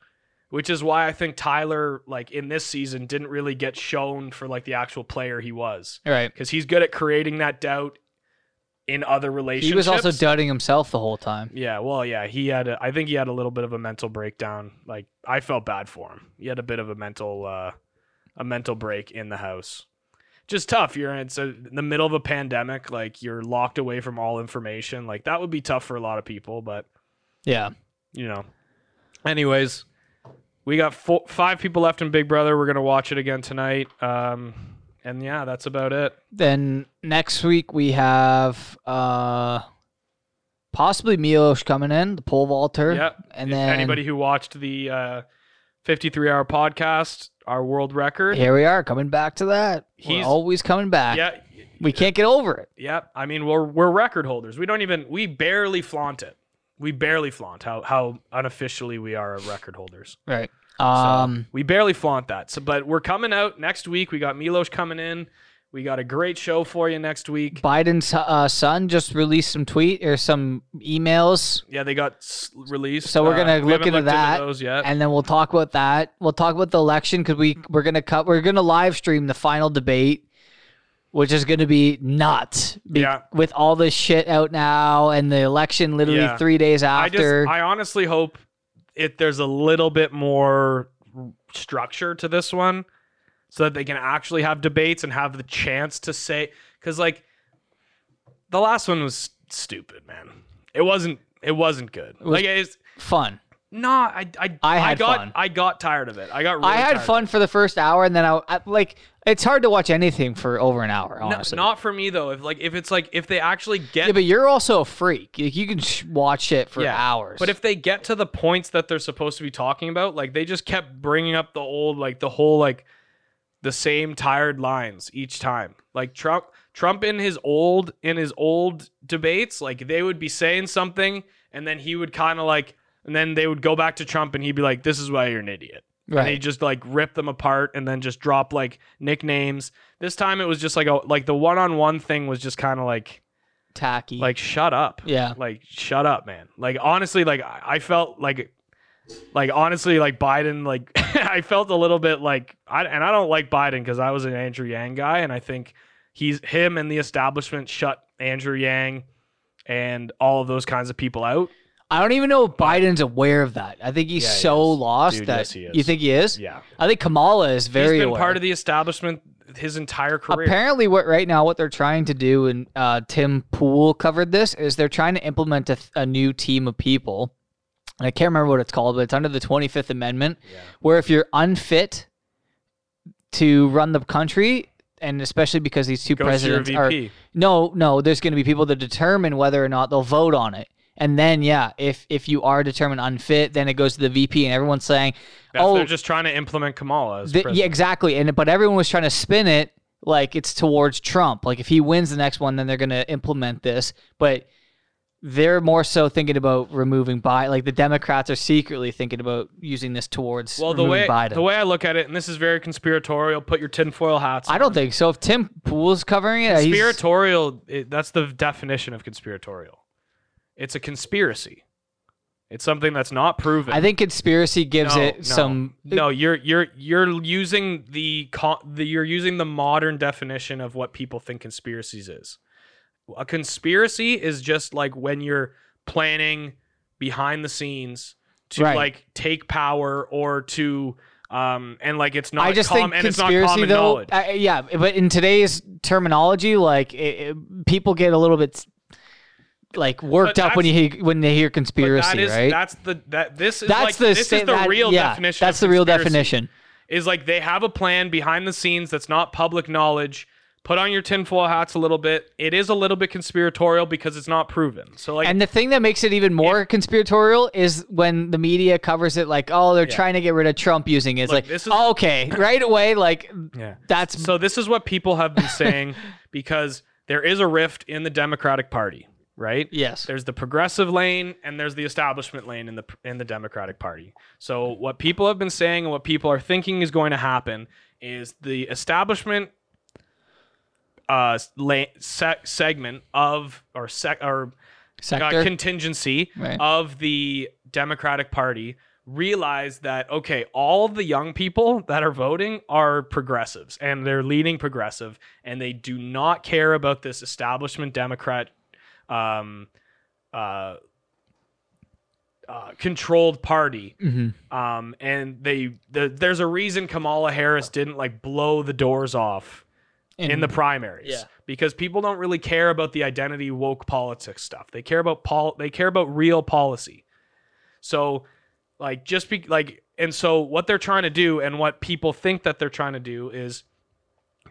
[SPEAKER 1] which is why I think Tyler like in this season didn't really get shown for like the actual player he was.
[SPEAKER 2] Right.
[SPEAKER 1] Cuz he's good at creating that doubt in other relationships.
[SPEAKER 2] He was also doubting himself the whole time.
[SPEAKER 1] Yeah, well, yeah, he had. A, I think he had a little bit of a mental breakdown. Like I felt bad for him. He had a bit of a mental, uh, a mental break in the house. Just tough. You're in, so in the middle of a pandemic. Like you're locked away from all information. Like that would be tough for a lot of people. But
[SPEAKER 2] Yeah.
[SPEAKER 1] you know. Anyways, we got four, five people left in Big Brother. We're gonna watch it again tonight. Um, and yeah, that's about it.
[SPEAKER 2] Then next week we have uh possibly Milos coming in, the pole vaulter.
[SPEAKER 1] Yeah.
[SPEAKER 2] And
[SPEAKER 1] If
[SPEAKER 2] then
[SPEAKER 1] anybody who watched the uh, 53 hour podcast, our world record.
[SPEAKER 2] here we are coming back to that. We're
[SPEAKER 1] He's-
[SPEAKER 2] always coming back.
[SPEAKER 1] Yeah,
[SPEAKER 2] We can't get over it.
[SPEAKER 1] yeah. I mean, we're we're record holders. We don't even we barely flaunt it. We barely flaunt how how unofficially we are record holders.
[SPEAKER 2] Right. Um
[SPEAKER 1] We barely flaunt that. So, but we're coming out next week. We got Milos coming in. We got a great show for you next week.
[SPEAKER 2] Biden's uh, son just released some tweet or some emails.
[SPEAKER 1] Yeah, they got s- released.
[SPEAKER 2] So we're
[SPEAKER 1] Uh,
[SPEAKER 2] gonna
[SPEAKER 1] we
[SPEAKER 2] look
[SPEAKER 1] haven't
[SPEAKER 2] into
[SPEAKER 1] looked
[SPEAKER 2] that,
[SPEAKER 1] those yet.
[SPEAKER 2] and then we'll talk about that. We'll talk about the election because we we're gonna cut. We're gonna live stream the final debate, which is gonna be nuts. be-
[SPEAKER 1] Yeah.
[SPEAKER 2] With all this shit out now and the election literally
[SPEAKER 1] Yeah.
[SPEAKER 2] three days after.
[SPEAKER 1] I just, I honestly hope if there's a little bit more structure to this one, so that they can actually have debates and have the chance to say, because like the last one was stupid, man. It wasn't. It wasn't good.
[SPEAKER 2] was
[SPEAKER 1] like it's
[SPEAKER 2] fun.
[SPEAKER 1] nah. I I
[SPEAKER 2] I had
[SPEAKER 1] got
[SPEAKER 2] fun.
[SPEAKER 1] I got tired of it. I got. Really
[SPEAKER 2] I
[SPEAKER 1] tired
[SPEAKER 2] had
[SPEAKER 1] of
[SPEAKER 2] fun for the first hour, and then I, I like it's hard to watch anything for over an hour.
[SPEAKER 1] it. No,
[SPEAKER 2] Honestly,
[SPEAKER 1] not for me though. If like if it's like if they actually get
[SPEAKER 2] yeah, but you're also a freak. You, you can sh- watch it for
[SPEAKER 1] Yeah.
[SPEAKER 2] hours.
[SPEAKER 1] But if they get to the points that they're supposed to be talking about, like they just kept bringing up the old, like the whole, like the same tired lines each time. Like Trump, Trump in his old in his old debates, like they would be saying something, and then he would kind of like, and then they would go back to Trump, and he'd be like, "This is why you're an idiot."
[SPEAKER 2] Right.
[SPEAKER 1] And he just like rip them apart, and then just drop like nicknames. This time it was just like a like the one on one thing was just kind of like
[SPEAKER 2] tacky.
[SPEAKER 1] Like, shut up.
[SPEAKER 2] Yeah.
[SPEAKER 1] Like, shut up, man. Like, honestly, like I I felt like, like honestly, like Biden, like I felt a little bit like I and I don't like Biden because I was an Andrew Yang guy, and I think he's him and the establishment shut Andrew Yang and all of those kinds of people out.
[SPEAKER 2] I don't even know if Biden's aware of that. I think he's
[SPEAKER 1] Yeah, he
[SPEAKER 2] so lost
[SPEAKER 1] Dude,
[SPEAKER 2] that
[SPEAKER 1] yes, he is.
[SPEAKER 2] you think he is.
[SPEAKER 1] Yeah.
[SPEAKER 2] I think Kamala is very
[SPEAKER 1] he's been
[SPEAKER 2] aware.
[SPEAKER 1] part of the establishment his entire career.
[SPEAKER 2] Apparently, what right now what they're trying to do, and uh, Tim Pool covered this, is they're trying to implement a, th- a new team of people. And I can't remember what it's called, but it's under the Twenty Fifth Amendment, where if you're unfit to run the country, and especially because these two
[SPEAKER 1] Goes to your
[SPEAKER 2] presidents are
[SPEAKER 1] VP.
[SPEAKER 2] no, no, there's going to be people that determine whether or not they'll vote on it. And then, yeah, if if you are determined unfit, then it goes to the VP, and everyone's saying,
[SPEAKER 1] That's,
[SPEAKER 2] "Oh,
[SPEAKER 1] they're just trying to implement Kamala as
[SPEAKER 2] the-
[SPEAKER 1] president.
[SPEAKER 2] yeah, exactly. And but everyone was trying to spin it like it's towards Trump. Like if he wins the next one, then they're going to implement this. But they're more so thinking about removing Biden. Like the Democrats are secretly thinking about using this towards
[SPEAKER 1] Well, the
[SPEAKER 2] removing
[SPEAKER 1] way
[SPEAKER 2] Biden.
[SPEAKER 1] the way I look at it, and this is very conspiratorial. Put your tinfoil hats.
[SPEAKER 2] I don't think so. If Tim Pool's covering it, he's-
[SPEAKER 1] conspiratorial. It, that's the definition of conspiratorial. It's a conspiracy. It's something that's not proven.
[SPEAKER 2] I think conspiracy gives
[SPEAKER 1] No,
[SPEAKER 2] it
[SPEAKER 1] no,
[SPEAKER 2] some.
[SPEAKER 1] No, you're you're you're using the, con- the you're using the modern definition of what people think conspiracies is. A conspiracy is just like when you're planning behind the scenes to
[SPEAKER 2] Right.
[SPEAKER 1] like take power or to um and like it's not
[SPEAKER 2] I just
[SPEAKER 1] com-
[SPEAKER 2] think
[SPEAKER 1] and it's not
[SPEAKER 2] conspiracy
[SPEAKER 1] common
[SPEAKER 2] though.
[SPEAKER 1] knowledge.
[SPEAKER 2] I, yeah, but in today's terminology, like it, it- people get a little bit like worked
[SPEAKER 1] But
[SPEAKER 2] up when you
[SPEAKER 1] that's-
[SPEAKER 2] hear, when they hear conspiracy,
[SPEAKER 1] that is
[SPEAKER 2] right?
[SPEAKER 1] that's the that this is
[SPEAKER 2] That's
[SPEAKER 1] like
[SPEAKER 2] the
[SPEAKER 1] this
[SPEAKER 2] sta-
[SPEAKER 1] is the
[SPEAKER 2] that-
[SPEAKER 1] real
[SPEAKER 2] yeah,
[SPEAKER 1] definition.
[SPEAKER 2] that's
[SPEAKER 1] of
[SPEAKER 2] the real
[SPEAKER 1] conspiracy,
[SPEAKER 2] definition.
[SPEAKER 1] Is like they have a plan behind the scenes that's not public knowledge. Put on your tinfoil hats a little bit. It is a little bit conspiratorial because it's not proven. So like
[SPEAKER 2] and the thing that makes it even more conspiratorial is when the media covers it like, oh, they're
[SPEAKER 1] Yeah.
[SPEAKER 2] trying to get rid of Trump using it. It's like,
[SPEAKER 1] this is-
[SPEAKER 2] oh, okay, right away, like
[SPEAKER 1] Yeah.
[SPEAKER 2] that's
[SPEAKER 1] so this is what people have been saying because there is a rift in the Democratic Party, right?
[SPEAKER 2] Yes.
[SPEAKER 1] There's the progressive lane and there's the establishment lane in the in the Democratic Party. So what people have been saying and what people are thinking is going to happen is the establishment uh la- se- segment of or sec or
[SPEAKER 2] Sector?
[SPEAKER 1] Uh, contingency
[SPEAKER 2] Right.
[SPEAKER 1] of the Democratic Party realize that okay, all the young people that are voting are progressives and they're leaning progressive and they do not care about this establishment Democrat um uh uh, controlled party
[SPEAKER 2] Mhm.
[SPEAKER 1] um, and they the, there's a reason Kamala Harris didn't like blow the doors off in,
[SPEAKER 2] In-
[SPEAKER 1] the primaries
[SPEAKER 2] yeah.
[SPEAKER 1] because people don't really care about the identity woke politics stuff. They care about pol- they care about real policy. So like just be like and so what they're trying to do and what people think that they're trying to do is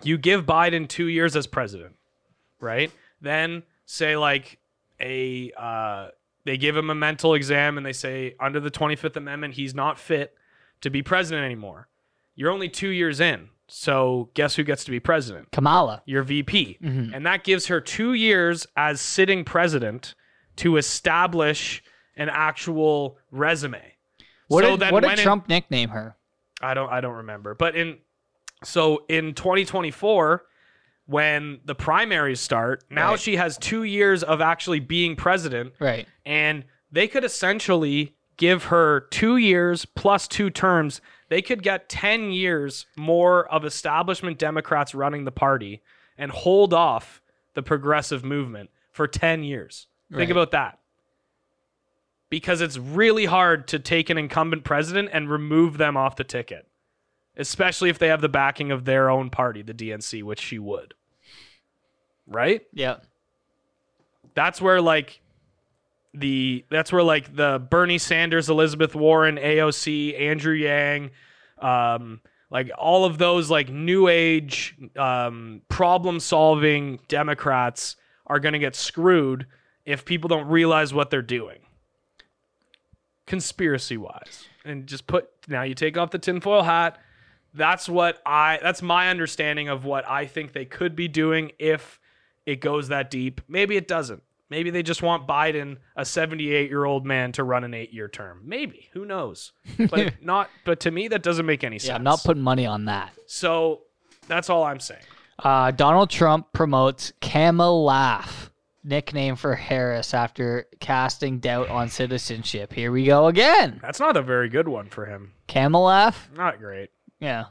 [SPEAKER 1] you give Biden 2 years as president, right? Then say like a uh they give him a mental exam and they say under the 25th amendment he's not fit to be president anymore. You're only 2 years in. So guess who gets to be president?
[SPEAKER 2] Kamala.
[SPEAKER 1] your VP.
[SPEAKER 2] Mhm.
[SPEAKER 1] And that gives her two years as sitting president to establish an actual resume.
[SPEAKER 2] What
[SPEAKER 1] So
[SPEAKER 2] did,
[SPEAKER 1] then
[SPEAKER 2] what
[SPEAKER 1] when
[SPEAKER 2] did
[SPEAKER 1] in-
[SPEAKER 2] Trump nickname her?
[SPEAKER 1] I don't I don't remember. But in so in 2024 when the primaries start, now
[SPEAKER 2] Right.
[SPEAKER 1] she has 2 years of actually being president
[SPEAKER 2] Right.
[SPEAKER 1] and they could essentially give her 2 years plus 2 terms. They could get 10 years more of establishment Democrats running the party and hold off the progressive movement for 10 years.
[SPEAKER 2] Right.
[SPEAKER 1] Think about that because it's really hard to take an incumbent president and remove them off the ticket, especially if they have the backing of their own party, the DNC, which she would. Right?
[SPEAKER 2] Yeah.
[SPEAKER 1] That's where like the that's where like the Bernie Sanders, Elizabeth Warren, AOC, Andrew Yang, um, like all of those like new age um, problem solving Democrats are going to get screwed if people don't realize what they're doing conspiracy wise and just put now you take off the tinfoil hat that's what i that's my understanding of what i think they could be doing if it goes that deep maybe it doesn't maybe they just want biden a 78 year old man to run an eight year term maybe who knows but not but to me that doesn't make any sense
[SPEAKER 2] Yeah, I'm not putting money on that.
[SPEAKER 1] so that's all i'm saying
[SPEAKER 2] Uh, Donald Trump promotes Kamala. nickname for Harris after casting doubt on citizenship. Here we go again.
[SPEAKER 1] That's not a very good one for him.
[SPEAKER 2] Camel F.
[SPEAKER 1] Not great.
[SPEAKER 2] Yeah.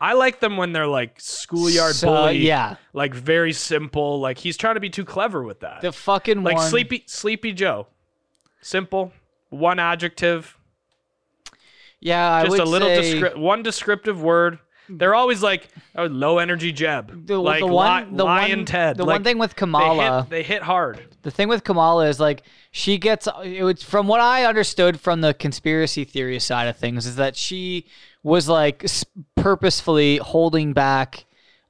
[SPEAKER 1] I like them when they're like schoolyard
[SPEAKER 2] So,
[SPEAKER 1] bully.
[SPEAKER 2] yeah.
[SPEAKER 1] Like very simple. Like he's trying to be too clever with that.
[SPEAKER 2] The fucking
[SPEAKER 1] like
[SPEAKER 2] one.
[SPEAKER 1] sleepy sleepy Joe. Simple. One adjective.
[SPEAKER 2] Yeah, I
[SPEAKER 1] just
[SPEAKER 2] would
[SPEAKER 1] a little
[SPEAKER 2] say
[SPEAKER 1] descri- one descriptive word. They're always like oh, low energy Jeb,
[SPEAKER 2] the,
[SPEAKER 1] like
[SPEAKER 2] the one,
[SPEAKER 1] li-
[SPEAKER 2] the
[SPEAKER 1] lion
[SPEAKER 2] one,
[SPEAKER 1] Ted.
[SPEAKER 2] The
[SPEAKER 1] Like,
[SPEAKER 2] one thing with
[SPEAKER 1] they hit-
[SPEAKER 2] Kamala.
[SPEAKER 1] they hit, hard.
[SPEAKER 2] The thing with Kamala is like she gets it was from what I understood from the conspiracy theory side of things is that she was like s- purposefully holding back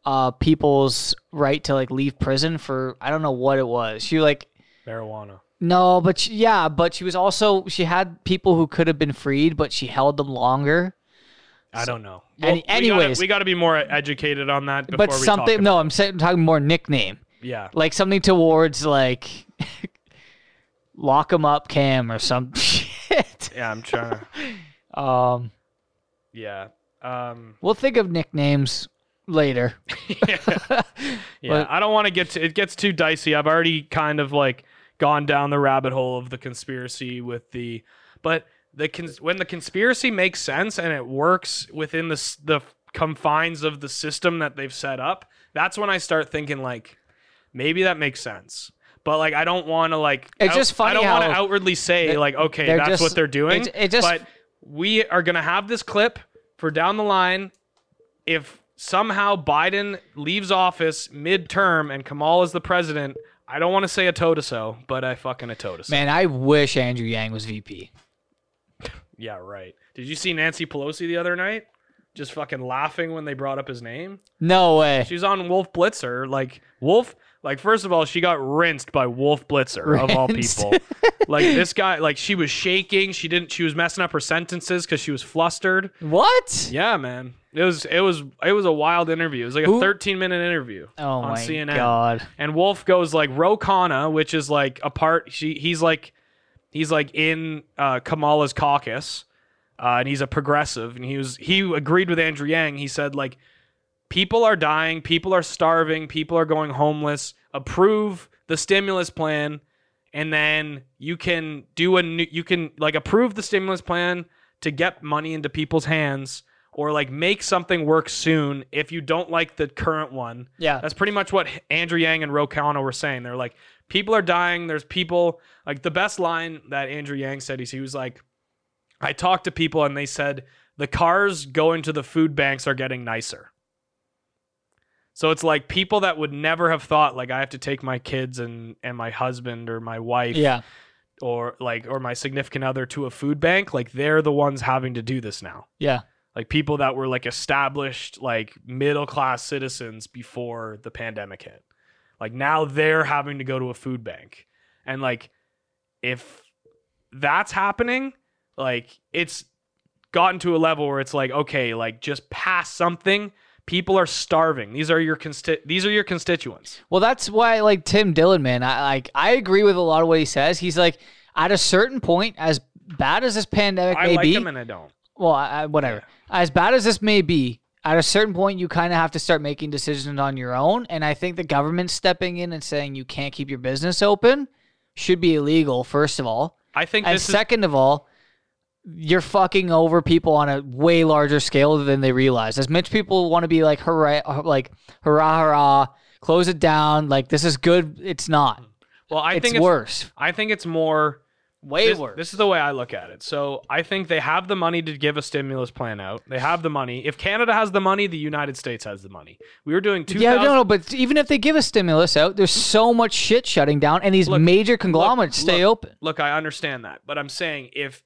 [SPEAKER 2] uh people's right to like leave prison for I don't know what it was. She like
[SPEAKER 1] Marijuana.
[SPEAKER 2] no, but she, yeah, but she was also she had people who could have been freed, but she held them longer.
[SPEAKER 1] I don't know.
[SPEAKER 2] Any-
[SPEAKER 1] we gotta-
[SPEAKER 2] anyways.
[SPEAKER 1] we got to be more educated on that. Before
[SPEAKER 2] but
[SPEAKER 1] we
[SPEAKER 2] something
[SPEAKER 1] talk
[SPEAKER 2] no,
[SPEAKER 1] about
[SPEAKER 2] I'm, saying, I'm talking more nickname.
[SPEAKER 1] it. yeah,
[SPEAKER 2] like something towards like lock 'em up cam or some shit
[SPEAKER 1] yeah i'm trying to
[SPEAKER 2] um
[SPEAKER 1] yeah. Um,
[SPEAKER 2] we'll think of nicknames later
[SPEAKER 1] yeah. I don't want to get to. It gets too dicey. I've already kind of like gone down the rabbit hole of the conspiracy with the, but the cons- when the conspiracy makes sense and it works within the s- the confines of the system that they've set up, that's when I start thinking like, maybe that makes sense. But like, I don't want to like.
[SPEAKER 2] It's just funny
[SPEAKER 1] I don't want to
[SPEAKER 2] how
[SPEAKER 1] outwardly say
[SPEAKER 2] they-
[SPEAKER 1] like, okay,
[SPEAKER 2] they're
[SPEAKER 1] that's
[SPEAKER 2] just-
[SPEAKER 1] what they're doing.
[SPEAKER 2] it- it just-
[SPEAKER 1] but we are gonna have this clip for down the line if somehow Biden leaves office midterm and Kamala is the president, I don't want to say a to so, but I fucking a to so.
[SPEAKER 2] man i wish andrew yang was vp
[SPEAKER 1] Yeah, right. Did you see Nancy Pelosi the other night? Just fucking laughing when they brought up his name.
[SPEAKER 2] no way
[SPEAKER 1] She's on Wolf Blitzer. Like Wolf, like first of all, she got rinsed by Wolf Blitzer of all
[SPEAKER 2] Rinsed.
[SPEAKER 1] people. like this guy, like she was shaking. She didn't. She was messing up her sentences because she was flustered.
[SPEAKER 2] what
[SPEAKER 1] Yeah, man. It was it was it was a wild interview. It was like a
[SPEAKER 2] Who-
[SPEAKER 1] 13 minute interview
[SPEAKER 2] oh
[SPEAKER 1] on
[SPEAKER 2] my
[SPEAKER 1] CNN.
[SPEAKER 2] god
[SPEAKER 1] And Wolf goes like Ro Khanna, which is like a part. She he's like he's like in uh, Kamala's caucus, uh, and he's a progressive. And he was he agreed with Andrew Yang. He said like people are dying, people are starving, people are going homeless. Approve the stimulus plan, and then you can do a new, you can like approve the stimulus plan to get money into people's hands or like make something work soon if you don't like the current one.
[SPEAKER 2] Yeah.
[SPEAKER 1] That's pretty much what Andrew Yang and Ro Khanna were saying. They're like, people are dying. There's people like the best line that Andrew Yang said is he was like, I talked to people and they said the cars going to the food banks are getting nicer. So it's like people that would never have thought like I have to take my kids and and my husband or my wife
[SPEAKER 2] yeah
[SPEAKER 1] or like or my significant other to a food bank like they're the ones having to do this now
[SPEAKER 2] yeah
[SPEAKER 1] like people that were like established like middle class citizens before the pandemic hit like now they're having to go to a food bank and like if that's happening like it's gotten to a level where it's like okay like just pass something people are starving these are your consti- these are your constituents
[SPEAKER 2] Well, that's why like Tim Dillon, man. I like I agree with a lot of what he says. He's like at a certain point, as bad as this pandemic
[SPEAKER 1] i
[SPEAKER 2] may
[SPEAKER 1] like
[SPEAKER 2] be,
[SPEAKER 1] them and i don't
[SPEAKER 2] well, I, I- whatever. As bad as this may be, at a certain point, you kind of have to start making decisions on your own. And I think the government stepping in and saying you can't keep your business open should be illegal. First of all,
[SPEAKER 1] i think
[SPEAKER 2] and
[SPEAKER 1] this is
[SPEAKER 2] second of all, you're fucking over people on a way larger scale than they realize. As much people want to be like hurrah, like hurrah, hurrah, close it down. Like this is good. It's not.
[SPEAKER 1] Well, I
[SPEAKER 2] It's
[SPEAKER 1] think
[SPEAKER 2] worse.
[SPEAKER 1] I think it's more
[SPEAKER 2] Way
[SPEAKER 1] this,
[SPEAKER 2] worse.
[SPEAKER 1] This is the way I look at it. So I think they have the money to give a stimulus plan out. They have the money. If Canada has the money, the United States has the money. We were doing two
[SPEAKER 2] Yeah,
[SPEAKER 1] thousand.
[SPEAKER 2] no, no. But even if they give a stimulus out, there's so much shit shutting down, and these major conglomerates stay
[SPEAKER 1] look,
[SPEAKER 2] open.
[SPEAKER 1] Look, I understand that, but I'm saying if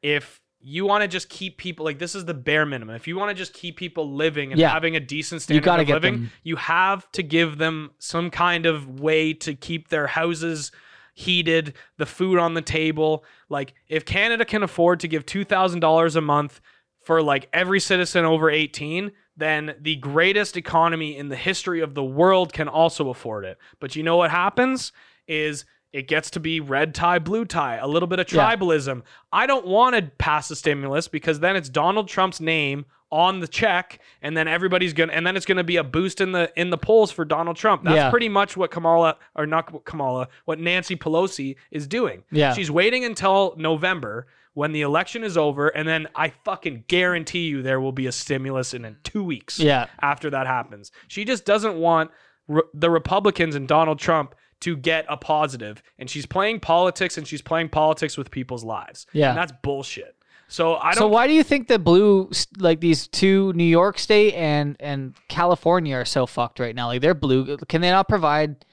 [SPEAKER 1] if you want to just keep people like this is the bare minimum. If you want to just keep people living and
[SPEAKER 2] Yeah.
[SPEAKER 1] having a decent
[SPEAKER 2] You
[SPEAKER 1] standard
[SPEAKER 2] gotta
[SPEAKER 1] of
[SPEAKER 2] get
[SPEAKER 1] living,
[SPEAKER 2] them-
[SPEAKER 1] you have to give them some kind of way to keep their houses heated, the food on the table. Like if Canada can afford to give two thousand dollars a month for like every citizen over 18, then the greatest economy in the history of the world can also afford it. But you know what happens is it gets to be red tie, blue tie, a little bit of
[SPEAKER 2] Yeah.
[SPEAKER 1] tribalism. I don't want to pass a stimulus because then it's Donald Trump's name on the check, and then everybody's gonna, and then it's gonna be a boost in the in the polls for Donald Trump. That's
[SPEAKER 2] Yeah.
[SPEAKER 1] pretty much what Kamala or not Kamala, what Nancy Pelosi is doing.
[SPEAKER 2] Yeah.
[SPEAKER 1] she's waiting until November when the election is over, and then I fucking guarantee you there will be a stimulus in, in two weeks.
[SPEAKER 2] Yeah.
[SPEAKER 1] after that happens, she just doesn't want re- the Republicans and Donald Trump to get a positive, and she's playing politics, and she's playing politics with people's lives.
[SPEAKER 2] Yeah.
[SPEAKER 1] and that's bullshit. So I don't.
[SPEAKER 2] So why do you think the blue, s- like these two, New York State and and California, are so fucked right now? Like they're blue. Can they not provide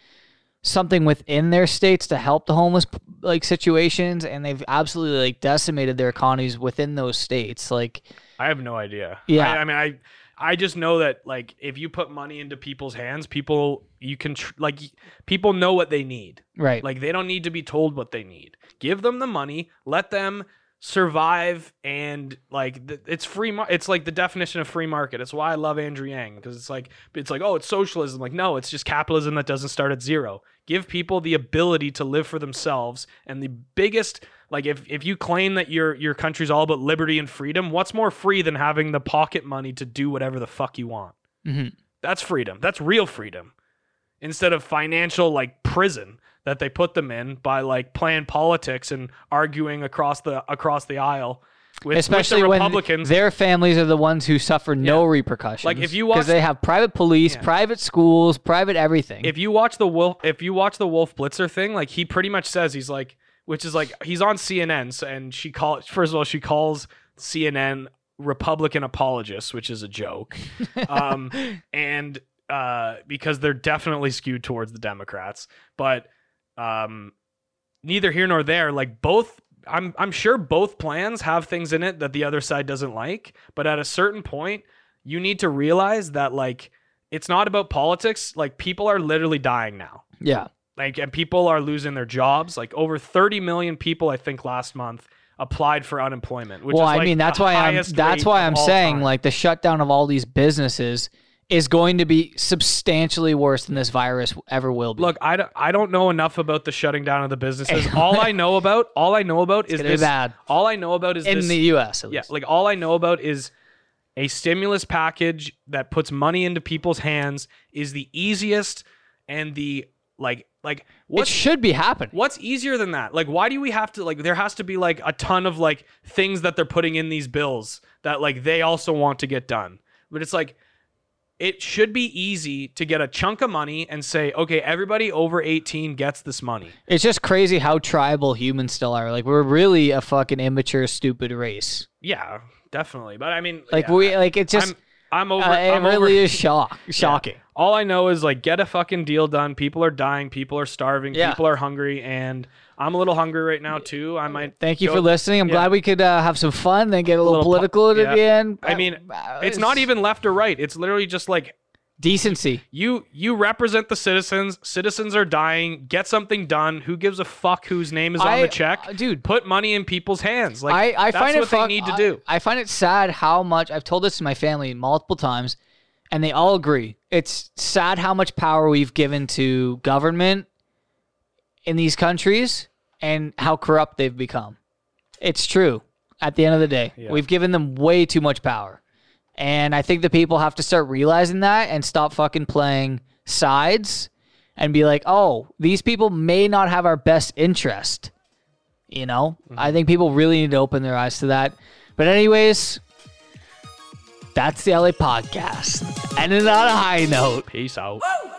[SPEAKER 2] something within their states to help the homeless like situations? And they've absolutely like decimated their economies within those states. Like
[SPEAKER 1] I have no idea.
[SPEAKER 2] Yeah.
[SPEAKER 1] I, I mean, I I just know that like if you put money into people's hands, people you can tr- like y- people know what they need.
[SPEAKER 2] Right.
[SPEAKER 1] Like they don't need to be told what they need. Give them the money, let them survive and like th- it's free mar- it's like the definition of free market. It's why I love Andrew Yang because it's like it's like oh, it's socialism. Like no, it's just capitalism that doesn't start at zero. Give people the ability to live for themselves and the biggest like if, if you claim that your your country's all about liberty and freedom, what's more free than having the pocket money to do whatever the fuck you want?
[SPEAKER 2] mhm.
[SPEAKER 1] That's freedom. That's real freedom. Instead of financial like prison that they put them in by like playing politics and arguing across the across the aisle with,
[SPEAKER 2] especially
[SPEAKER 1] with the
[SPEAKER 2] when
[SPEAKER 1] Republicans.
[SPEAKER 2] their families are the ones who suffer no repercussions.
[SPEAKER 1] Like, if you watch-
[SPEAKER 2] because they have private police, private schools, private everything.
[SPEAKER 1] if you watch the wolf if you watch the wolf blitzer thing like he pretty much says he's like which is like he's on cnn so, and she call first of all she calls cnn republican apologists which is a joke um and uh because they're definitely skewed towards the democrats but um neither here nor there like both I'm I'm sure both plans have things in it that the other side doesn't like, but at a certain point you need to realize that like it's not about politics, like people are literally dying now.
[SPEAKER 2] yeah.
[SPEAKER 1] Like and people are losing their jobs. Like over 30 million people I think last month applied for unemployment, which
[SPEAKER 2] well,
[SPEAKER 1] is,
[SPEAKER 2] I
[SPEAKER 1] like,
[SPEAKER 2] mean that's
[SPEAKER 1] the
[SPEAKER 2] why I'm
[SPEAKER 1] highest
[SPEAKER 2] that's
[SPEAKER 1] rate
[SPEAKER 2] why
[SPEAKER 1] of
[SPEAKER 2] I'm
[SPEAKER 1] all
[SPEAKER 2] saying
[SPEAKER 1] time.
[SPEAKER 2] like the shutdown of all these businesses is going to be substantially worse than this virus ever will be.
[SPEAKER 1] Look, I don't, I don't know enough about the shutting down of the businesses. all I know about, all I know about is
[SPEAKER 2] gonna be
[SPEAKER 1] this.
[SPEAKER 2] bad.
[SPEAKER 1] All I know about is
[SPEAKER 2] In
[SPEAKER 1] this-
[SPEAKER 2] the US, at
[SPEAKER 1] yeah, like all I know about is a stimulus package that puts money into people's hands is the easiest and the like like what
[SPEAKER 2] should be happening.
[SPEAKER 1] What's easier than that? Like why do we have to like there has to be like a ton of like things that they're putting in these bills that like they also want to get done. But it's like it should be easy to get a chunk of money and say, okay, everybody over 18 gets this money.
[SPEAKER 2] It's just crazy how tribal humans still are. Like we're really a fucking immature, stupid race.
[SPEAKER 1] Yeah, definitely. But I mean,
[SPEAKER 2] Like
[SPEAKER 1] yeah,
[SPEAKER 2] we like it just.
[SPEAKER 1] I'm, I'm over.
[SPEAKER 2] uh, it
[SPEAKER 1] I'm
[SPEAKER 2] really
[SPEAKER 1] over-
[SPEAKER 2] is shock shocking.
[SPEAKER 1] All I know is like get a fucking deal done. People are dying. People are starving.
[SPEAKER 2] Yeah.
[SPEAKER 1] People are hungry, and I'm a little hungry right now too. I might.
[SPEAKER 2] Thank you
[SPEAKER 1] go-
[SPEAKER 2] for listening. I'm
[SPEAKER 1] Yeah.
[SPEAKER 2] glad we could uh, have some fun, then get a little,
[SPEAKER 1] po-
[SPEAKER 2] political at the
[SPEAKER 1] yeah.
[SPEAKER 2] end. Uh,
[SPEAKER 1] I mean, it's not even left or right. It's literally just like
[SPEAKER 2] decency.
[SPEAKER 1] You you represent the citizens. Citizens are dying. Get something done. Who gives a fuck whose name is on
[SPEAKER 2] I-
[SPEAKER 1] the check,
[SPEAKER 2] dude?
[SPEAKER 1] Put money in people's hands. Like
[SPEAKER 2] I, I
[SPEAKER 1] that's
[SPEAKER 2] find
[SPEAKER 1] what
[SPEAKER 2] it fuck-
[SPEAKER 1] they need
[SPEAKER 2] I-
[SPEAKER 1] to do.
[SPEAKER 2] I find it sad how much I've told this to my family multiple times, and they all agree. It's sad how much power we've given to government in these countries and how corrupt they've become. It's true. At the end of the day, we've given them way too much power. And I think the people have to start realizing that and stop fucking playing sides and be like, oh, these people may not have our best interest. You know, I
[SPEAKER 1] Mm-hmm.
[SPEAKER 2] think people really need to open their eyes to that. But, anyways, that's the LA podcast. Ending on a high note.
[SPEAKER 1] Peace out.
[SPEAKER 6] Woo!